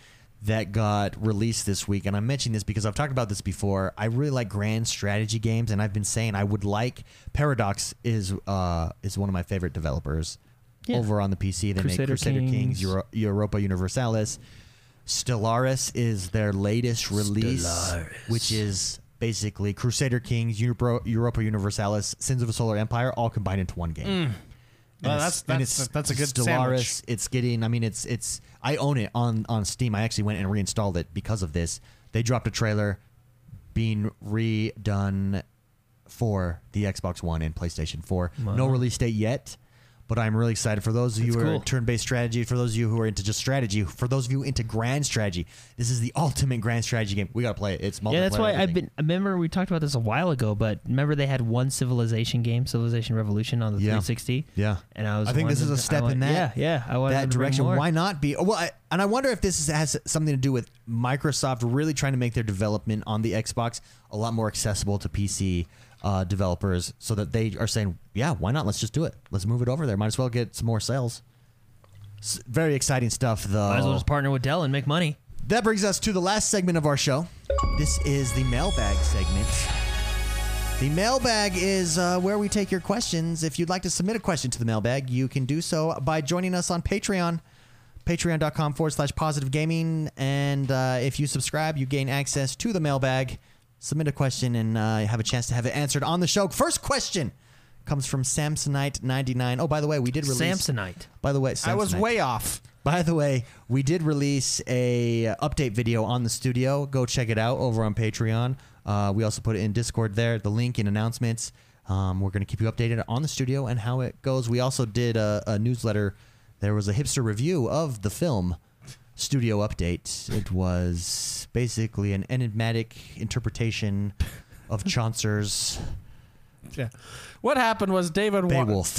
[SPEAKER 1] that got released this week, and I'm mentioning this because I've talked about this before. I really like grand strategy games, and I've been saying I would like Paradox is uh, is one of my favorite developers
[SPEAKER 2] Yeah.
[SPEAKER 1] over on the PC. They make
[SPEAKER 2] Crusader
[SPEAKER 1] Crusader Kings,
[SPEAKER 2] Kings.
[SPEAKER 1] Euro- Europa Universalis. Stellaris is their latest release,
[SPEAKER 2] Stellaris.
[SPEAKER 1] which is basically Crusader Kings, Euro- Europa Universalis, Sins of a Solar Empire, all combined into one game.
[SPEAKER 3] Well,
[SPEAKER 1] And
[SPEAKER 3] that's-
[SPEAKER 1] it's- and
[SPEAKER 3] that's-
[SPEAKER 1] it's
[SPEAKER 3] that's a good
[SPEAKER 1] Stellaris.
[SPEAKER 3] sandwich.
[SPEAKER 1] It's getting. I mean, it's it's. I own it on on Steam. I actually went and reinstalled it because of this. They dropped a trailer being redone for the Xbox One and PlayStation 4. No
[SPEAKER 2] Wow.
[SPEAKER 1] release date yet, but I'm really excited for those of you
[SPEAKER 2] That's
[SPEAKER 1] who are
[SPEAKER 2] cool.
[SPEAKER 1] turn-based strategy, for those of you who are into just strategy, for those of you into grand strategy. This is the ultimate grand strategy game. We got to play it. It's multiplayer.
[SPEAKER 2] Yeah, that's why I've
[SPEAKER 1] everything.
[SPEAKER 2] been. I remember we talked about this a while ago, but remember they had one Civilization game, Civilization Revolution, on the
[SPEAKER 1] Yeah.
[SPEAKER 2] 360.
[SPEAKER 1] Yeah.
[SPEAKER 2] and I was.
[SPEAKER 1] I think this is
[SPEAKER 2] wondering-
[SPEAKER 1] a
[SPEAKER 2] I
[SPEAKER 1] step
[SPEAKER 2] wa-
[SPEAKER 1] in that-
[SPEAKER 2] Yeah, yeah. I wanted
[SPEAKER 1] that
[SPEAKER 2] to bring
[SPEAKER 1] direction.
[SPEAKER 2] more.
[SPEAKER 1] Why not be? Well, I, and I wonder if this is, has something to do with Microsoft really trying to make their development on the Xbox a lot more accessible to PC uh, developers, so that they are saying, "Yeah, why not? Let's just do it. Let's move it over there. Might as well get some more sales." S- very exciting stuff, though.
[SPEAKER 2] Might as well just partner with Dell and make money.
[SPEAKER 1] That brings us to the last segment of our show. This is the mailbag segment. The mailbag is uh, where we take your questions. If you'd like to submit a question to the mailbag, you can do so by joining us on Patreon, patreon.com forward slash positive gaming. And uh, if you subscribe, you gain access to the mailbag. Submit a question and uh, have a chance to have it answered on the show. First question comes from Samsonite99. Oh, by the way, we did release.
[SPEAKER 2] Samsonite.
[SPEAKER 1] By the way,
[SPEAKER 3] I was
[SPEAKER 1] Samsonite.
[SPEAKER 3] way off.
[SPEAKER 1] By the way, we did release a uh, update video on the studio. Go check it out over on Patreon. Uh, we also put it in Discord there. The link in announcements. Um, we're going to keep you updated on the studio and how it goes. We also did a, a newsletter. There was a hipster review of the film studio update. It was basically an enigmatic interpretation of Chaucer's
[SPEAKER 3] Yeah. What happened was David wa-
[SPEAKER 1] Beowulf.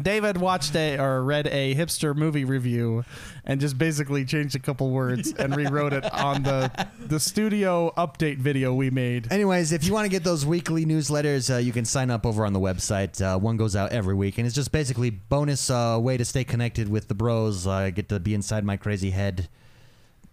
[SPEAKER 3] David watched a or read a hipster movie review and just basically changed a couple words and rewrote it on the the studio update video we made.
[SPEAKER 1] Anyways, if you want to get those weekly newsletters, uh, you can sign up over on the website. Uh, one goes out every week, and it's just basically bonus uh, way to stay connected with the bros. I get to be inside my crazy head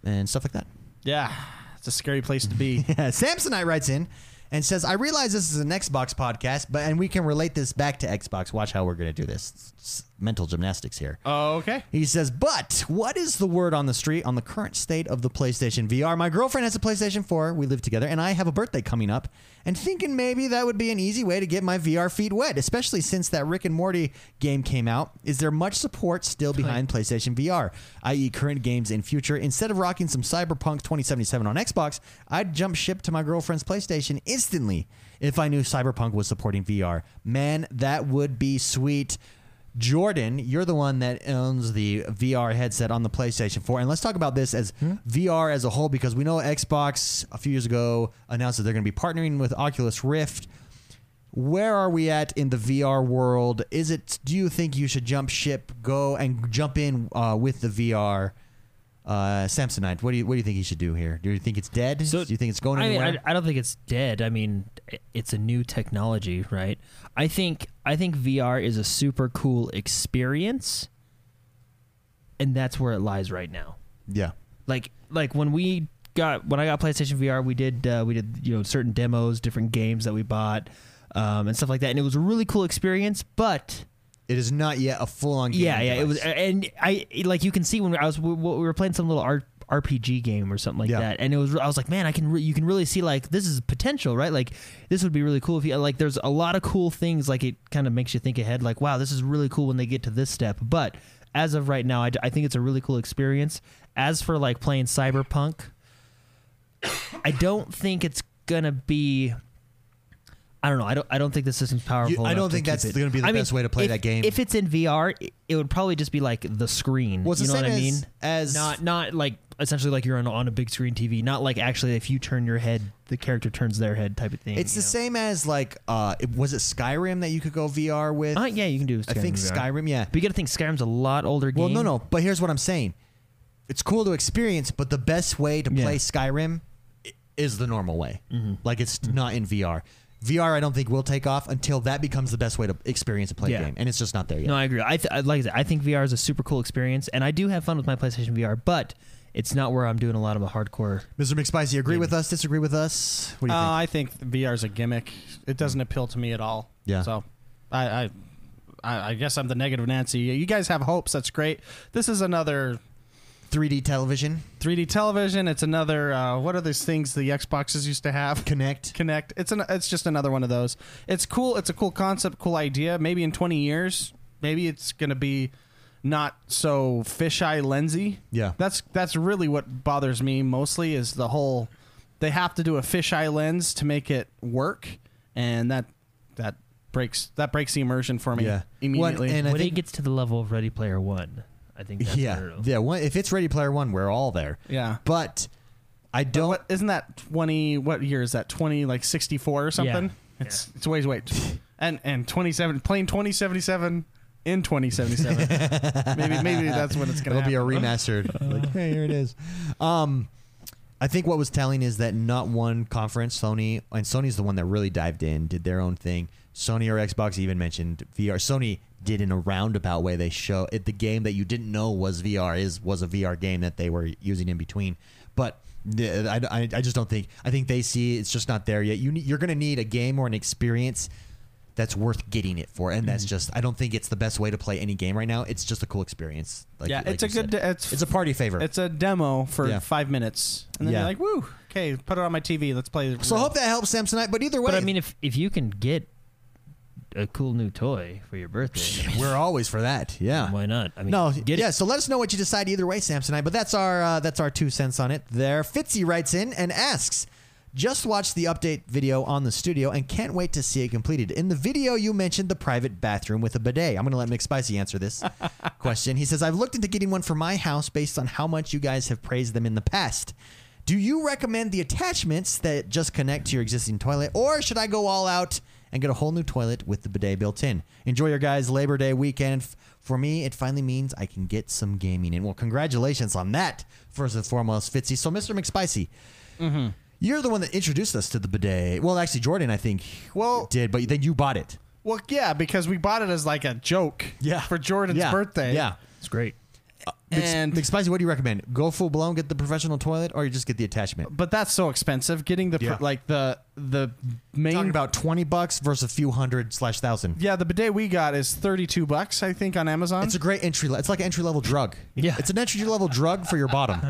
[SPEAKER 1] and stuff like that.
[SPEAKER 3] Yeah. It's a scary place to be.
[SPEAKER 1] Samsonite writes in and says, "I realize this is an Xbox podcast, but and we can relate this back to Xbox. Watch how we're going to do this. S- mental gymnastics here.
[SPEAKER 3] Oh, okay.
[SPEAKER 1] He says, but what is the word on the street on the current state of the PlayStation VR? My girlfriend has a PlayStation 4. We live together, and I have a birthday coming up, and thinking maybe that would be an easy way to get my VR feet wet, especially since that Rick and Morty game came out. Is there much support still behind PlayStation VR, i.e., current games and future? Instead of rocking some Cyberpunk 2077 on Xbox, I'd jump ship to my girlfriend's PlayStation instantly if I knew Cyberpunk was supporting VR. Man, that would be sweet. Jordan, you're the one that owns the VR headset on the PlayStation 4. And let's talk about this as VR as a whole because we know Xbox a few years ago announced that they're going to be partnering with Oculus Rift. Where are we at in the VR world? Is it do you think you should jump ship, go and jump in uh, with the VR? Uh, Samsonite, what do you what do you think he should do here? Do you think it's dead?
[SPEAKER 2] So-
[SPEAKER 1] do you think it's going
[SPEAKER 2] I mean,
[SPEAKER 1] anywhere?
[SPEAKER 2] I, I don't think it's dead. I mean, i- it's a new technology, right? I think I think VR is a super cool experience, and that's where it lies right now.
[SPEAKER 1] yeah.
[SPEAKER 2] Like like when we got when I got PlayStation VR, we did uh, we did you know certain demos, different games that we bought, um, and stuff like that, and it was a really cool experience, but.
[SPEAKER 1] It is not yet a full on game.
[SPEAKER 2] Yeah, yeah. It was,
[SPEAKER 1] device.
[SPEAKER 2] and I like you can see when I was we we were playing some little R- RPG game or something like
[SPEAKER 1] Yeah.
[SPEAKER 2] that, and it was I was like, man, I can re- you can really see like this is potential, right? Like this would be really cool if you like. There's a lot of cool things like it kind of makes you think ahead, like wow, this is really cool when they get to this step. But as of right now, I, d- I think it's a really cool experience. As for like playing Cyberpunk, I don't think it's gonna be. I don't know. I don't. I don't think the system's uh, powerful.
[SPEAKER 1] I
[SPEAKER 2] enough
[SPEAKER 1] don't
[SPEAKER 2] to
[SPEAKER 1] think
[SPEAKER 2] keep
[SPEAKER 1] that's
[SPEAKER 2] it-
[SPEAKER 1] gonna be the
[SPEAKER 2] I mean,
[SPEAKER 1] best way to play
[SPEAKER 2] if-
[SPEAKER 1] that game.
[SPEAKER 2] If it's in VR, it- it would probably just be like the screen.
[SPEAKER 1] Well, it's
[SPEAKER 2] you
[SPEAKER 1] the
[SPEAKER 2] know what
[SPEAKER 1] same
[SPEAKER 2] I mean?
[SPEAKER 1] as- as-
[SPEAKER 2] not not like essentially like you're on, on a big screen TV. Not like actually if you turn your head, the character turns their head type of thing.
[SPEAKER 1] It's the
[SPEAKER 2] you know?
[SPEAKER 1] same as like uh, it, was it Skyrim that you could go VR with?
[SPEAKER 2] Uh, yeah, you can do. Skyrim
[SPEAKER 1] I think
[SPEAKER 2] in VR.
[SPEAKER 1] Skyrim. Yeah.
[SPEAKER 2] But you got to think Skyrim's a lot older game.
[SPEAKER 1] Well, no, no. But here's what I'm saying. It's cool to experience, but the best way to
[SPEAKER 2] Yeah.
[SPEAKER 1] play Skyrim i- is the normal way.
[SPEAKER 2] Mm-hmm.
[SPEAKER 1] Like it's not in VR. VR, I don't think will take off until that becomes the best way to experience a play
[SPEAKER 2] Yeah.
[SPEAKER 1] game, and it's just not there yet.
[SPEAKER 2] No, I agree. I, th- I like I said, I think VR is a super cool experience, and I do have fun with my PlayStation VR, but it's not where I'm doing a lot of the hardcore.
[SPEAKER 1] Mr. McSpicy, agree with us? Disagree with us? What do
[SPEAKER 3] Uh,
[SPEAKER 1] you think? Hmm.
[SPEAKER 3] I think VR's a gimmick. It doesn't appeal to me at all.
[SPEAKER 1] Yeah.
[SPEAKER 3] So, I, I, I I guess I'm the negative Nancy. You guys have hopes. That's great. This is another
[SPEAKER 1] 3D television,
[SPEAKER 3] 3D television. It's another. Uh, what are those things the Xboxes used to have?
[SPEAKER 1] Connect.
[SPEAKER 3] Connect. It's an. It's just another one of those. It's cool. It's a cool concept. Cool idea. Maybe in 20 years, maybe it's gonna be not so fisheye lensy.
[SPEAKER 1] Yeah.
[SPEAKER 3] That's that's really what bothers me mostly is the whole. They have to do a fisheye lens to make it work, and that that breaks that breaks the immersion for me
[SPEAKER 1] Yeah. Well, and-
[SPEAKER 3] immediately.
[SPEAKER 1] and I
[SPEAKER 2] when
[SPEAKER 1] think-
[SPEAKER 2] it gets to the level of Ready Player One, I think. That's
[SPEAKER 1] yeah,
[SPEAKER 2] where it'll-
[SPEAKER 1] yeah. One, if it's Ready Player One, we're all there.
[SPEAKER 3] yeah.
[SPEAKER 1] But I don't.
[SPEAKER 3] What isn't that twenty? What year is that? Twenty like sixty four or something?
[SPEAKER 2] Yeah.
[SPEAKER 3] It's it's ways wait, and and twenty seven playing twenty seventy seven in twenty seventy seven. maybe maybe that's when it's gonna
[SPEAKER 1] It'll be a
[SPEAKER 3] happen.
[SPEAKER 1] remastered. like, hey, here it is. Um, I think what was telling is that not one conference, Sony, and Sony's the one that really dived in, did their own thing. Sony or Xbox even mentioned VR. Sony did in a roundabout way. They show it the game that you didn't know was VR is was a VR game that they were using in between. But the- I, I, I just don't think I think they see it's just not there yet. You need, you're going to need a game or an experience that's worth getting it for, and
[SPEAKER 3] Mm-hmm.
[SPEAKER 1] that's just I don't think it's the best way to play any game right now. It's just a cool experience. Like,
[SPEAKER 3] Yeah,
[SPEAKER 1] like
[SPEAKER 3] it's
[SPEAKER 1] you
[SPEAKER 3] a good.
[SPEAKER 1] said.
[SPEAKER 3] de- It's
[SPEAKER 1] It's a party favor.
[SPEAKER 3] it's a demo for
[SPEAKER 1] Yeah.
[SPEAKER 3] five minutes, and then
[SPEAKER 1] Yeah.
[SPEAKER 3] you're like, "Woo, okay, put it on my TV. Let's play."
[SPEAKER 1] so I hope that helps Samsonite. But either way,
[SPEAKER 2] But I mean, if if you can get a cool new toy for your birthday, I mean,
[SPEAKER 1] we're always for that. Yeah.
[SPEAKER 2] why not? I mean,
[SPEAKER 1] no,
[SPEAKER 2] get
[SPEAKER 1] yeah.
[SPEAKER 2] it.
[SPEAKER 1] So let us know what you decide either way, Samsonite. But that's our uh, that's our two cents on it. There, Fitzy writes in and asks, "Just watched the update video on the studio and can't wait to see it completed." In the video, you mentioned the private bathroom with a bidet. I'm going to let McSpicy answer this question. He says, "I've looked into getting one for my house based on how much you guys have praised them in the past." Do you recommend the attachments that just connect to your existing toilet, or should I go all out and get a whole new toilet with the bidet built in? Enjoy your guys' Labor Day weekend. F- For me, it finally means I can get some gaming in. Well, congratulations on that, first and foremost, Fitzy. So, Mr. McSpicy,
[SPEAKER 3] Mm-hmm.
[SPEAKER 1] you're the one that introduced us to the bidet. Well, actually, Jordan, I think,
[SPEAKER 3] Well-
[SPEAKER 1] did, but then you bought it.
[SPEAKER 3] Well, yeah, because we bought it as like a joke.
[SPEAKER 1] Yeah.
[SPEAKER 3] For Jordan's
[SPEAKER 1] Yeah.
[SPEAKER 3] birthday.
[SPEAKER 1] Yeah.
[SPEAKER 2] it's great.
[SPEAKER 3] and
[SPEAKER 1] McSpicy, what do you recommend? Go full blown, get the professional toilet, or you just get the attachment?
[SPEAKER 3] but that's so expensive. Getting the pr-
[SPEAKER 1] Yeah.
[SPEAKER 3] like the the
[SPEAKER 1] Talking
[SPEAKER 3] main
[SPEAKER 1] about twenty bucks versus a few hundred slash thousand.
[SPEAKER 3] yeah the bidet we got is thirty two bucks I think on Amazon
[SPEAKER 1] It's a great entry. le- It's like an entry level drug.
[SPEAKER 2] Yeah.
[SPEAKER 1] it's an entry level drug for your bottom.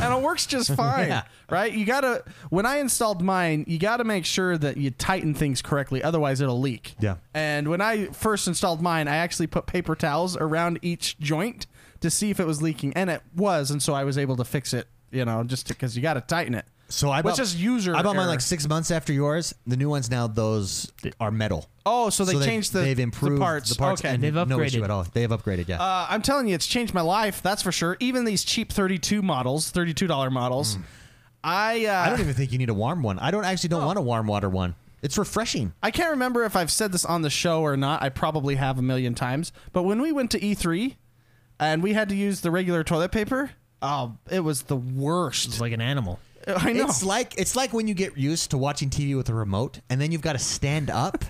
[SPEAKER 3] and it works just fine, right? You gotta when I installed mine, you gotta make sure that you tighten things correctly, otherwise it'll leak.
[SPEAKER 1] Yeah.
[SPEAKER 3] And when I first installed mine, I actually put paper towels around each joint to see if it was leaking, and it was, and so I was able to fix it. You know, just because you gotta tighten it.
[SPEAKER 1] So I
[SPEAKER 3] Which
[SPEAKER 1] bought
[SPEAKER 3] is user
[SPEAKER 1] I bought mine
[SPEAKER 3] error.
[SPEAKER 1] like six months after yours. The new ones now those are metal.
[SPEAKER 3] Oh, so they
[SPEAKER 1] they've-
[SPEAKER 3] changed the
[SPEAKER 1] they've improved
[SPEAKER 3] the parts. okay.
[SPEAKER 1] and
[SPEAKER 2] They've
[SPEAKER 1] no issue
[SPEAKER 2] upgraded.
[SPEAKER 1] at all. They have upgraded. Yeah.
[SPEAKER 3] Uh, I'm telling you, it's changed my life. That's for sure. Even these cheap 32 models, 32 dollar models, I uh,
[SPEAKER 1] Mm. I don't even think you need a warm one. I don't actually don't want a warm water one. It's refreshing.
[SPEAKER 3] I can't remember if I've said this on the show or not. I probably have a million times. But when we went to E3 and we had to use the regular toilet paper, oh, it was the worst.
[SPEAKER 2] It's like an animal.
[SPEAKER 3] I know.
[SPEAKER 1] It's like it's like when you get used to watching TV with a remote, and then you've got to stand up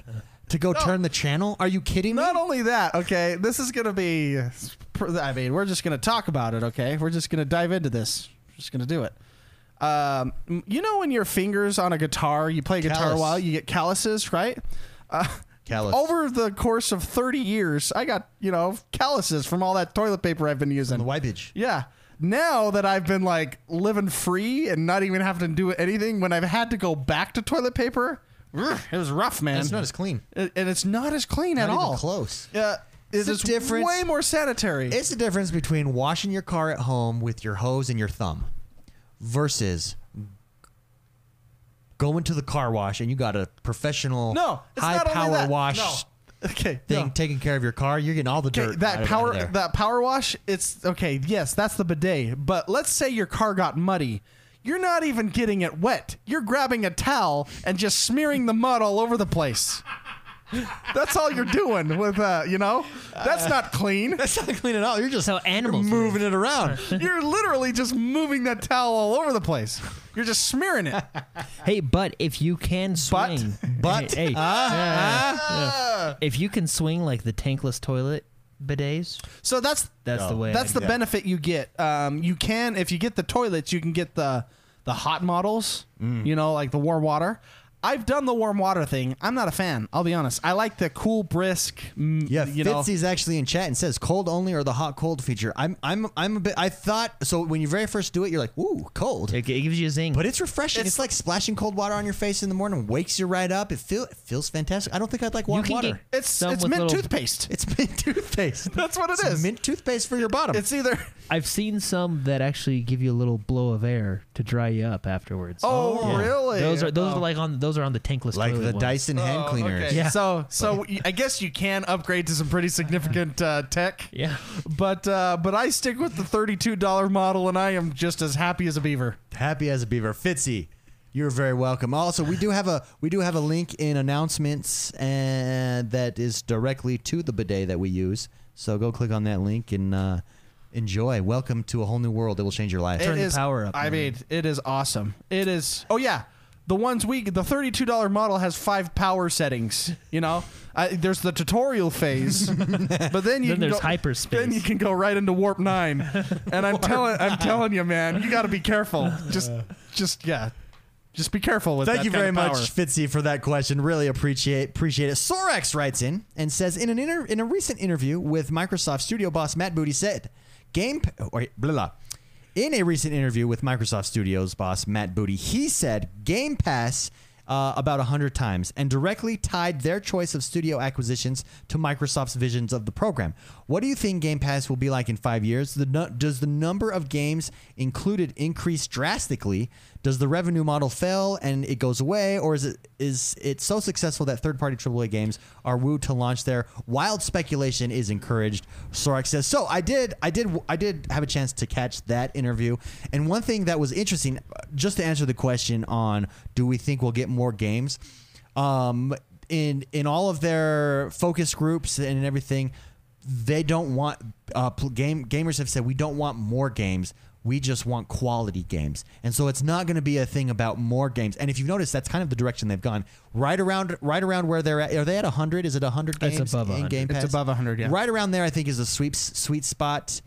[SPEAKER 1] to go turn the channel. Are you kidding me?
[SPEAKER 3] not only that, okay, this is going to be. I mean, we're just going to talk about it, okay? We're just going to dive into this. We're just going to do it. Um, you know, when your fingers on a guitar, you play guitar
[SPEAKER 1] Callus.
[SPEAKER 3] a while, you get calluses, right? Uh,
[SPEAKER 1] Callus.
[SPEAKER 3] Over the course of 30 years, I got, you know, calluses from all that toilet paper I've been using.
[SPEAKER 1] The wipage.
[SPEAKER 3] Yeah. Now that I've been like living free and not even having to do anything, when I've had to go back to toilet paper, ugh, it was rough, man.
[SPEAKER 1] It's not as clean.
[SPEAKER 3] It- and it's not as clean at
[SPEAKER 1] Not even
[SPEAKER 3] all.
[SPEAKER 1] close.
[SPEAKER 3] Yeah,
[SPEAKER 1] It's
[SPEAKER 3] it's,
[SPEAKER 1] a difference-
[SPEAKER 3] way more sanitary.
[SPEAKER 1] It's the difference between washing your car at home with your hose and your thumb versus going to the car wash and you got a professional
[SPEAKER 3] no, it's
[SPEAKER 1] high
[SPEAKER 3] not only
[SPEAKER 1] power
[SPEAKER 3] that.
[SPEAKER 1] wash
[SPEAKER 3] No. Okay,
[SPEAKER 1] thing
[SPEAKER 3] no.
[SPEAKER 1] taking care of your car. You're getting all the
[SPEAKER 3] Okay,
[SPEAKER 1] dirt. out
[SPEAKER 3] that
[SPEAKER 1] of-
[SPEAKER 3] power
[SPEAKER 1] out of there.
[SPEAKER 3] that power wash. It's okay. Yes, that's the bidet. But let's say your car got muddy. You're not even getting it wet. You're grabbing a towel and just smearing the mud all over the place. That's all you're doing with, uh, you know. That's not clean.
[SPEAKER 1] That's not clean at all. You're just
[SPEAKER 2] So animals
[SPEAKER 1] moving it around.
[SPEAKER 3] You're literally just moving that towel all over the place. You're just smearing it.
[SPEAKER 2] Hey, but if you can
[SPEAKER 3] But-
[SPEAKER 2] swing,
[SPEAKER 1] but-
[SPEAKER 2] hey, hey, yeah, yeah. if you can swing like the tankless toilet bidets,
[SPEAKER 3] So that's
[SPEAKER 2] that's the way.
[SPEAKER 3] Oh. That's
[SPEAKER 2] I,
[SPEAKER 3] the benefit you get. Um, you can if you get the toilets, you can get the the hot models.
[SPEAKER 1] Mm.
[SPEAKER 3] You know, like the warm water. I've done the warm water thing. I'm not a fan. I'll be honest. I like the cool brisk. mm,
[SPEAKER 1] Yeah,
[SPEAKER 3] you know.
[SPEAKER 1] Fitzy's actually in chat and says cold only or the hot cold feature. I'm I'm I'm a bit. I thought so when you very first do it, you're like, ooh, cold.
[SPEAKER 2] It, it gives you a zing.
[SPEAKER 1] but it's refreshing. It's, like splashing cold water on your face in the morning, wakes you right up. It feel it feels fantastic. I don't think I'd like warm
[SPEAKER 2] can
[SPEAKER 1] water.
[SPEAKER 2] get-
[SPEAKER 3] It's
[SPEAKER 2] Some
[SPEAKER 3] it's
[SPEAKER 2] with
[SPEAKER 3] mint
[SPEAKER 2] little-
[SPEAKER 3] toothpaste.
[SPEAKER 1] it's mint toothpaste.
[SPEAKER 3] That's what it
[SPEAKER 1] It's
[SPEAKER 3] is.
[SPEAKER 1] mint toothpaste for your bottom.
[SPEAKER 3] It's either
[SPEAKER 2] I've seen some that actually give you a little blow of air to dry you up afterwards.
[SPEAKER 3] oh, really?
[SPEAKER 2] Those are those
[SPEAKER 3] Oh.
[SPEAKER 2] are like on those are on the tankless
[SPEAKER 1] like
[SPEAKER 2] toilet
[SPEAKER 1] the
[SPEAKER 2] ones.
[SPEAKER 1] Dyson hand
[SPEAKER 3] Oh,
[SPEAKER 1] cleaners.
[SPEAKER 3] okay.
[SPEAKER 2] Yeah.
[SPEAKER 3] So so y- I guess you can upgrade to some pretty significant uh, tech.
[SPEAKER 2] Yeah.
[SPEAKER 3] But uh, but I stick with the thirty-two dollar model, and I am just as happy as a beaver.
[SPEAKER 1] Happy as a beaver, Fitzy. You're very welcome. Also, we do have a we do have a link in announcements and that is directly to the bidet that we use. So go click on that link and uh, enjoy. Welcome to a whole new world that will change your life.
[SPEAKER 2] Turn
[SPEAKER 3] It
[SPEAKER 2] the
[SPEAKER 3] is-
[SPEAKER 2] power up,
[SPEAKER 3] I
[SPEAKER 2] man.
[SPEAKER 3] mean, it is awesome. It is. Oh yeah, the ones we the thirty-two dollar model has five power settings. You know, I, there's the tutorial phase, but then
[SPEAKER 2] Then
[SPEAKER 3] you can
[SPEAKER 2] there's
[SPEAKER 3] go,
[SPEAKER 2] hyperspace.
[SPEAKER 3] Then you can go right into warp nine, and I'm telling I'm telling you, man, you got to be careful. Just just yeah, just be careful with
[SPEAKER 1] Thank
[SPEAKER 3] that
[SPEAKER 1] you
[SPEAKER 3] kind
[SPEAKER 1] very
[SPEAKER 3] of
[SPEAKER 1] much,
[SPEAKER 3] power.
[SPEAKER 1] Fitzy, for that question. Really appreciate appreciate it. Sorex writes in and says in an inter- in a recent interview with Microsoft Studio boss Matt Booty said, "Game p- or blah, blah. In a recent interview with Microsoft Studios boss Matt Booty, he said Game Pass uh, about 100 times and directly tied their choice of studio acquisitions to Microsoft's visions of the program. What do you think Game Pass will be like in five years? The nu- does the number of games included increase drastically? Does the revenue model fail and it goes away, or is it is it so successful that third-party AAA games are wooed to launch there? Wild speculation is encouraged. Sorek says. So I did, I did, I did have a chance to catch that interview, and one thing that was interesting, uh, just to answer the question on, do we think we'll get more games? Um, in in all of their focus groups and everything, they don't want uh, pl- game gamers have said we don't want more games. We just want quality games, and so it's not going to be a thing about more games. And if you've noticed, that's kind of the direction they've gone. Right around, right around where they're at. Are they at hundred? Is it hundred
[SPEAKER 2] It's
[SPEAKER 1] games
[SPEAKER 2] above
[SPEAKER 1] in
[SPEAKER 2] 100.
[SPEAKER 1] Game
[SPEAKER 3] It's
[SPEAKER 1] Pass?
[SPEAKER 3] above 100, yeah.
[SPEAKER 1] Right around there, I think is the sweeps sweet spot.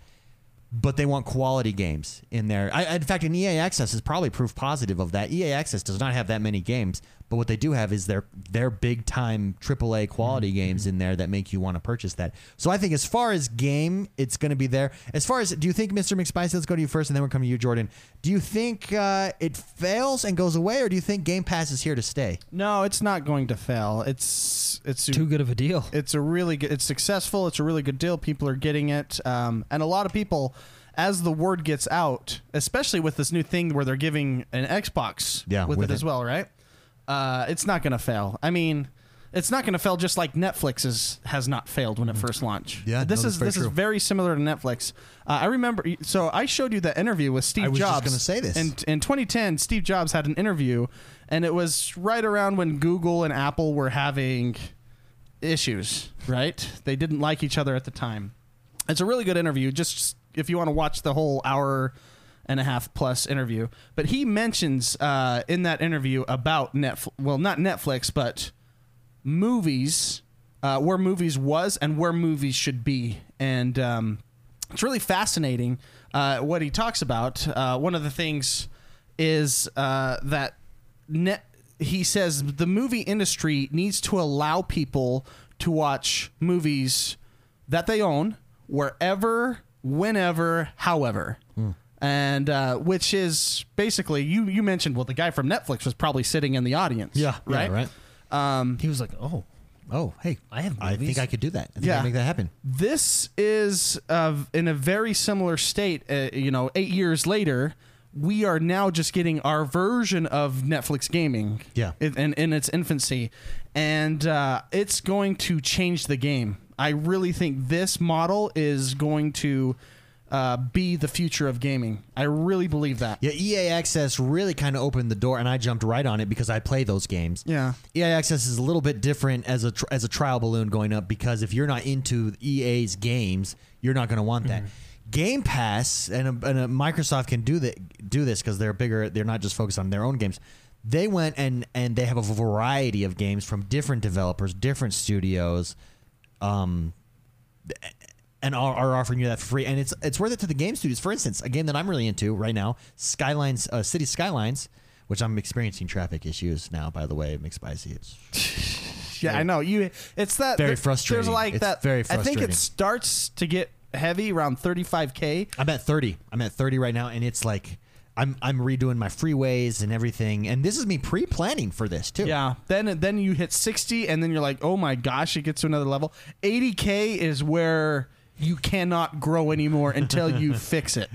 [SPEAKER 1] but they want quality games in there. I, in fact, an EA Access is probably proof positive of that. EA Access does not have that many games, but what they do have is their their big time AAA quality
[SPEAKER 3] Mm-hmm.
[SPEAKER 1] games in there that make you want to purchase that. So I think as far as game, it's going to be there. As far as do you think, Mr. McSpicy? Let's go to you first, and then we'll come to you, Jordan. Do you think uh, it fails and goes away, or do you think Game Pass is here to stay?
[SPEAKER 3] No, it's not going to fail. It's it's
[SPEAKER 2] Too good of a deal.
[SPEAKER 3] it's a really good it's successful it's a really good deal people are getting it um, and a lot of people as the word gets out especially with this new thing where they're giving an xbox
[SPEAKER 1] Yeah,
[SPEAKER 3] with,
[SPEAKER 1] with
[SPEAKER 3] it, as
[SPEAKER 1] it.
[SPEAKER 3] well right uh, it's not gonna fail i mean it's not gonna fail just like netflix is, has not failed when it first launched
[SPEAKER 1] Yeah, no,
[SPEAKER 3] this
[SPEAKER 1] that's
[SPEAKER 3] is
[SPEAKER 1] very
[SPEAKER 3] this is
[SPEAKER 1] true.
[SPEAKER 3] very similar to netflix uh, i remember so i showed you that interview with steve
[SPEAKER 1] I was just
[SPEAKER 3] jobs
[SPEAKER 1] gonna say this.
[SPEAKER 3] and in 2010, Steve Jobs had an interview, and it was right around when Google and Apple were having issues. Right, they didn't like each other at the time. It's a really good interview. Just if you want to watch the whole hour and a half plus interview, but he mentions uh, in that interview about Netflix. Well, not Netflix, but movies, uh, where movies was and where movies should be, and um, it's really fascinating uh, what he talks about. Uh, one of the things is uh, that net, he says the movie industry needs to allow people to watch movies that they own wherever, whenever, however. And uh, which is basically you you mentioned well the guy from Netflix was probably sitting in the audience right
[SPEAKER 1] right.
[SPEAKER 2] He was like, oh,
[SPEAKER 1] Oh, hey,
[SPEAKER 2] I have
[SPEAKER 1] I
[SPEAKER 2] movies.
[SPEAKER 1] think I could do that. I think I
[SPEAKER 3] Yeah.
[SPEAKER 1] can make that happen.
[SPEAKER 3] this is uh, in a very similar state. Uh, you know, eight years later, we are now just getting our version of Netflix gaming.
[SPEAKER 1] Yeah.
[SPEAKER 3] in, in, in its infancy, and uh, it's going to change the game. I really think this model is going to uh, be the future of gaming. I really believe that.
[SPEAKER 1] Yeah, EA Access really kind of opened the door, and I jumped right on it because I play those games.
[SPEAKER 3] Yeah.
[SPEAKER 1] EA Access is a little bit different as a tr- as a trial balloon going up because if you're not into EA's games, you're not going to want that. Game Pass and, a, and a Microsoft can do that do this because they're bigger. They're not just focused on their own games. They went and and they have a variety of games from different developers, different studios. Um, and are, are offering you that for free. And it's it's worth it to the game studios. For instance, a game that I'm really into right now, Skylines, uh, City Skylines, which I'm experiencing traffic issues now. By the way, McSpicy, it's
[SPEAKER 3] Yeah, I know. You it's that
[SPEAKER 1] Very
[SPEAKER 3] th-
[SPEAKER 1] frustrating.
[SPEAKER 3] There's like
[SPEAKER 1] It's
[SPEAKER 3] that
[SPEAKER 1] very
[SPEAKER 3] I think
[SPEAKER 1] frustrating.
[SPEAKER 3] it starts to get heavy around 35k.
[SPEAKER 1] I'm at 30. I'm at 30 right now, and it's like I'm I'm redoing my freeways and everything. And this is me pre-planning for this too.
[SPEAKER 3] Yeah. Then then you hit 60 and then you're like, "Oh my gosh, it gets to another level." 80k is where you cannot grow anymore until you fix it.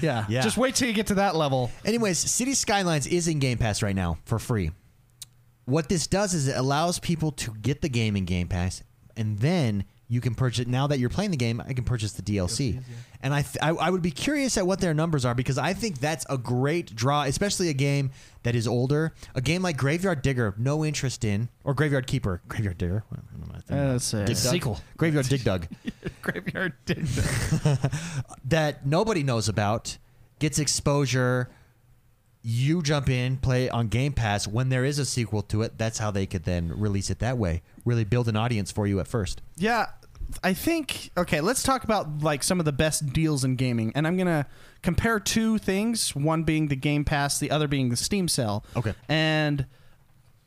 [SPEAKER 3] Yeah.
[SPEAKER 1] Yeah.
[SPEAKER 3] Just wait till you get to that level.
[SPEAKER 1] Anyways, City Skylines is in Game Pass right now for free. What this does is it allows people to get the game in Game Pass, and then you can purchase. Now that you're playing the game, I can purchase the DLC. And I, th- I, I would be curious at what their numbers are because I think that's a great draw, especially a game that is older. A game like Graveyard Digger, no interest in, or Graveyard Keeper, Graveyard Digger. What am I thinking?
[SPEAKER 3] That's it.
[SPEAKER 1] Dig Dug?
[SPEAKER 2] Sequel.
[SPEAKER 1] Graveyard Dig Dug
[SPEAKER 3] Graveyard did.
[SPEAKER 1] that nobody knows about gets exposure. You jump in, play on Game Pass when there is a sequel to it. That's how they could then release it that way. Really build an audience for you at first.
[SPEAKER 3] Yeah, I think okay, let's talk about like some of the best deals in gaming. And I'm going to compare two things, one being the Game Pass, the other being the Steam sale.
[SPEAKER 1] Okay.
[SPEAKER 3] And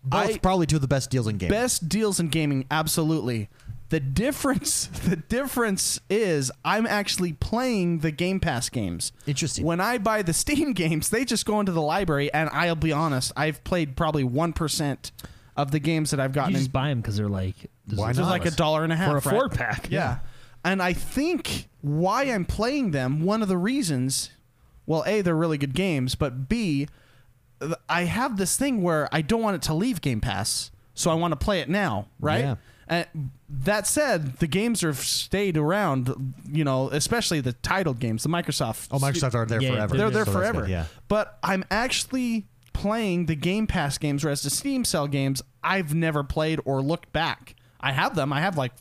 [SPEAKER 1] Both
[SPEAKER 3] I-
[SPEAKER 1] probably two of the best deals in game.
[SPEAKER 3] Best deals in gaming, absolutely. The difference, the difference is I'm actually playing the Game Pass games.
[SPEAKER 1] Interesting.
[SPEAKER 3] When I buy the Steam games, they just go into the library, and I'll be honest, I've played probably one percent of the games that I've gotten.
[SPEAKER 2] you
[SPEAKER 3] in
[SPEAKER 2] just buy them because they're like, this
[SPEAKER 1] Why
[SPEAKER 2] is-
[SPEAKER 3] It's
[SPEAKER 1] not?
[SPEAKER 3] like a dollar and a half
[SPEAKER 2] For a
[SPEAKER 3] right?
[SPEAKER 2] four pack.
[SPEAKER 3] Yeah. And I think why I'm playing them, one of the reasons, well, A, they're really good games, but B, th- I have this thing where I don't want it to leave Game Pass, so I want to play it now, right?
[SPEAKER 1] Yeah.
[SPEAKER 3] And that said, the games have stayed around, you know, especially the titled games, the Microsoft.
[SPEAKER 1] oh, Microsoft are there
[SPEAKER 2] Yeah,
[SPEAKER 1] forever.
[SPEAKER 3] They're there
[SPEAKER 1] So that's
[SPEAKER 3] forever.
[SPEAKER 1] good, yeah.
[SPEAKER 3] But I'm actually playing the Game Pass games, whereas the Steam Cell games I've never played or looked back. I have them. I have like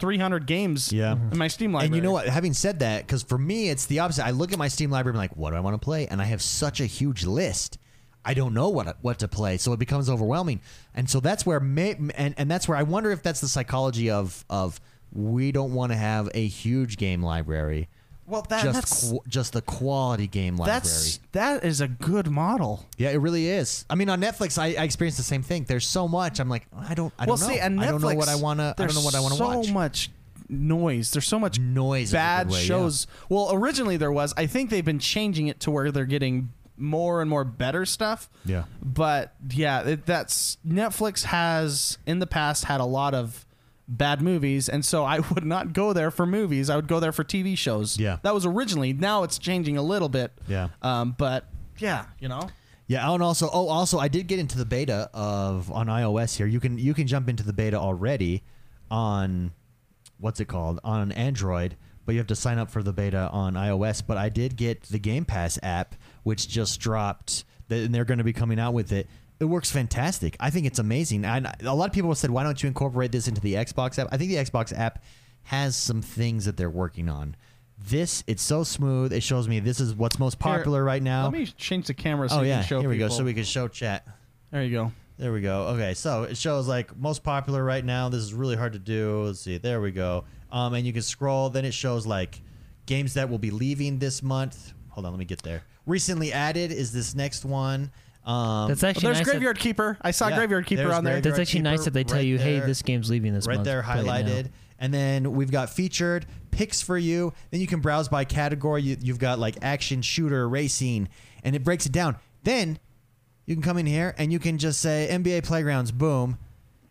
[SPEAKER 3] 300 games
[SPEAKER 1] Yeah.
[SPEAKER 3] in my Steam library.
[SPEAKER 1] And you know what? Having said that, because for me it's the opposite. I look at my Steam library and I'm like, what do I want to play? And I have such a huge list. I don't know what what to play, so it becomes overwhelming. And so that's where may, and and that's where I wonder if that's the psychology of of we don't want to have a huge game library.
[SPEAKER 3] Well, that,
[SPEAKER 1] just
[SPEAKER 3] that's
[SPEAKER 1] qu- just the quality game library.
[SPEAKER 3] that's that is a good model.
[SPEAKER 1] yeah, it really is. I mean, on Netflix, I, I experienced the same thing. There's so much. I'm like, I don't, I
[SPEAKER 3] well,
[SPEAKER 1] don't know.
[SPEAKER 3] see, and Netflix,
[SPEAKER 1] I don't know what I wanna. I don't know what I wanna
[SPEAKER 3] there's
[SPEAKER 1] watch.
[SPEAKER 3] So much noise. There's so much
[SPEAKER 1] Noise is a
[SPEAKER 3] bad
[SPEAKER 1] good way, yeah.
[SPEAKER 3] shows. Well, originally there was. I think they've been changing it to where they're getting more and more better stuff.
[SPEAKER 1] Yeah.
[SPEAKER 3] But yeah, it, that's Netflix has in the past had a lot of bad movies, and so I would not go there for movies. I would go there for TV shows.
[SPEAKER 1] Yeah.
[SPEAKER 3] That was originally. Now it's changing a little bit.
[SPEAKER 1] Yeah.
[SPEAKER 3] Um, but yeah, you know.
[SPEAKER 1] Yeah, and also, oh, also, I did get into the beta of on iOS here. You can you can jump into the beta already on what's it called on Android, but you have to sign up for the beta on iOS. But I did get the Game Pass app, which just dropped, th- and they're going to be coming out with it. It works fantastic. I think it's amazing. And a lot of people said, "Why don't you incorporate this into the Xbox app?" I think the Xbox app has some things that they're working on. This it's so smooth. It shows me this is what's most
[SPEAKER 3] Here,
[SPEAKER 1] popular right now.
[SPEAKER 3] Let me change the camera so
[SPEAKER 1] Oh
[SPEAKER 3] you
[SPEAKER 1] yeah,
[SPEAKER 3] can show
[SPEAKER 1] here we go.
[SPEAKER 3] people.
[SPEAKER 1] So we can show chat.
[SPEAKER 3] there you go.
[SPEAKER 1] There we go. Okay, so it shows like most popular right now. This is really hard to do. Let's see. There we go. Um, and you can scroll. Then it shows like games that will be leaving this month. Hold on, let me get there. Recently added is this next one. Um,
[SPEAKER 2] That's actually
[SPEAKER 3] Well, there's
[SPEAKER 2] nice that-
[SPEAKER 3] Graveyard Keeper. I saw
[SPEAKER 1] Yeah,
[SPEAKER 3] Graveyard Keeper
[SPEAKER 1] there's
[SPEAKER 3] on there.
[SPEAKER 1] Graveyard-
[SPEAKER 2] That's actually
[SPEAKER 1] Keeper
[SPEAKER 2] nice that they tell
[SPEAKER 1] right
[SPEAKER 2] you, hey,
[SPEAKER 1] there.
[SPEAKER 2] this game's leaving this
[SPEAKER 1] right
[SPEAKER 2] month.
[SPEAKER 1] there
[SPEAKER 2] Play it now.
[SPEAKER 1] highlighted. And then we've got featured picks for you. Then you can browse by category. You, you've got like action, shooter, racing, and it breaks it down. Then you can come in here and you can just say NBA Playgrounds, boom,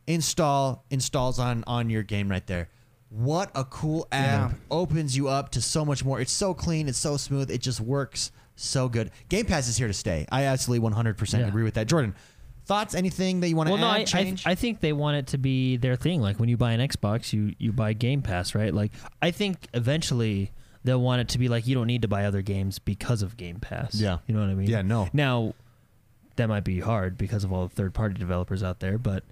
[SPEAKER 1] install, installs on on your game right there. What a cool app!
[SPEAKER 3] Yeah.
[SPEAKER 1] Opens you up to so much more. It's so clean. It's so smooth. It just works so good. Game Pass is here to stay. I absolutely 100%
[SPEAKER 2] Yeah.
[SPEAKER 1] agree with that. Jordan, thoughts? Anything that you want to
[SPEAKER 2] Well, no,
[SPEAKER 1] add?
[SPEAKER 2] I, I,
[SPEAKER 1] change?
[SPEAKER 2] I think they want it to be their thing. Like when you buy an Xbox, you you buy Game Pass, right? Like I think eventually they'll want it to be like you don't need to buy other games because of Game Pass.
[SPEAKER 1] Yeah.
[SPEAKER 2] you know what I mean.
[SPEAKER 1] Yeah, no.
[SPEAKER 2] Now that might be hard because of all the third party developers out there, but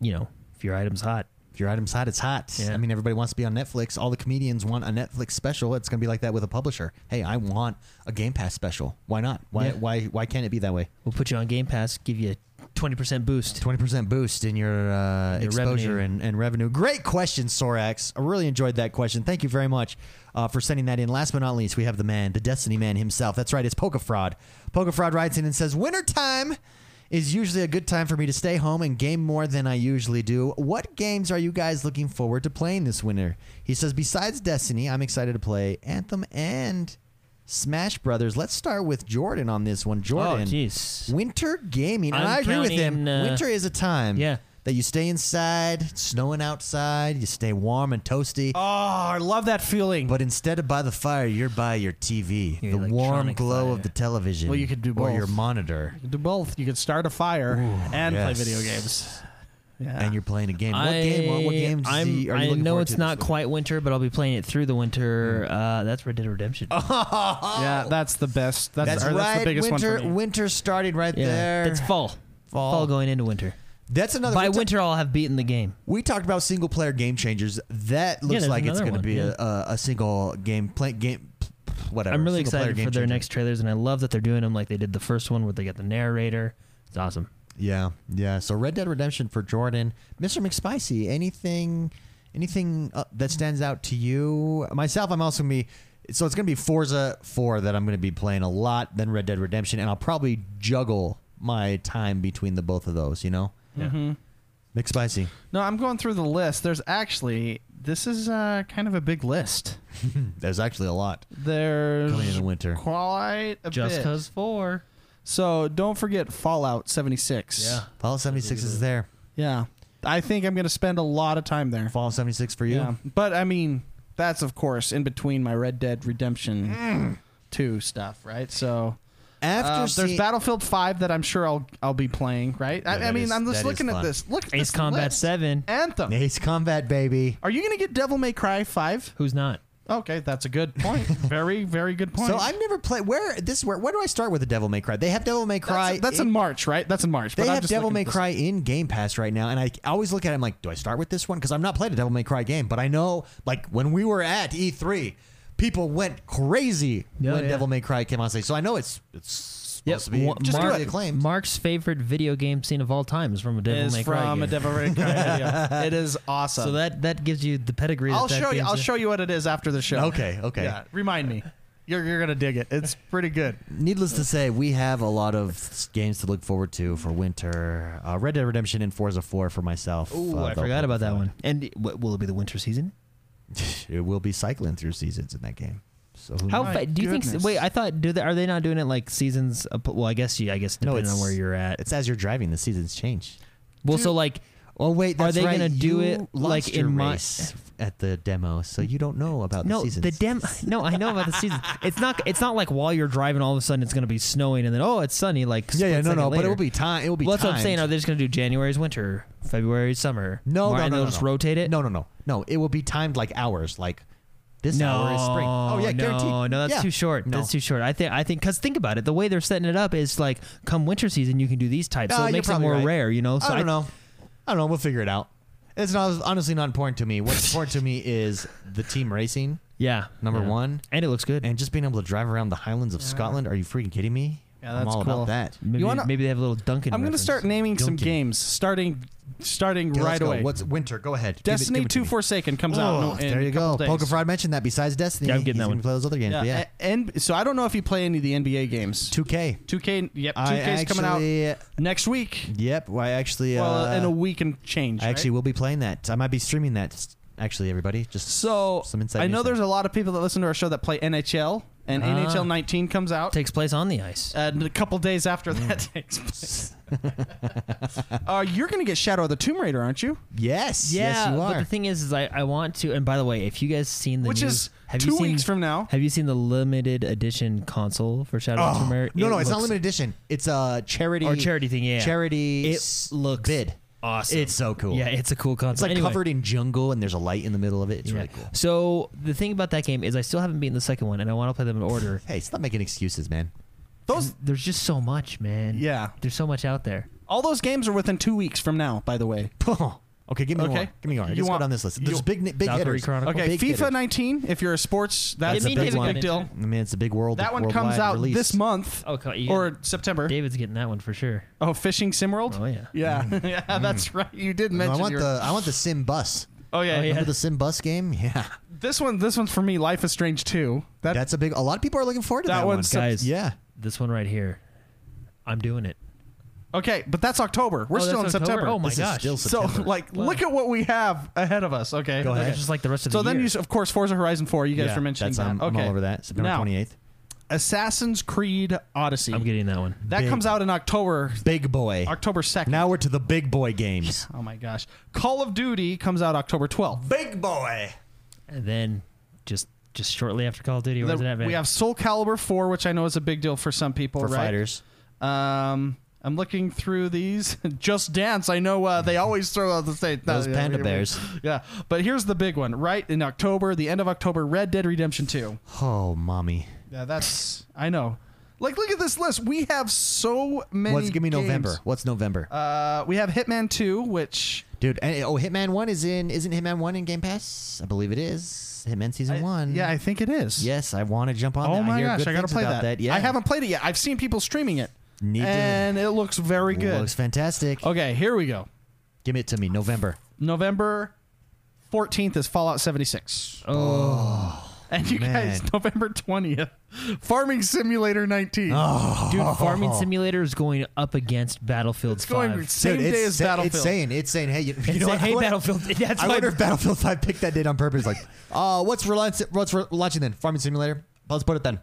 [SPEAKER 2] you know if your item's hot,
[SPEAKER 1] If your item's hot, it's hot.
[SPEAKER 2] Yeah.
[SPEAKER 1] I mean, everybody wants to be on Netflix. All the comedians want a Netflix special. It's going to be like that with a publisher. Hey, I want a Game Pass special. Why not? Why
[SPEAKER 2] Yeah.
[SPEAKER 1] why why can't it be that way?
[SPEAKER 2] we'll put you on Game Pass, give you a twenty percent boost.
[SPEAKER 1] Twenty percent boost in your, uh,
[SPEAKER 2] Your
[SPEAKER 1] exposure
[SPEAKER 2] revenue.
[SPEAKER 1] and, and revenue. Great question, Sorax. I really enjoyed that question. Thank you very much uh, for sending that in. Last but not least, we have the man, the Destiny man himself. That's right, it's Poca Fraud. Poca Fraud writes in and says, "Wintertime is usually a good time for me to stay home and game more than I usually do. What games are you guys looking forward to playing this winter?" He says, "Besides Destiny, I'm excited to play Anthem and." Smash Brothers. Let's start with Jordan on this
[SPEAKER 2] Oh,
[SPEAKER 1] one. Jordan,
[SPEAKER 2] jeez.
[SPEAKER 1] winter gaming, and I
[SPEAKER 2] I'm
[SPEAKER 1] agree with him.
[SPEAKER 2] counting, uh,
[SPEAKER 1] winter is a time
[SPEAKER 2] Yeah.
[SPEAKER 1] that you stay inside, it's snowing outside, you stay warm and toasty.
[SPEAKER 3] Oh, I love that feeling.
[SPEAKER 1] But instead of by the fire, you're by your TV,
[SPEAKER 2] Your
[SPEAKER 1] the warm
[SPEAKER 2] electronic
[SPEAKER 1] glow
[SPEAKER 2] fire.
[SPEAKER 1] of the television.
[SPEAKER 3] Well, you could do
[SPEAKER 1] Or
[SPEAKER 3] both.
[SPEAKER 1] your monitor,
[SPEAKER 3] You could do both. You could start a fire and
[SPEAKER 1] yes.
[SPEAKER 3] play video games. Yeah.
[SPEAKER 1] and you're playing a game. What
[SPEAKER 2] I,
[SPEAKER 1] game? What, what game do
[SPEAKER 2] I'm-
[SPEAKER 1] you- are you
[SPEAKER 2] I
[SPEAKER 1] looking
[SPEAKER 2] know
[SPEAKER 1] forward
[SPEAKER 2] it's
[SPEAKER 1] to
[SPEAKER 2] not
[SPEAKER 1] this week? Mm.
[SPEAKER 2] quite winter, but I'll be playing it through the winter. Uh, that's Red Dead Redemption.
[SPEAKER 3] yeah, that's the best. That's,
[SPEAKER 1] That's
[SPEAKER 3] or
[SPEAKER 1] right.
[SPEAKER 3] that's the biggest
[SPEAKER 1] winter,
[SPEAKER 3] one for me.
[SPEAKER 1] winter starting right there.
[SPEAKER 2] It's fall.
[SPEAKER 1] Fall.
[SPEAKER 2] fall. going into winter.
[SPEAKER 1] That's another
[SPEAKER 2] By
[SPEAKER 1] we ta-
[SPEAKER 2] winter, I'll have beaten the game.
[SPEAKER 1] We talked about single player game changers. That looks
[SPEAKER 2] there's
[SPEAKER 1] like it's
[SPEAKER 2] another
[SPEAKER 1] going to
[SPEAKER 2] one,
[SPEAKER 1] be
[SPEAKER 2] yeah.
[SPEAKER 1] a, a, a single game play game. Whatever.
[SPEAKER 2] I'm really
[SPEAKER 1] single player
[SPEAKER 2] excited
[SPEAKER 1] game
[SPEAKER 2] for their
[SPEAKER 1] changer.
[SPEAKER 2] next trailers, and I love that they're doing them like they did the first one where they got the narrator. It's awesome.
[SPEAKER 1] Yeah, yeah. So Red Dead Redemption for Jordan, Mr. McSpicy. Anything, anything uh, that stands out to you? Myself, I'm also gonna be. So it's gonna be Forza Four that I'm gonna be playing a lot, then Red Dead Redemption, and I'll probably juggle my time between the both of those. You know,
[SPEAKER 2] Mm-hmm.
[SPEAKER 3] Mhm.
[SPEAKER 1] McSpicy.
[SPEAKER 3] No, I'm going through the list. There's actually this is uh, kind of a big list.
[SPEAKER 1] There's actually a lot
[SPEAKER 3] There's
[SPEAKER 1] coming in the winter.
[SPEAKER 3] quite a
[SPEAKER 2] Just
[SPEAKER 3] bit.
[SPEAKER 2] cause four.
[SPEAKER 3] So don't forget Fallout 76.
[SPEAKER 1] Fallout 76 is there.
[SPEAKER 3] Yeah. I think I'm going to spend a lot of time there.
[SPEAKER 1] Fallout 76 for you.
[SPEAKER 3] Yeah. But I mean, that's of course in between my Red Dead Redemption 2 stuff, right? So
[SPEAKER 1] Mm. After
[SPEAKER 3] Um,
[SPEAKER 1] see-
[SPEAKER 3] there's Battlefield Five that I'm sure I'll I'll be playing. Right?
[SPEAKER 1] Yeah,
[SPEAKER 3] I, I
[SPEAKER 1] that
[SPEAKER 3] mean,
[SPEAKER 1] is-
[SPEAKER 3] I'm just
[SPEAKER 1] that is
[SPEAKER 3] looking at
[SPEAKER 1] fun.
[SPEAKER 3] this. Look at
[SPEAKER 2] Ace
[SPEAKER 3] this
[SPEAKER 2] Combat
[SPEAKER 3] list.
[SPEAKER 2] Seven.
[SPEAKER 3] Anthem.
[SPEAKER 1] Ace Combat, baby.
[SPEAKER 3] Are you gonna get Devil May Cry Five?
[SPEAKER 2] Who's not?
[SPEAKER 3] Okay, that's a good point. very very good point.
[SPEAKER 1] So I've never played. Where this? Where? Where do I start with the Devil May Cry? They have Devil May Cry.
[SPEAKER 3] That's, that's
[SPEAKER 1] in-
[SPEAKER 3] in March, right? That's in March.
[SPEAKER 1] They
[SPEAKER 3] but I'm
[SPEAKER 1] have
[SPEAKER 3] just
[SPEAKER 1] Devil
[SPEAKER 3] looking
[SPEAKER 1] May
[SPEAKER 3] at this.
[SPEAKER 1] Cry in Game Pass right now, and I always look at it. I'm like, do I start with this one? Because I'm not played a Devil May Cry game, but I know like when we were at E3, people went crazy
[SPEAKER 2] Yeah,
[SPEAKER 1] when
[SPEAKER 2] yeah.
[SPEAKER 1] Devil May Cry came out. Say, so I know it's it's supposed to be
[SPEAKER 2] Wa-
[SPEAKER 1] just
[SPEAKER 2] Mark-
[SPEAKER 1] really acclaimed.
[SPEAKER 2] Mark's favorite video game scene of all time is from a Devil
[SPEAKER 3] is
[SPEAKER 2] May Cry
[SPEAKER 3] from a
[SPEAKER 2] game.
[SPEAKER 3] Devil May Cry video. It is awesome.
[SPEAKER 2] so that that gives you the pedigree.
[SPEAKER 3] I'll
[SPEAKER 2] that that
[SPEAKER 3] show you.
[SPEAKER 2] game's
[SPEAKER 3] I'll
[SPEAKER 2] in.
[SPEAKER 3] show you what it is after the show.
[SPEAKER 1] Okay, okay.
[SPEAKER 3] Yeah, remind me. You're you're gonna dig it. It's pretty good.
[SPEAKER 1] Needless to say, we have a lot of s- games to look forward to for winter. Uh, Red Dead Redemption and Forza 4 for myself.
[SPEAKER 2] Ooh,
[SPEAKER 1] uh,
[SPEAKER 2] I
[SPEAKER 1] they'll
[SPEAKER 2] forgot about that
[SPEAKER 1] provide.
[SPEAKER 2] one. And it- what, will it be the winter season?
[SPEAKER 1] It will be cycling through seasons in that game. So who
[SPEAKER 2] How
[SPEAKER 1] knows?
[SPEAKER 2] fa- do you think?
[SPEAKER 3] goodness.
[SPEAKER 2] Wait, I thought do they are they not doing it like seasons? up- Well, I guess you. I guess
[SPEAKER 1] No,
[SPEAKER 2] depending on
[SPEAKER 1] it's-
[SPEAKER 2] where you're at.
[SPEAKER 1] It's as you're driving, the seasons change.
[SPEAKER 2] Well, so like,
[SPEAKER 1] Oh wait,
[SPEAKER 2] Are
[SPEAKER 1] that's
[SPEAKER 2] they
[SPEAKER 1] right.
[SPEAKER 2] gonna do
[SPEAKER 1] you
[SPEAKER 2] it, like,
[SPEAKER 1] lost your
[SPEAKER 2] in my-
[SPEAKER 1] race at the demo, so you don't know about
[SPEAKER 2] no,
[SPEAKER 1] the seasons.
[SPEAKER 2] the dem. No, I know about the seasons. It's not. It's not like while you're driving, all of a sudden it's going to be snowing, and then oh, it's sunny. Like
[SPEAKER 1] yeah, yeah,
[SPEAKER 2] split
[SPEAKER 1] no,
[SPEAKER 2] second
[SPEAKER 1] no, but
[SPEAKER 2] later.
[SPEAKER 1] it will be time. It will be.
[SPEAKER 2] well, that's what I'm saying.
[SPEAKER 1] timed.
[SPEAKER 2] Are they just going to do January's winter, February's summer?
[SPEAKER 1] No,
[SPEAKER 2] Mar-
[SPEAKER 1] no,
[SPEAKER 2] and
[SPEAKER 1] no,
[SPEAKER 2] they'll
[SPEAKER 1] no,
[SPEAKER 2] just
[SPEAKER 1] no.
[SPEAKER 2] rotate it.
[SPEAKER 1] No, no, no, no. It will be timed like hours. Like this
[SPEAKER 2] No,
[SPEAKER 1] hour is spring. Oh yeah, guaranteed.
[SPEAKER 2] No, no, that's
[SPEAKER 1] Yeah.
[SPEAKER 2] too short.
[SPEAKER 1] No.
[SPEAKER 2] That's too short. I think, I think, because think about it. The way they're setting it up is like, come winter season, you can do these types,
[SPEAKER 1] Ah,
[SPEAKER 2] so it
[SPEAKER 1] you're
[SPEAKER 2] makes it
[SPEAKER 1] probably
[SPEAKER 2] more
[SPEAKER 1] right.
[SPEAKER 2] rare. You know, so
[SPEAKER 1] I don't know. I don't know. We'll figure it out. It's not honestly not important to me. What's important to me is the team racing
[SPEAKER 2] Yeah,
[SPEAKER 1] number
[SPEAKER 2] Yeah.
[SPEAKER 1] one,
[SPEAKER 2] and it looks good.
[SPEAKER 1] and just being able to drive around the Highlands of Scotland. Are you freaking kidding me?
[SPEAKER 3] Yeah,
[SPEAKER 1] I'm
[SPEAKER 3] that's
[SPEAKER 1] all
[SPEAKER 3] cool.
[SPEAKER 1] about that.
[SPEAKER 2] maybe,
[SPEAKER 3] You wanna-
[SPEAKER 2] maybe they have a little Duncan.
[SPEAKER 3] I'm gonna
[SPEAKER 2] reference.
[SPEAKER 3] start naming some
[SPEAKER 1] Dunkin'.
[SPEAKER 3] games starting starting
[SPEAKER 1] Okay,
[SPEAKER 3] right
[SPEAKER 1] let's go.
[SPEAKER 3] away.
[SPEAKER 1] What's winter? Go ahead. Give it-
[SPEAKER 3] Destiny
[SPEAKER 1] give it to
[SPEAKER 3] Two
[SPEAKER 1] me.
[SPEAKER 3] Forsaken comes
[SPEAKER 1] Oh,
[SPEAKER 3] out. in- in
[SPEAKER 1] there you
[SPEAKER 3] a couple
[SPEAKER 1] go.
[SPEAKER 3] days.
[SPEAKER 1] Poker Fraud mentioned that. Besides Destiny,
[SPEAKER 2] Yeah, I'm getting
[SPEAKER 1] he's
[SPEAKER 2] that
[SPEAKER 1] gonna
[SPEAKER 2] one.
[SPEAKER 1] Play those other games. but
[SPEAKER 3] Yeah,
[SPEAKER 1] Yeah,
[SPEAKER 3] a- and so I don't know if you play any of the NBA games.
[SPEAKER 1] two K.
[SPEAKER 3] 2K, yep, 2K's coming out
[SPEAKER 1] actually,
[SPEAKER 3] next week.
[SPEAKER 1] Yep. Well, I actually.
[SPEAKER 3] well,
[SPEAKER 1] uh,
[SPEAKER 3] in a week and change.
[SPEAKER 1] I actually will be playing that. I might be streaming that. s- Actually, everybody, just
[SPEAKER 3] So
[SPEAKER 1] Some inside
[SPEAKER 3] I know
[SPEAKER 1] news
[SPEAKER 3] there's a lot of people that listen to our show that play NHL, and
[SPEAKER 2] Ah.
[SPEAKER 3] NHL 19 comes out.
[SPEAKER 2] Takes place on the ice.
[SPEAKER 3] and a couple days after that
[SPEAKER 1] Mm.
[SPEAKER 3] takes place, uh, you're going to get Shadow of the Tomb Raider, aren't you?
[SPEAKER 1] yes,
[SPEAKER 2] yeah,
[SPEAKER 1] yes, you
[SPEAKER 2] but the
[SPEAKER 1] are.
[SPEAKER 2] thing is, is I, I want to. And by the way, if you guys seen the
[SPEAKER 3] Which
[SPEAKER 2] news-
[SPEAKER 3] is
[SPEAKER 2] have
[SPEAKER 3] two
[SPEAKER 2] you seen,
[SPEAKER 3] weeks from now.
[SPEAKER 2] Have you seen the limited edition console for Shadow of
[SPEAKER 1] Oh,
[SPEAKER 2] the Tomb Raider?
[SPEAKER 1] no,
[SPEAKER 2] It
[SPEAKER 1] no, it's not
[SPEAKER 2] looks-
[SPEAKER 1] limited edition. It's a charity
[SPEAKER 2] or charity thing. Yeah,
[SPEAKER 1] Charity.
[SPEAKER 2] It
[SPEAKER 1] s-
[SPEAKER 2] looks
[SPEAKER 1] bid.
[SPEAKER 2] awesome.
[SPEAKER 1] It's so cool.
[SPEAKER 2] Yeah, it's a cool console.
[SPEAKER 1] It's like
[SPEAKER 2] Anyway.
[SPEAKER 1] covered in jungle, and there's a light in the middle of it. It's really cool.
[SPEAKER 2] So the thing about that game is I still haven't beaten the second one, and I want to play them in order.
[SPEAKER 1] Hey, stop making excuses, man.
[SPEAKER 3] Those
[SPEAKER 2] There's just so much, man.
[SPEAKER 3] Yeah.
[SPEAKER 2] there's so much out there.
[SPEAKER 3] all those games are within two weeks from now. By the way,
[SPEAKER 1] okay, give me
[SPEAKER 3] Okay.
[SPEAKER 1] one. Give me one.
[SPEAKER 3] You
[SPEAKER 1] Let's go
[SPEAKER 3] want-
[SPEAKER 1] down this list.
[SPEAKER 3] you-
[SPEAKER 1] There's big, big
[SPEAKER 2] Valkyrie
[SPEAKER 1] hitters.
[SPEAKER 2] Chronicle.
[SPEAKER 3] okay,
[SPEAKER 1] Big
[SPEAKER 3] FIFA
[SPEAKER 1] hitters.
[SPEAKER 3] 19. If you're a sports, that's,
[SPEAKER 1] That's
[SPEAKER 3] a
[SPEAKER 1] a
[SPEAKER 2] me
[SPEAKER 3] big,
[SPEAKER 1] big
[SPEAKER 2] and David
[SPEAKER 1] one.
[SPEAKER 2] got
[SPEAKER 3] deal.
[SPEAKER 2] into-
[SPEAKER 1] I mean, it's a big world.
[SPEAKER 3] That one
[SPEAKER 1] worldwide
[SPEAKER 3] comes out
[SPEAKER 1] release.
[SPEAKER 3] this month
[SPEAKER 1] Oh,
[SPEAKER 2] Okay, Oh, you
[SPEAKER 3] or
[SPEAKER 2] got-
[SPEAKER 3] September.
[SPEAKER 2] David's getting that one for sure.
[SPEAKER 3] Oh, Fishing Simworld.
[SPEAKER 2] Oh, yeah.
[SPEAKER 3] yeah,
[SPEAKER 2] Mm.
[SPEAKER 3] yeah. That's right. You did
[SPEAKER 1] No,
[SPEAKER 3] mention.
[SPEAKER 1] I want
[SPEAKER 3] your-
[SPEAKER 1] the I want the Sim Bus.
[SPEAKER 3] Oh yeah,
[SPEAKER 2] Oh, yeah.
[SPEAKER 1] Remember the Sim Bus game? Yeah,
[SPEAKER 3] This one, this one's for me. Life is Strange 2. That
[SPEAKER 1] that's a big. A lot of people are looking forward to
[SPEAKER 3] That
[SPEAKER 1] that, one.
[SPEAKER 3] one's-
[SPEAKER 2] Guys,
[SPEAKER 1] Yeah,
[SPEAKER 2] this one right here. I'm doing it.
[SPEAKER 3] okay, but that's October. We're
[SPEAKER 2] Oh,
[SPEAKER 3] still in
[SPEAKER 2] that's October?
[SPEAKER 3] September.
[SPEAKER 2] Oh my
[SPEAKER 1] This is
[SPEAKER 2] gosh.
[SPEAKER 1] still
[SPEAKER 3] so
[SPEAKER 1] September.
[SPEAKER 3] like, look at what we have ahead of us. Okay,
[SPEAKER 1] Go ahead.
[SPEAKER 2] That's just like the rest of
[SPEAKER 3] So
[SPEAKER 2] the
[SPEAKER 3] then
[SPEAKER 2] year. um,
[SPEAKER 3] you, s- of course, Forza Horizon 4. You guys
[SPEAKER 1] yeah,
[SPEAKER 3] were mentioning
[SPEAKER 1] that's,
[SPEAKER 3] that.
[SPEAKER 1] I'm, I'm
[SPEAKER 3] okay,
[SPEAKER 1] all over that. September
[SPEAKER 3] now,
[SPEAKER 1] twenty eighth.
[SPEAKER 3] Assassin's Creed Odyssey.
[SPEAKER 2] I'm getting that one.
[SPEAKER 3] that
[SPEAKER 1] big.
[SPEAKER 3] comes out in October,
[SPEAKER 1] Big boy.
[SPEAKER 3] October 2nd.
[SPEAKER 1] Now we're to the big boy games.
[SPEAKER 3] oh my gosh, Call of Duty comes out October 12th.
[SPEAKER 1] Big boy.
[SPEAKER 2] And then just just shortly after Call of Duty,
[SPEAKER 3] The-
[SPEAKER 2] Resident Evil.
[SPEAKER 3] we have Soul Calibur 4, which I know is a big deal for some people.
[SPEAKER 1] For
[SPEAKER 3] right?
[SPEAKER 1] fighters.
[SPEAKER 3] Um, I'm looking through these. Just Dance. I know uh, they always throw out the same.
[SPEAKER 1] Those panda bears.
[SPEAKER 3] Yeah, but here's the big one. Right in October, the end of October, Red Dead Redemption 2.
[SPEAKER 1] Oh, mommy.
[SPEAKER 3] Yeah, that's I know. Like, look at this list. We have so many.
[SPEAKER 1] What's give me
[SPEAKER 3] games.
[SPEAKER 1] November? What's November,
[SPEAKER 3] Uh, we have Hitman 2, which
[SPEAKER 1] dude? And, oh, Hitman One is in. Isn't Hitman One in Game Pass? I believe it is. Hitman Season One.
[SPEAKER 3] yeah, I think it is.
[SPEAKER 1] Yes, I want to jump on.
[SPEAKER 3] Oh
[SPEAKER 1] that.
[SPEAKER 3] my
[SPEAKER 1] I hear
[SPEAKER 3] gosh,
[SPEAKER 1] good
[SPEAKER 3] I gotta
[SPEAKER 1] things
[SPEAKER 3] play
[SPEAKER 1] about
[SPEAKER 3] that.
[SPEAKER 1] Yeah,
[SPEAKER 3] I haven't played it yet. I've seen people streaming it,
[SPEAKER 1] Need to-
[SPEAKER 3] and it looks very good. Oh.
[SPEAKER 1] Looks fantastic.
[SPEAKER 3] okay, here we go.
[SPEAKER 1] Give it to me, November.
[SPEAKER 3] November 14th is Fallout 76.
[SPEAKER 2] oh,
[SPEAKER 3] And you
[SPEAKER 1] man.
[SPEAKER 3] guys, November 20th, Farming Simulator 19.
[SPEAKER 1] Oh,
[SPEAKER 2] dude, Farming Simulator is going up against Battlefield
[SPEAKER 3] it's
[SPEAKER 2] 5.
[SPEAKER 3] going same
[SPEAKER 1] Dude,
[SPEAKER 3] day
[SPEAKER 1] it's
[SPEAKER 3] as
[SPEAKER 1] sa-
[SPEAKER 3] Battlefield.
[SPEAKER 1] It's saying, it's saying, hey, you, you
[SPEAKER 2] It's
[SPEAKER 1] know
[SPEAKER 2] a-
[SPEAKER 1] what? I
[SPEAKER 2] hey,
[SPEAKER 1] wonder-
[SPEAKER 2] Battlefield. That's
[SPEAKER 1] I
[SPEAKER 2] my-
[SPEAKER 1] wonder if Battlefield 5 picked that date on purpose. Like, uh, what's we're launching, what's we're launching then? Farming Simulator? Let's put it then.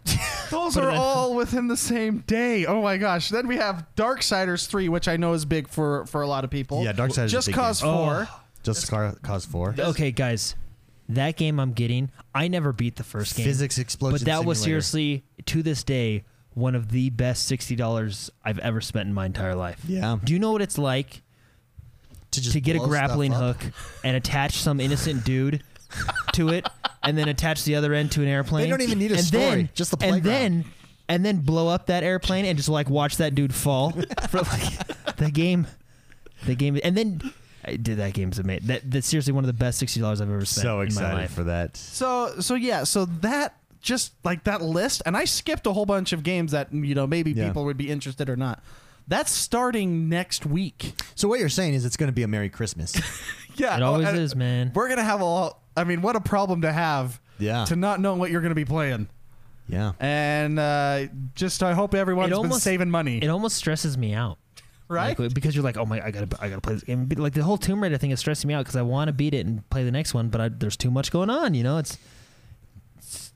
[SPEAKER 3] Those
[SPEAKER 2] Put it
[SPEAKER 3] are
[SPEAKER 2] in.
[SPEAKER 3] all within the same day. Oh my gosh. Then we have Darksiders 3, which I know is big for, for a lot of people.
[SPEAKER 1] Yeah, Darksiders is
[SPEAKER 3] Just
[SPEAKER 1] a big
[SPEAKER 3] Cause
[SPEAKER 1] game. Oh.
[SPEAKER 3] 4.
[SPEAKER 1] Just Car- Cause 4.
[SPEAKER 2] okay, guys, that game I'm getting. I never beat the first game.
[SPEAKER 1] Physics explosion
[SPEAKER 2] But that was
[SPEAKER 1] simulator.
[SPEAKER 2] seriously, to this day, one of the best sixty dollars I've ever spent in my entire life.
[SPEAKER 1] Yeah.
[SPEAKER 2] Do you know what it's like
[SPEAKER 1] just
[SPEAKER 2] to get a
[SPEAKER 1] blow
[SPEAKER 2] grappling
[SPEAKER 1] stuff up.
[SPEAKER 2] hook and attach some innocent dude to it, and then attach the other end to an airplane?
[SPEAKER 1] They don't even need a
[SPEAKER 2] and
[SPEAKER 1] story,
[SPEAKER 2] Then,
[SPEAKER 1] just the
[SPEAKER 2] and
[SPEAKER 1] playground.
[SPEAKER 2] then and then blow up that airplane and just like watch that dude fall for like the game, the game, and then. I did that game's amazing. That that's seriously one of the best sixty dollars I've ever spent.
[SPEAKER 1] So
[SPEAKER 2] in my
[SPEAKER 1] excited
[SPEAKER 2] life.
[SPEAKER 1] for that.
[SPEAKER 3] So so yeah, so that just like that list, and I skipped a whole bunch of games that you know maybe
[SPEAKER 4] Yeah.
[SPEAKER 3] people would be interested or not. That's starting next week.
[SPEAKER 1] So what you're saying is it's going to be a Merry Christmas.
[SPEAKER 3] Yeah,
[SPEAKER 2] It
[SPEAKER 1] Oh,
[SPEAKER 2] always is, man.
[SPEAKER 3] We're gonna have a. lot- I mean, what a problem to have.
[SPEAKER 1] Yeah.
[SPEAKER 3] To not know what you're gonna be playing,
[SPEAKER 1] yeah.
[SPEAKER 3] and uh, just I hope everyone's
[SPEAKER 2] It
[SPEAKER 3] been
[SPEAKER 2] almost-
[SPEAKER 3] saving money,
[SPEAKER 2] It almost stresses me out.
[SPEAKER 3] right?
[SPEAKER 2] Like, because you're like, oh my, I gotta, I gotta play this game. But, Like the whole Tomb Raider thing is stressing me out because I want to beat it and play the next one, but I, there's too much going on. You know, it's, it's-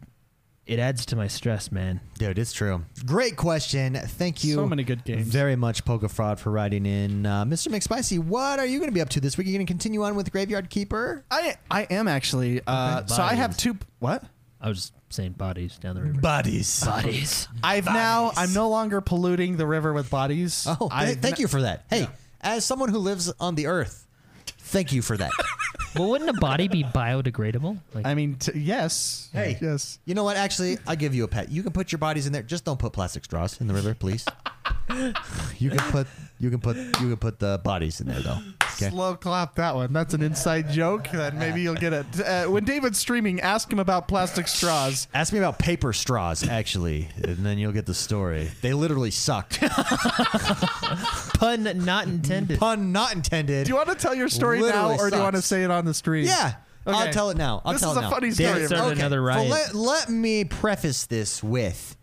[SPEAKER 2] it adds to my stress, man.
[SPEAKER 1] Dude, it's true. Great question. Thank you.
[SPEAKER 3] So many good games.
[SPEAKER 1] Very much, Poker Fraud, for writing in. Uh, Mr. McSpicy, what are you going to be up to this week? Are you going to continue on with Graveyard Keeper?
[SPEAKER 3] I I am actually. Uh,
[SPEAKER 2] Okay.
[SPEAKER 3] so I have
[SPEAKER 2] Bodies.
[SPEAKER 3] two. What?
[SPEAKER 2] I was just saying bodies down the river.
[SPEAKER 1] Bodies.
[SPEAKER 2] bodies.
[SPEAKER 3] I've now. I'm no longer polluting the river with bodies.
[SPEAKER 1] Oh, th-
[SPEAKER 3] I've
[SPEAKER 1] thank
[SPEAKER 3] n-
[SPEAKER 1] you for that. Hey, as someone who lives on the earth, thank you for that.
[SPEAKER 2] well, wouldn't a body be biodegradable? Like,
[SPEAKER 3] I mean, t- yes.
[SPEAKER 1] Hey.
[SPEAKER 3] Yes.
[SPEAKER 1] you know what? Actually, I'll give you a pet. You can put your bodies in there. Just don't put plastic straws in the river, please. you can put you can put you can put the bodies in there though. Okay.
[SPEAKER 3] Slow clap that one. That's an inside joke. Then maybe you'll get it. Uh, when David's streaming, ask him about plastic straws.
[SPEAKER 1] Ask me about paper straws, actually, and then you'll get the story. They literally sucked.
[SPEAKER 2] pun not intended.
[SPEAKER 1] Pun not intended.
[SPEAKER 3] Do you want to tell your story now,
[SPEAKER 1] Literally
[SPEAKER 3] or do you want to
[SPEAKER 1] sucks.
[SPEAKER 3] say it on the stream?
[SPEAKER 1] Yeah. I'll
[SPEAKER 3] Okay.
[SPEAKER 1] tell it now. I'll
[SPEAKER 3] This
[SPEAKER 1] tell
[SPEAKER 3] is
[SPEAKER 1] it
[SPEAKER 3] a
[SPEAKER 1] now.
[SPEAKER 3] funny
[SPEAKER 2] Damn,
[SPEAKER 3] story.
[SPEAKER 2] sir.
[SPEAKER 3] about-
[SPEAKER 2] started another
[SPEAKER 1] Well,
[SPEAKER 2] riot.
[SPEAKER 1] let, let me preface this with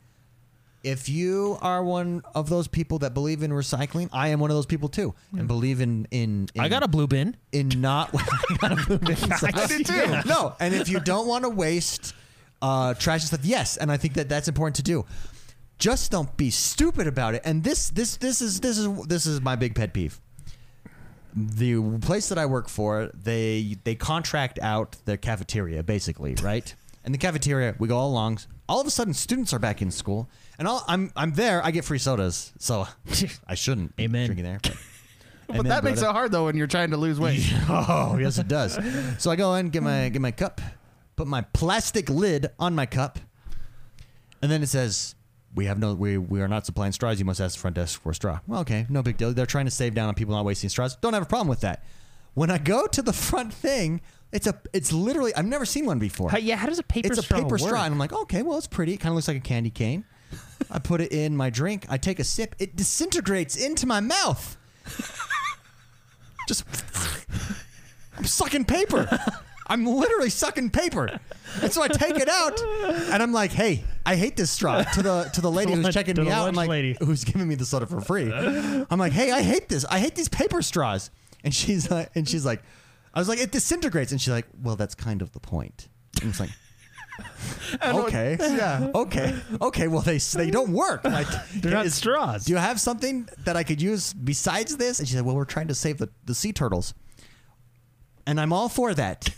[SPEAKER 1] if you are one of those people that believe in recycling, I am one of those people too, and believe in in, in
[SPEAKER 2] Hmm. I got a blue bin.
[SPEAKER 1] in not I got a blue bin.
[SPEAKER 3] I did too.
[SPEAKER 1] No, and if you don't want to waste uh, trash and stuff, yes, and I think that that's important to do. Just don't be stupid about it. And this this this is this is this is my big pet peeve. The place that I work for, they they contract out their cafeteria basically, right? And the cafeteria, we go all along. All of a sudden, students are back in school, and all, I'm I'm there. I get free sodas, so I shouldn't be
[SPEAKER 2] Amen.
[SPEAKER 1] drinking there. But,
[SPEAKER 3] But that makes it hard though when you're trying to lose weight.
[SPEAKER 1] Oh yes, it does. So I go in, get my get my cup, put my plastic lid on my cup, and then it says, "We have no, we we are not supplying straws. You must ask the front desk for a straw." Well, okay, no big deal. They're trying to save down on people not wasting straws. Don't have a problem with that. When I go to the front thing, it's a it's literally I've never seen one before.
[SPEAKER 2] How, yeah, how does a paper
[SPEAKER 1] it's a
[SPEAKER 2] straw
[SPEAKER 1] paper
[SPEAKER 2] work?
[SPEAKER 1] straw, and I'm like, okay, well, it's pretty. It kind of looks like a candy cane. I put it in my drink. I take a sip. It disintegrates into my mouth. Just, I'm sucking paper. I'm literally sucking paper, and so I take it out, and I'm like, "Hey, I hate this straw." To the to the lady
[SPEAKER 2] To the
[SPEAKER 1] who's
[SPEAKER 2] lunch-
[SPEAKER 1] checking
[SPEAKER 2] to
[SPEAKER 1] me
[SPEAKER 2] the
[SPEAKER 1] out, I'm
[SPEAKER 2] lunch
[SPEAKER 1] like,
[SPEAKER 2] lady.
[SPEAKER 1] "Who's giving me the soda for free?" I'm like, "Hey, I hate this. I hate these paper straws." And she's like, and she's like, I was like, "It disintegrates," and she's like, "Well, that's kind of the point." And it's like. Okay.
[SPEAKER 3] Yeah.
[SPEAKER 1] Okay. Okay. Well, they they don't work. Like
[SPEAKER 2] They're not
[SPEAKER 1] is-
[SPEAKER 2] straws.
[SPEAKER 1] Do you have something that I could use besides this? And she said, "Well, we're trying to save the, the sea turtles," and I'm all for that.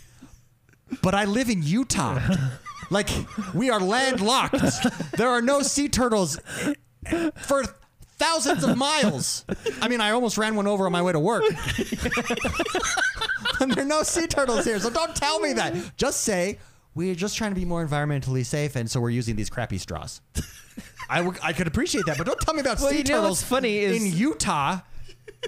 [SPEAKER 1] But I live in Utah. Like we are landlocked. There are no sea turtles for thousands of miles. I mean, I almost ran one over on my way to work. and there are no sea turtles here, so don't tell me that. Just say we're just trying to be more environmentally safe, and so we're using these crappy straws. I, w- I could appreciate that, but don't tell me about
[SPEAKER 2] Well,
[SPEAKER 1] sea
[SPEAKER 2] you know
[SPEAKER 1] turtles
[SPEAKER 2] what's funny is-
[SPEAKER 1] in Utah.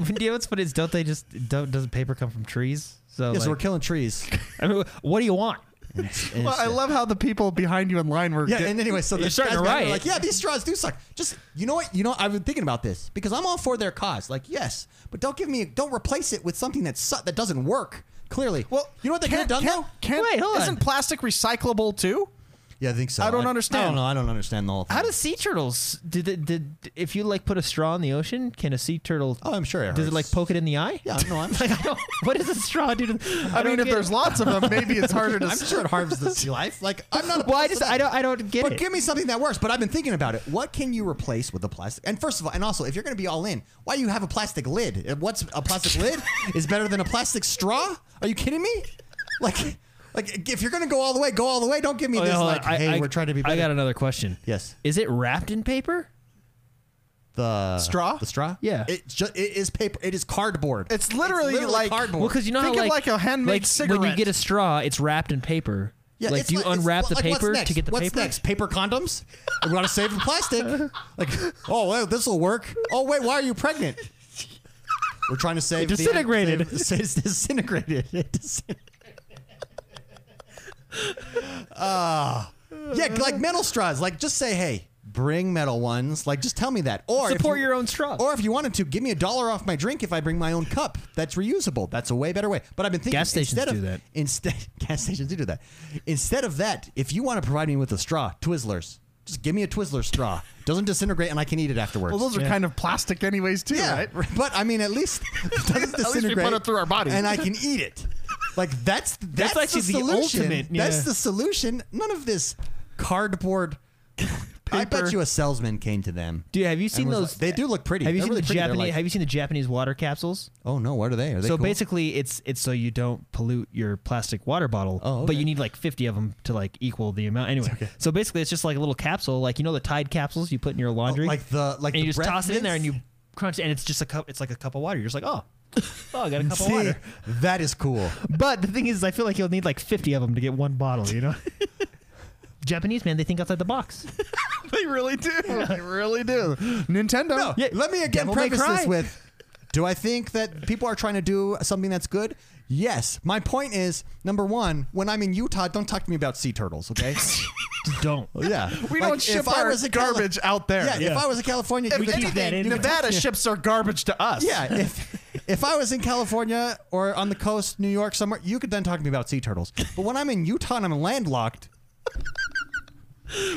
[SPEAKER 2] you know what's funny is don't they just don't doesn't paper come from trees? So
[SPEAKER 1] Yes,
[SPEAKER 2] like,
[SPEAKER 1] we're killing trees.
[SPEAKER 2] I mean, what do you want?
[SPEAKER 1] And it's- and
[SPEAKER 3] Well,
[SPEAKER 1] it's-
[SPEAKER 3] I love how the people behind you in line were.
[SPEAKER 1] Yeah,
[SPEAKER 3] get-
[SPEAKER 1] and anyway, so
[SPEAKER 2] You're
[SPEAKER 1] the
[SPEAKER 2] starting
[SPEAKER 1] guys
[SPEAKER 2] to
[SPEAKER 1] behind me are
[SPEAKER 2] riot.
[SPEAKER 1] Like, yeah, these straws do suck. Just you know what? You know, I've been thinking about this because I'm all for their cause. Like, yes, but don't give me, don't replace it with something that su- that doesn't work. Clearly,
[SPEAKER 3] well,
[SPEAKER 1] you know what they could have
[SPEAKER 3] can't-
[SPEAKER 1] done
[SPEAKER 3] can't-
[SPEAKER 1] though?
[SPEAKER 3] can't-
[SPEAKER 2] Wait, hold on.
[SPEAKER 3] Isn't plastic recyclable too?
[SPEAKER 1] Yeah, I think so.
[SPEAKER 3] I don't
[SPEAKER 1] Like, I
[SPEAKER 3] understand.
[SPEAKER 1] don't know. I don't understand the whole thing.
[SPEAKER 2] How do sea turtles? Did, did, did if you like put a straw in the ocean, can a sea turtle?
[SPEAKER 1] Oh, I'm sure it
[SPEAKER 2] Does it
[SPEAKER 1] hurts.
[SPEAKER 2] like poke it in the eye?
[SPEAKER 1] Yeah, no, I'm,
[SPEAKER 2] Like I don't. What does a straw do? To,
[SPEAKER 3] I, mean,
[SPEAKER 2] don't
[SPEAKER 3] if
[SPEAKER 2] get
[SPEAKER 3] there's
[SPEAKER 2] it.
[SPEAKER 3] lots of them, maybe it's harder to.
[SPEAKER 1] I'm sure it harms the sea life. Like, I'm not.
[SPEAKER 2] well, I
[SPEAKER 1] opposed to
[SPEAKER 2] just
[SPEAKER 1] that.
[SPEAKER 2] I don't I don't get
[SPEAKER 1] But
[SPEAKER 2] it.
[SPEAKER 1] give me something that works. But I've been thinking about it. What can you replace with the plastic? And first of all, and also, if you're going to be all in, why do you have a plastic lid? Uh, What's a plastic lid is better than a plastic straw? Are you kidding me? Like, like if you're going to go all the way, go all the way. Don't give me
[SPEAKER 2] Oh, yeah,
[SPEAKER 1] this
[SPEAKER 2] hold on.
[SPEAKER 1] like, hey, we're trying to be. Better.
[SPEAKER 2] I got another question.
[SPEAKER 1] Yes.
[SPEAKER 2] Is it wrapped in paper?
[SPEAKER 1] the
[SPEAKER 3] Straw?
[SPEAKER 1] The straw.
[SPEAKER 2] Yeah.
[SPEAKER 1] It's just it is paper. It is cardboard.
[SPEAKER 3] It's literally like-
[SPEAKER 1] cardboard.
[SPEAKER 2] Well, because you know
[SPEAKER 3] Think
[SPEAKER 2] how
[SPEAKER 3] of
[SPEAKER 2] like,
[SPEAKER 3] like a handmade
[SPEAKER 2] like, When you
[SPEAKER 3] cigarette.
[SPEAKER 2] get a straw, it's wrapped in paper. like
[SPEAKER 1] it's
[SPEAKER 2] do you
[SPEAKER 1] it's
[SPEAKER 2] unwrap the
[SPEAKER 1] like, what's
[SPEAKER 2] paper
[SPEAKER 1] next?
[SPEAKER 2] to get the
[SPEAKER 1] what's
[SPEAKER 2] paper?
[SPEAKER 1] next? Paper condoms? we gotta save the plastic. Like, oh, well, this will work. Oh wait, why are you pregnant? We're trying to save the-
[SPEAKER 2] disintegrated.
[SPEAKER 1] save- save- it's disintegrated. It disin- Ah, Yeah, like metal straws. Like just say, hey, bring metal ones. Like just tell me that. Or if
[SPEAKER 2] Support
[SPEAKER 1] you-
[SPEAKER 2] your own straw.
[SPEAKER 1] Or if you wanted to, give me a dollar off my drink if I bring my own cup. That's reusable. That's a way better way. But I've been thinking
[SPEAKER 2] Gas stations
[SPEAKER 1] instead of
[SPEAKER 2] do that.
[SPEAKER 1] instead gas stations do do that. Instead of that, if you want to provide me with a straw, Twizzlers. Just give me a Twizzler straw. Doesn't disintegrate and I can eat it afterwards.
[SPEAKER 3] Well, those are kind of plastic, anyways, too,
[SPEAKER 1] yeah,
[SPEAKER 3] right?
[SPEAKER 1] but I mean, at least it doesn't
[SPEAKER 3] we put
[SPEAKER 1] disintegrate.
[SPEAKER 3] it through our body.
[SPEAKER 1] and I can eat it. Like that's that's,
[SPEAKER 2] actually
[SPEAKER 1] the
[SPEAKER 2] the
[SPEAKER 1] solution.
[SPEAKER 2] ultimate, yeah.
[SPEAKER 1] That's the solution. None of this cardboard. I bet
[SPEAKER 3] Paper.
[SPEAKER 1] you a salesman came to them.
[SPEAKER 2] Dude, have you
[SPEAKER 1] and
[SPEAKER 2] seen
[SPEAKER 1] was
[SPEAKER 2] those?
[SPEAKER 1] like- they do look pretty.
[SPEAKER 2] Have you
[SPEAKER 1] They're
[SPEAKER 2] seen
[SPEAKER 1] really
[SPEAKER 2] the
[SPEAKER 1] pretty. They're
[SPEAKER 2] Japanese?
[SPEAKER 1] like-
[SPEAKER 2] have you seen the Japanese water capsules?
[SPEAKER 1] oh no, what are they? Are they
[SPEAKER 2] so
[SPEAKER 1] cool?
[SPEAKER 2] basically, it's it's so you don't pollute your plastic water bottle.
[SPEAKER 1] Oh,
[SPEAKER 2] but
[SPEAKER 1] okay.
[SPEAKER 2] you need like fifty of them to like equal the amount. Anyway, so basically, it's just like a little capsule, like you know the Tide capsules you put in your laundry,
[SPEAKER 1] Oh, like the like
[SPEAKER 2] and you
[SPEAKER 1] the
[SPEAKER 2] just
[SPEAKER 1] breath
[SPEAKER 2] toss it in there and
[SPEAKER 1] mints?
[SPEAKER 2] you crunch, and it's just a cup. It's like a cup of water. You're just like, oh, oh, I got a cup of
[SPEAKER 1] See,
[SPEAKER 2] water.
[SPEAKER 1] that is cool.
[SPEAKER 2] But the thing is, I feel like you'll need like fifty of them to get one bottle. You know, Japanese man, they think outside the box.
[SPEAKER 3] They really do. They really do. Nintendo.
[SPEAKER 1] No,
[SPEAKER 2] Yeah,
[SPEAKER 1] let me again
[SPEAKER 2] Devil May
[SPEAKER 1] preface
[SPEAKER 2] Cry.
[SPEAKER 1] this with Do I think that people are trying to do something that's good? Yes. My point is number one, when I'm in Utah, don't talk to me about sea turtles, okay?
[SPEAKER 2] Just don't.
[SPEAKER 1] Oh, yeah.
[SPEAKER 3] We
[SPEAKER 1] Like,
[SPEAKER 3] don't ship
[SPEAKER 1] if I
[SPEAKER 3] our
[SPEAKER 1] was a Cali-
[SPEAKER 3] garbage out there.
[SPEAKER 1] yeah, if
[SPEAKER 2] Yeah.
[SPEAKER 1] I was in California,
[SPEAKER 3] If
[SPEAKER 1] you could-
[SPEAKER 2] keep that in
[SPEAKER 3] anything,
[SPEAKER 2] there.
[SPEAKER 3] Nevada ships our garbage to us.
[SPEAKER 1] yeah, if if I was in California or on the coast, New York, somewhere, you could then talk to me about sea turtles. But when I'm in Utah and I'm landlocked,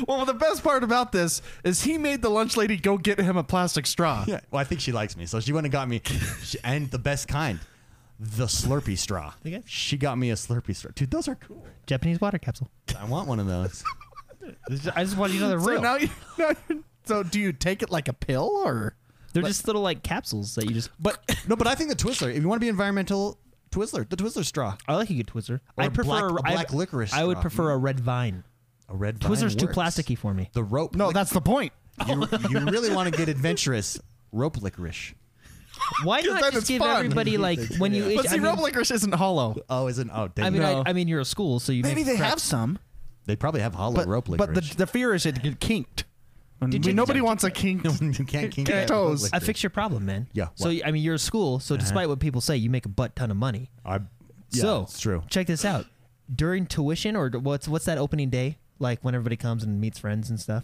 [SPEAKER 3] Well, the best part about this is he made the lunch lady go get him a plastic straw.
[SPEAKER 1] well, I think she likes me, so she went and got me, she, and the best kind, the Slurpee straw.
[SPEAKER 2] Okay.
[SPEAKER 1] She got me a Slurpee straw. Dude, those are cool.
[SPEAKER 2] Japanese water capsule.
[SPEAKER 1] I want one of those.
[SPEAKER 2] I just want you to know they're
[SPEAKER 3] So
[SPEAKER 2] real.
[SPEAKER 3] now you. Now you so do you take it like a pill or?
[SPEAKER 2] they're just little like capsules that you just.
[SPEAKER 1] But no, but I think the Twizzler. If you want to be environmental, Twizzler, the Twizzler straw,
[SPEAKER 2] I like a good Twizzler.
[SPEAKER 1] Or
[SPEAKER 2] I
[SPEAKER 1] a
[SPEAKER 2] prefer
[SPEAKER 1] black-
[SPEAKER 2] a,
[SPEAKER 1] a
[SPEAKER 2] I-
[SPEAKER 1] black licorice
[SPEAKER 2] I would
[SPEAKER 1] straw.
[SPEAKER 2] prefer a red vine.
[SPEAKER 1] a red. vine
[SPEAKER 2] Twizzler's too
[SPEAKER 1] works.
[SPEAKER 2] plasticky for me.
[SPEAKER 1] The rope.
[SPEAKER 3] No,
[SPEAKER 1] lic-
[SPEAKER 3] that's the point.
[SPEAKER 1] you, you really want to get adventurous. Rope licorice.
[SPEAKER 2] Why
[SPEAKER 3] 'Cause
[SPEAKER 2] not
[SPEAKER 3] then
[SPEAKER 2] just
[SPEAKER 3] it's
[SPEAKER 2] give
[SPEAKER 3] fun.
[SPEAKER 2] everybody like when you?
[SPEAKER 1] Yeah.
[SPEAKER 2] itch-
[SPEAKER 3] But see,
[SPEAKER 2] I mean,
[SPEAKER 3] rope licorice isn't hollow.
[SPEAKER 1] Oh, isn't oh? Dang,
[SPEAKER 2] I mean,
[SPEAKER 3] No.
[SPEAKER 2] I, I mean, you're a school, so you
[SPEAKER 3] Maybe
[SPEAKER 2] make
[SPEAKER 3] they
[SPEAKER 2] crap-
[SPEAKER 3] have some,
[SPEAKER 1] they probably have hollow
[SPEAKER 3] but
[SPEAKER 1] rope
[SPEAKER 3] but
[SPEAKER 1] licorice.
[SPEAKER 3] the, the fear is it get kinked. And
[SPEAKER 2] Did
[SPEAKER 3] we-
[SPEAKER 2] you-
[SPEAKER 3] nobody wants a kinked.
[SPEAKER 1] you can't kink
[SPEAKER 3] Kick
[SPEAKER 1] that
[SPEAKER 3] toes.
[SPEAKER 1] rope
[SPEAKER 2] I
[SPEAKER 1] licorice.
[SPEAKER 2] fix your problem, man.
[SPEAKER 1] Yeah,
[SPEAKER 2] So
[SPEAKER 1] what?
[SPEAKER 2] I mean, you're a school, so despite what people say, you make a butt ton of money.
[SPEAKER 1] I, yeah,
[SPEAKER 2] so
[SPEAKER 1] it's true.
[SPEAKER 2] Check this out. During tuition, or what's what's that opening day? Like when everybody comes and meets friends and stuff,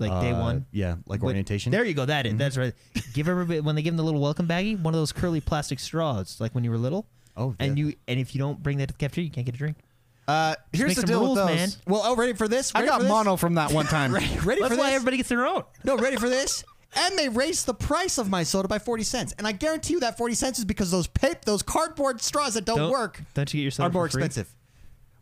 [SPEAKER 2] like day
[SPEAKER 1] Uh,
[SPEAKER 2] one.
[SPEAKER 1] Yeah, like
[SPEAKER 2] What-
[SPEAKER 1] orientation.
[SPEAKER 2] There you go. That is. That's right. Give everybody when they give them the little welcome baggie, one of those curly plastic straws, like when you were little.
[SPEAKER 1] Oh,
[SPEAKER 2] And
[SPEAKER 1] yeah.
[SPEAKER 2] you and if you don't bring that to the cafeteria, you can't get a drink.
[SPEAKER 3] Uh, here's
[SPEAKER 2] make
[SPEAKER 3] the
[SPEAKER 2] some
[SPEAKER 3] deal
[SPEAKER 2] rules,
[SPEAKER 3] with those.
[SPEAKER 2] man.
[SPEAKER 1] Well, oh, ready for this?
[SPEAKER 3] I
[SPEAKER 1] Ready
[SPEAKER 3] got
[SPEAKER 1] for this?
[SPEAKER 3] mono from that one time.
[SPEAKER 1] Ready
[SPEAKER 2] That's
[SPEAKER 1] for
[SPEAKER 2] why
[SPEAKER 1] this?
[SPEAKER 2] everybody gets their own.
[SPEAKER 1] No, ready for this? And they raised the price of my soda by 40 cents. And I guarantee you that 40 cents is because those paper, those cardboard straws that don't,
[SPEAKER 2] Don't-
[SPEAKER 1] work
[SPEAKER 2] don't you get your soda
[SPEAKER 1] are more
[SPEAKER 2] for free?
[SPEAKER 1] expensive.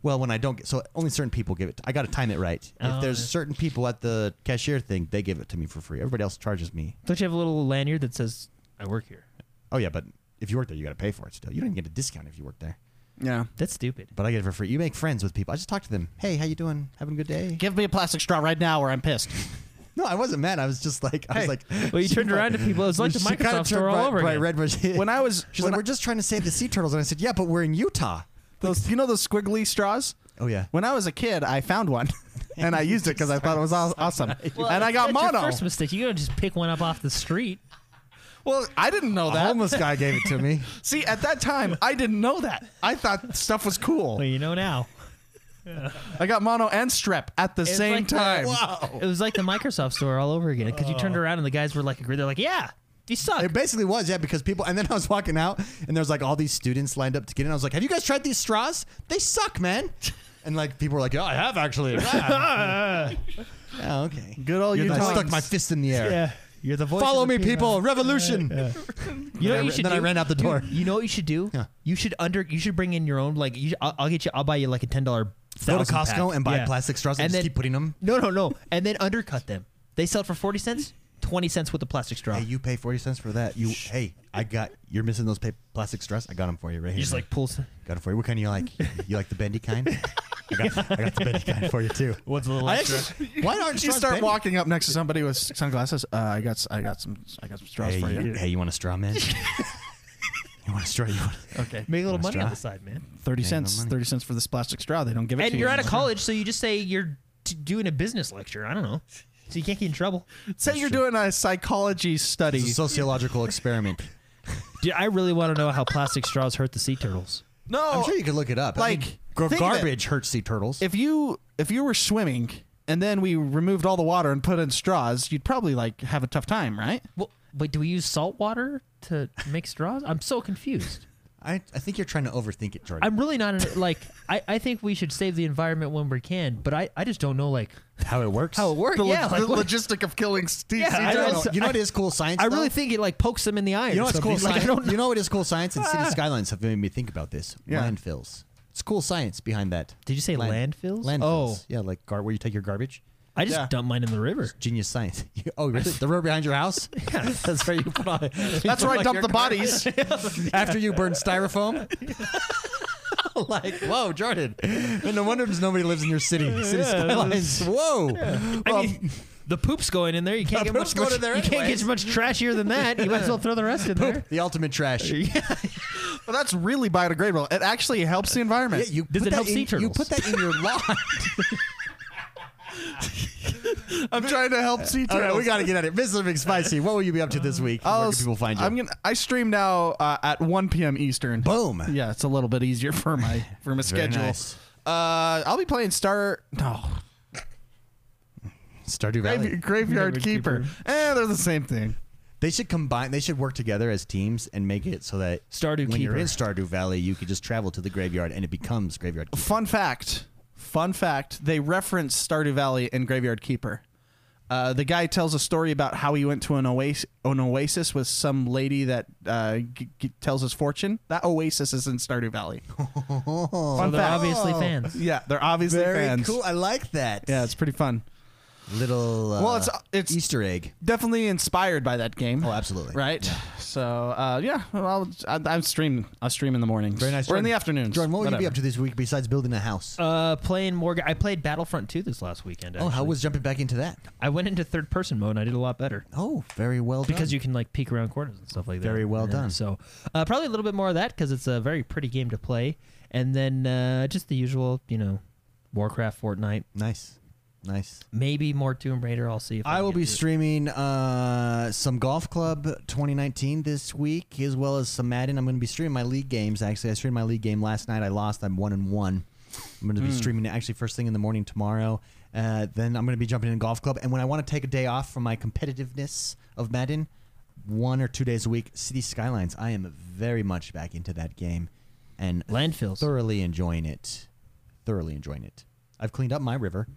[SPEAKER 1] Well, when I don't get so only certain people give it. I got to time it right.
[SPEAKER 2] Oh,
[SPEAKER 1] if there's
[SPEAKER 2] yeah.
[SPEAKER 1] certain people at the cashier thing, they give it to me for free. Everybody else charges me.
[SPEAKER 2] Don't you have a little lanyard that says "I work here"?
[SPEAKER 1] Oh yeah, but if you work there, you got to pay for it still. You don't even get a discount if you work there.
[SPEAKER 3] Yeah.
[SPEAKER 2] That's stupid.
[SPEAKER 1] But I get it for free. You make friends with people. I just talk to them. Hey, how you doing? Having a good day?
[SPEAKER 3] Give me a plastic straw right now, or I'm pissed.
[SPEAKER 1] No, I wasn't mad. I was just like, I
[SPEAKER 3] Hey.
[SPEAKER 1] was like,
[SPEAKER 2] Well, you turned around to people. It was like the
[SPEAKER 1] She kinda
[SPEAKER 2] Microsoft store
[SPEAKER 1] turned
[SPEAKER 2] all
[SPEAKER 1] bright-
[SPEAKER 2] over
[SPEAKER 1] bright
[SPEAKER 2] again.
[SPEAKER 1] red was-
[SPEAKER 3] When I was-
[SPEAKER 1] she's
[SPEAKER 3] when
[SPEAKER 1] like,
[SPEAKER 3] I-
[SPEAKER 1] we're just trying to save the sea turtles, and I said, yeah, but we're in Utah.
[SPEAKER 3] Those, you know, those squiggly straws.
[SPEAKER 1] Oh yeah.
[SPEAKER 3] When I was a kid, I found one and I used it because I thought it was aw- awesome. and I got
[SPEAKER 2] that's your
[SPEAKER 3] mono.
[SPEAKER 2] first mistake. You gotta just pick one up off the street.
[SPEAKER 3] Well, I didn't know
[SPEAKER 1] The
[SPEAKER 3] that.
[SPEAKER 1] homeless guy gave it to me.
[SPEAKER 3] See, at that time, I didn't know that. I thought stuff was
[SPEAKER 2] Well,
[SPEAKER 3] cool.
[SPEAKER 2] you know now.
[SPEAKER 3] I got mono and strep at the same
[SPEAKER 2] like the-
[SPEAKER 3] time.
[SPEAKER 2] It was like the Microsoft store all over again because you turned around and the guys were like, "Agree." They're like, "Yeah, you suck."
[SPEAKER 1] It basically was, yeah, because people. And then I was walking out, and there was like all these students lined up to get in. I was like, "Have you guys tried these straws? They suck, man." And like people were like, "Yeah, I have actually." oh, okay.
[SPEAKER 3] Good old
[SPEAKER 1] You're the- I
[SPEAKER 3] Utahns.
[SPEAKER 1] stuck my fist in the air.
[SPEAKER 2] yeah, you're the voice.
[SPEAKER 1] Follow
[SPEAKER 2] of the
[SPEAKER 1] me, people! Revolution.
[SPEAKER 2] You know what
[SPEAKER 1] Then I
[SPEAKER 2] you
[SPEAKER 1] ra-
[SPEAKER 2] should
[SPEAKER 1] then
[SPEAKER 2] do?
[SPEAKER 1] I ran out the
[SPEAKER 2] Dude,
[SPEAKER 1] door.
[SPEAKER 2] you know what you should do?
[SPEAKER 1] Yeah.
[SPEAKER 2] You should under. You should bring in your own. Like, you should, I'll, I'll get you. I'll buy you like a ten dollar.
[SPEAKER 1] Go to Costco and buy plastic straws and,
[SPEAKER 2] and
[SPEAKER 1] just
[SPEAKER 2] then
[SPEAKER 1] keep putting them.
[SPEAKER 2] No, no, no. And then undercut them. They sell it for forty cents, twenty cents with the plastic straw.
[SPEAKER 1] Hey, you pay forty cents for that. You, hey, I got. You're missing those pa- plastic straws. I got them for you right here.
[SPEAKER 2] you just like pulls.
[SPEAKER 1] Got it for you. What kind you like? You like the bendy kind? I got, I got the bendy kind for you too.
[SPEAKER 2] What's a little
[SPEAKER 1] I
[SPEAKER 2] extra?
[SPEAKER 1] actually- why aren't
[SPEAKER 3] You
[SPEAKER 1] straws
[SPEAKER 3] start
[SPEAKER 1] bendy?
[SPEAKER 3] walking up next to somebody with sunglasses. Uh, I got, s- I got some, I got some straws
[SPEAKER 1] Hey,
[SPEAKER 3] for you.
[SPEAKER 1] you, hey, you want a straw man? you want a straw? You want
[SPEAKER 3] Okay,
[SPEAKER 2] Make a little
[SPEAKER 1] Wanna
[SPEAKER 2] money on
[SPEAKER 1] try?
[SPEAKER 2] the side, man.
[SPEAKER 3] thirty
[SPEAKER 1] no
[SPEAKER 3] cents,
[SPEAKER 1] money.
[SPEAKER 3] thirty cents for this plastic straw. They don't give it
[SPEAKER 2] And
[SPEAKER 3] to
[SPEAKER 2] you're
[SPEAKER 3] you.
[SPEAKER 2] out of college, so you just say you're t- doing a business lecture. I don't know, so you can't get in trouble.
[SPEAKER 3] Say you're doing a psychology study.
[SPEAKER 1] It's a sociological experiment.
[SPEAKER 2] Dude, I really want to know how plastic straws hurt the sea turtles.
[SPEAKER 3] no,
[SPEAKER 1] I'm sure you could look it up. I
[SPEAKER 3] Oh, Like,
[SPEAKER 1] mean, gar-
[SPEAKER 3] think of it.
[SPEAKER 1] garbage hurts sea turtles.
[SPEAKER 3] if you if you were swimming and then we removed all the water and put in straws, you'd probably like have a tough time, right?
[SPEAKER 4] Well, wait, do we use salt water to make straws? I'm so confused.
[SPEAKER 1] I, I think you're trying to overthink it, Jordan.
[SPEAKER 4] I'm really not an, like I, I think we should save the environment when we can, but I, I just don't know like
[SPEAKER 1] how Oh, it works.
[SPEAKER 4] how it works. yeah, like, what-
[SPEAKER 3] logistic of killing Steve.
[SPEAKER 4] Yeah,
[SPEAKER 1] I
[SPEAKER 4] I
[SPEAKER 1] don't
[SPEAKER 4] don't-
[SPEAKER 1] know. You know what is cool science?
[SPEAKER 4] I really
[SPEAKER 1] though?
[SPEAKER 4] think it like pokes them in the eye.
[SPEAKER 1] You know
[SPEAKER 4] or
[SPEAKER 1] what's cool
[SPEAKER 4] something. Like, I
[SPEAKER 1] science?
[SPEAKER 4] don't know.
[SPEAKER 1] You know what is cool science? And city skylines have made me think about this.
[SPEAKER 3] Yeah.
[SPEAKER 1] Landfills. It's cool science behind that.
[SPEAKER 2] Did you say landfills?
[SPEAKER 1] Landfills.
[SPEAKER 4] Oh.
[SPEAKER 1] Yeah, like gar- where you take your garbage.
[SPEAKER 2] I just
[SPEAKER 3] Yeah.
[SPEAKER 2] dump mine in the river.
[SPEAKER 1] Genius science. oh, really? The road behind your house? yeah, that's where you put on.
[SPEAKER 3] That's where I dumped the bodies.
[SPEAKER 1] after you burn styrofoam. like, whoa, Jordan. And no wonder there's nobody lives in your city. City skylines. Whoa. Well,
[SPEAKER 2] I mean, the poop's going in there. You can't
[SPEAKER 1] The
[SPEAKER 2] get much.
[SPEAKER 1] poop's going
[SPEAKER 2] much-
[SPEAKER 1] in there
[SPEAKER 2] you can't
[SPEAKER 1] anyways.
[SPEAKER 2] get much trashier than that. You might as well throw the rest in there.
[SPEAKER 1] the ultimate trash.
[SPEAKER 3] Well, that's really biodegradable. It actually helps the
[SPEAKER 1] Yeah,
[SPEAKER 3] environment.
[SPEAKER 1] you
[SPEAKER 2] Does
[SPEAKER 1] put
[SPEAKER 2] it
[SPEAKER 1] that
[SPEAKER 2] help
[SPEAKER 1] in,
[SPEAKER 2] sea
[SPEAKER 1] You
[SPEAKER 2] turtles?
[SPEAKER 1] put that in your lawn.
[SPEAKER 3] I'm trying to help sea
[SPEAKER 1] All right, we got to get at it. Mr. McSpicy, what will you be up to this week? Where
[SPEAKER 3] I'll-
[SPEAKER 1] can people find you?
[SPEAKER 3] I'm gonna. I stream now uh, at 1 p.m. Eastern.
[SPEAKER 1] Boom.
[SPEAKER 3] Yeah, it's a little bit easier for my for my
[SPEAKER 1] Very
[SPEAKER 3] schedule.
[SPEAKER 1] nice.
[SPEAKER 3] Uh, I'll be playing Star. No,
[SPEAKER 1] Stardew
[SPEAKER 3] Grave-
[SPEAKER 1] Valley.
[SPEAKER 3] Graveyard Keeper. Eh, they're the same thing.
[SPEAKER 1] They should combine. They should work together as teams and make it so that
[SPEAKER 2] Stardew
[SPEAKER 1] when you're
[SPEAKER 2] Keeper.
[SPEAKER 1] in Stardew Valley, you could just travel to the graveyard and it becomes graveyard. Keeper.
[SPEAKER 3] Fun fact. Fun fact. They reference Stardew Valley and Graveyard Keeper. Uh, the guy tells a story about how he went to an oasis, an oasis with some lady that uh, g- g- tells his fortune. That oasis is in Stardew Valley.
[SPEAKER 4] So
[SPEAKER 3] fun
[SPEAKER 4] they're
[SPEAKER 3] fact.
[SPEAKER 4] obviously
[SPEAKER 2] Oh.
[SPEAKER 4] fans.
[SPEAKER 3] Yeah, they're obviously fans.
[SPEAKER 1] I like that.
[SPEAKER 3] Yeah, it's pretty fun.
[SPEAKER 1] little. Uh,
[SPEAKER 3] Well, it's it's
[SPEAKER 1] Easter egg.
[SPEAKER 3] definitely inspired by that game.
[SPEAKER 1] Oh, absolutely.
[SPEAKER 3] Right. So uh, yeah, well, I'll, I, I'm streaming. I stream in the mornings.
[SPEAKER 1] Very nice.
[SPEAKER 3] Or in
[SPEAKER 1] Jordan-
[SPEAKER 3] the afternoons.
[SPEAKER 1] Jordan, what would you be
[SPEAKER 3] whatever.
[SPEAKER 1] up to this week besides building a house?
[SPEAKER 2] Uh,
[SPEAKER 4] Playing more. I played Battlefront 2 this last weekend.
[SPEAKER 1] oh, how
[SPEAKER 4] actually.
[SPEAKER 1] was jumping back into that?
[SPEAKER 2] I went into third person mode and I did a lot better
[SPEAKER 1] Oh, very well done.
[SPEAKER 2] because you can like peek around corners and stuff like that.
[SPEAKER 1] Very well
[SPEAKER 2] Yeah,
[SPEAKER 1] done.
[SPEAKER 2] So uh, probably a little bit more of that because it's a very pretty game to play, and then uh, just the usual, you know, Warcraft, Fortnite,
[SPEAKER 1] nice, nice.
[SPEAKER 4] maybe more Tomb Raider. I'll see if I,
[SPEAKER 1] I
[SPEAKER 4] can
[SPEAKER 1] will
[SPEAKER 4] get
[SPEAKER 1] be
[SPEAKER 4] to it.
[SPEAKER 1] streaming uh, some Golf Club 2019 this week, as well as some Madden. I'm going to be streaming my league games. Actually, I streamed my league game last night. I lost. I'm one and one. I'm going to
[SPEAKER 4] Hmm.
[SPEAKER 1] be streaming it actually first thing in the morning tomorrow. Uh, then I'm going to be jumping in Golf Club. And when I want to take a day off from my competitiveness of Madden, one or two days a week, City Skylines. I am very much back into that game, and
[SPEAKER 2] landfills.
[SPEAKER 1] thoroughly enjoying it. Thoroughly enjoying it. I've cleaned up my river.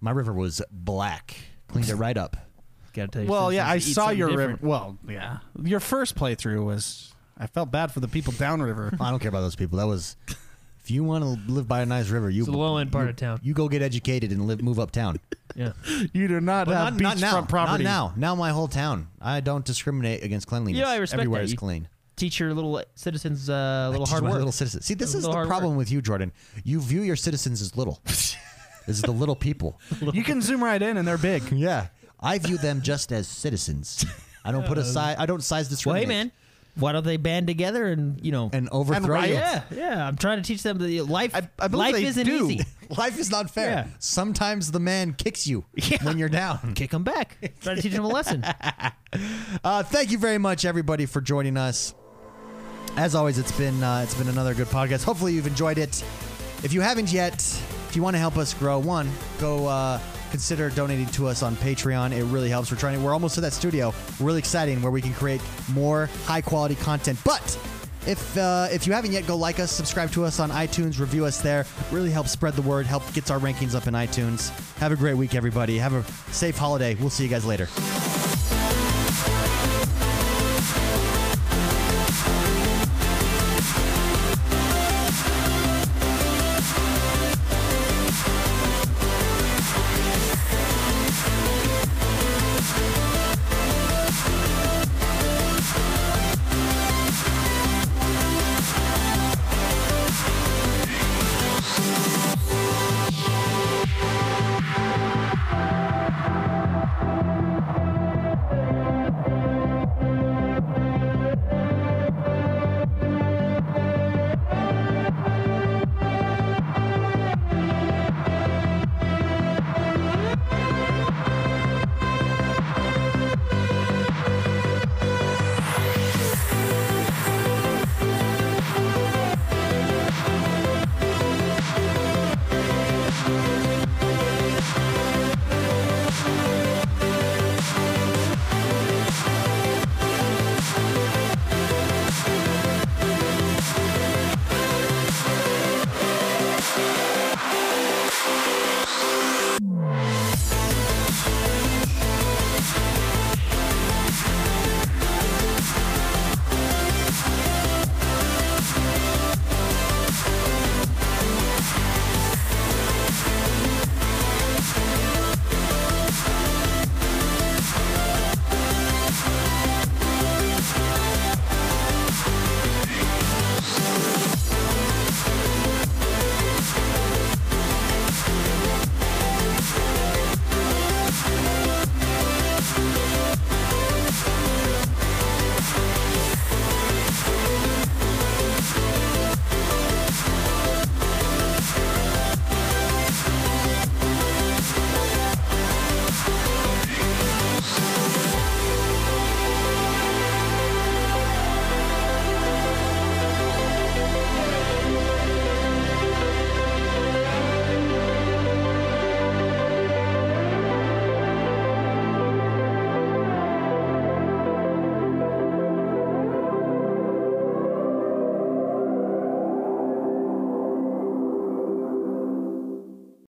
[SPEAKER 1] my river was black. Cleaned it right up.
[SPEAKER 2] Gotta tell you
[SPEAKER 3] Well,
[SPEAKER 2] something,
[SPEAKER 3] yeah, I
[SPEAKER 2] eat
[SPEAKER 3] saw
[SPEAKER 2] something
[SPEAKER 3] your river.
[SPEAKER 2] different.
[SPEAKER 3] Well, yeah, your first playthrough was. I felt bad for the people downriver.
[SPEAKER 1] I don't care about those people. That was. If you want to live by a nice river, you
[SPEAKER 4] It's a low-end part
[SPEAKER 1] you-
[SPEAKER 4] of town.
[SPEAKER 1] You go get educated and live, move uptown.
[SPEAKER 4] Yeah.
[SPEAKER 3] you do not
[SPEAKER 1] But
[SPEAKER 3] have
[SPEAKER 1] not, not now.
[SPEAKER 3] beachfront property.
[SPEAKER 1] Not now. Now my whole town. I don't discriminate against cleanliness.
[SPEAKER 4] Yeah, I respect
[SPEAKER 1] Everywhere
[SPEAKER 4] that.
[SPEAKER 1] is
[SPEAKER 4] You-
[SPEAKER 1] clean.
[SPEAKER 4] Teach your little citizens uh, a little
[SPEAKER 1] Just
[SPEAKER 4] hard
[SPEAKER 1] my
[SPEAKER 4] work.
[SPEAKER 1] Little citizens. See, this
[SPEAKER 4] A
[SPEAKER 1] is
[SPEAKER 4] little
[SPEAKER 1] the
[SPEAKER 4] hard
[SPEAKER 1] problem
[SPEAKER 4] work.
[SPEAKER 1] with you, Jordan. You view your citizens as little. as the little people.
[SPEAKER 3] You can zoom right in, and they're big.
[SPEAKER 1] Yeah, I view them just as citizens. I don't put a size. I don't size
[SPEAKER 2] Well, hey
[SPEAKER 1] discriminate.
[SPEAKER 2] man, why don't they band together and you know?
[SPEAKER 1] And overthrow
[SPEAKER 3] And
[SPEAKER 1] you.
[SPEAKER 2] yeah, yeah. I'm trying to teach them that life.
[SPEAKER 3] I- I
[SPEAKER 2] life
[SPEAKER 3] believe they
[SPEAKER 2] isn't
[SPEAKER 3] do.
[SPEAKER 2] easy.
[SPEAKER 1] Life is not fair.
[SPEAKER 2] Yeah.
[SPEAKER 1] Sometimes the man kicks you
[SPEAKER 2] Yeah.
[SPEAKER 1] when you're down.
[SPEAKER 2] Kick them back. Try to teach them a lesson.
[SPEAKER 1] Uh, thank you very much, everybody, for joining us. As always, it's been uh, it's been another good podcast. Hopefully, you've enjoyed it. If you haven't yet, if you want to help us grow, one, go uh, consider donating to us on Patreon. It really helps. We're trying. We're almost to that studio. Really exciting, where we can create more high quality content. But if uh, if you haven't yet, go like us, subscribe to us on iTunes, review us there. Really helps spread the word. Help gets our rankings up in iTunes. Have a great week, everybody. Have a safe holiday. We'll see you guys later.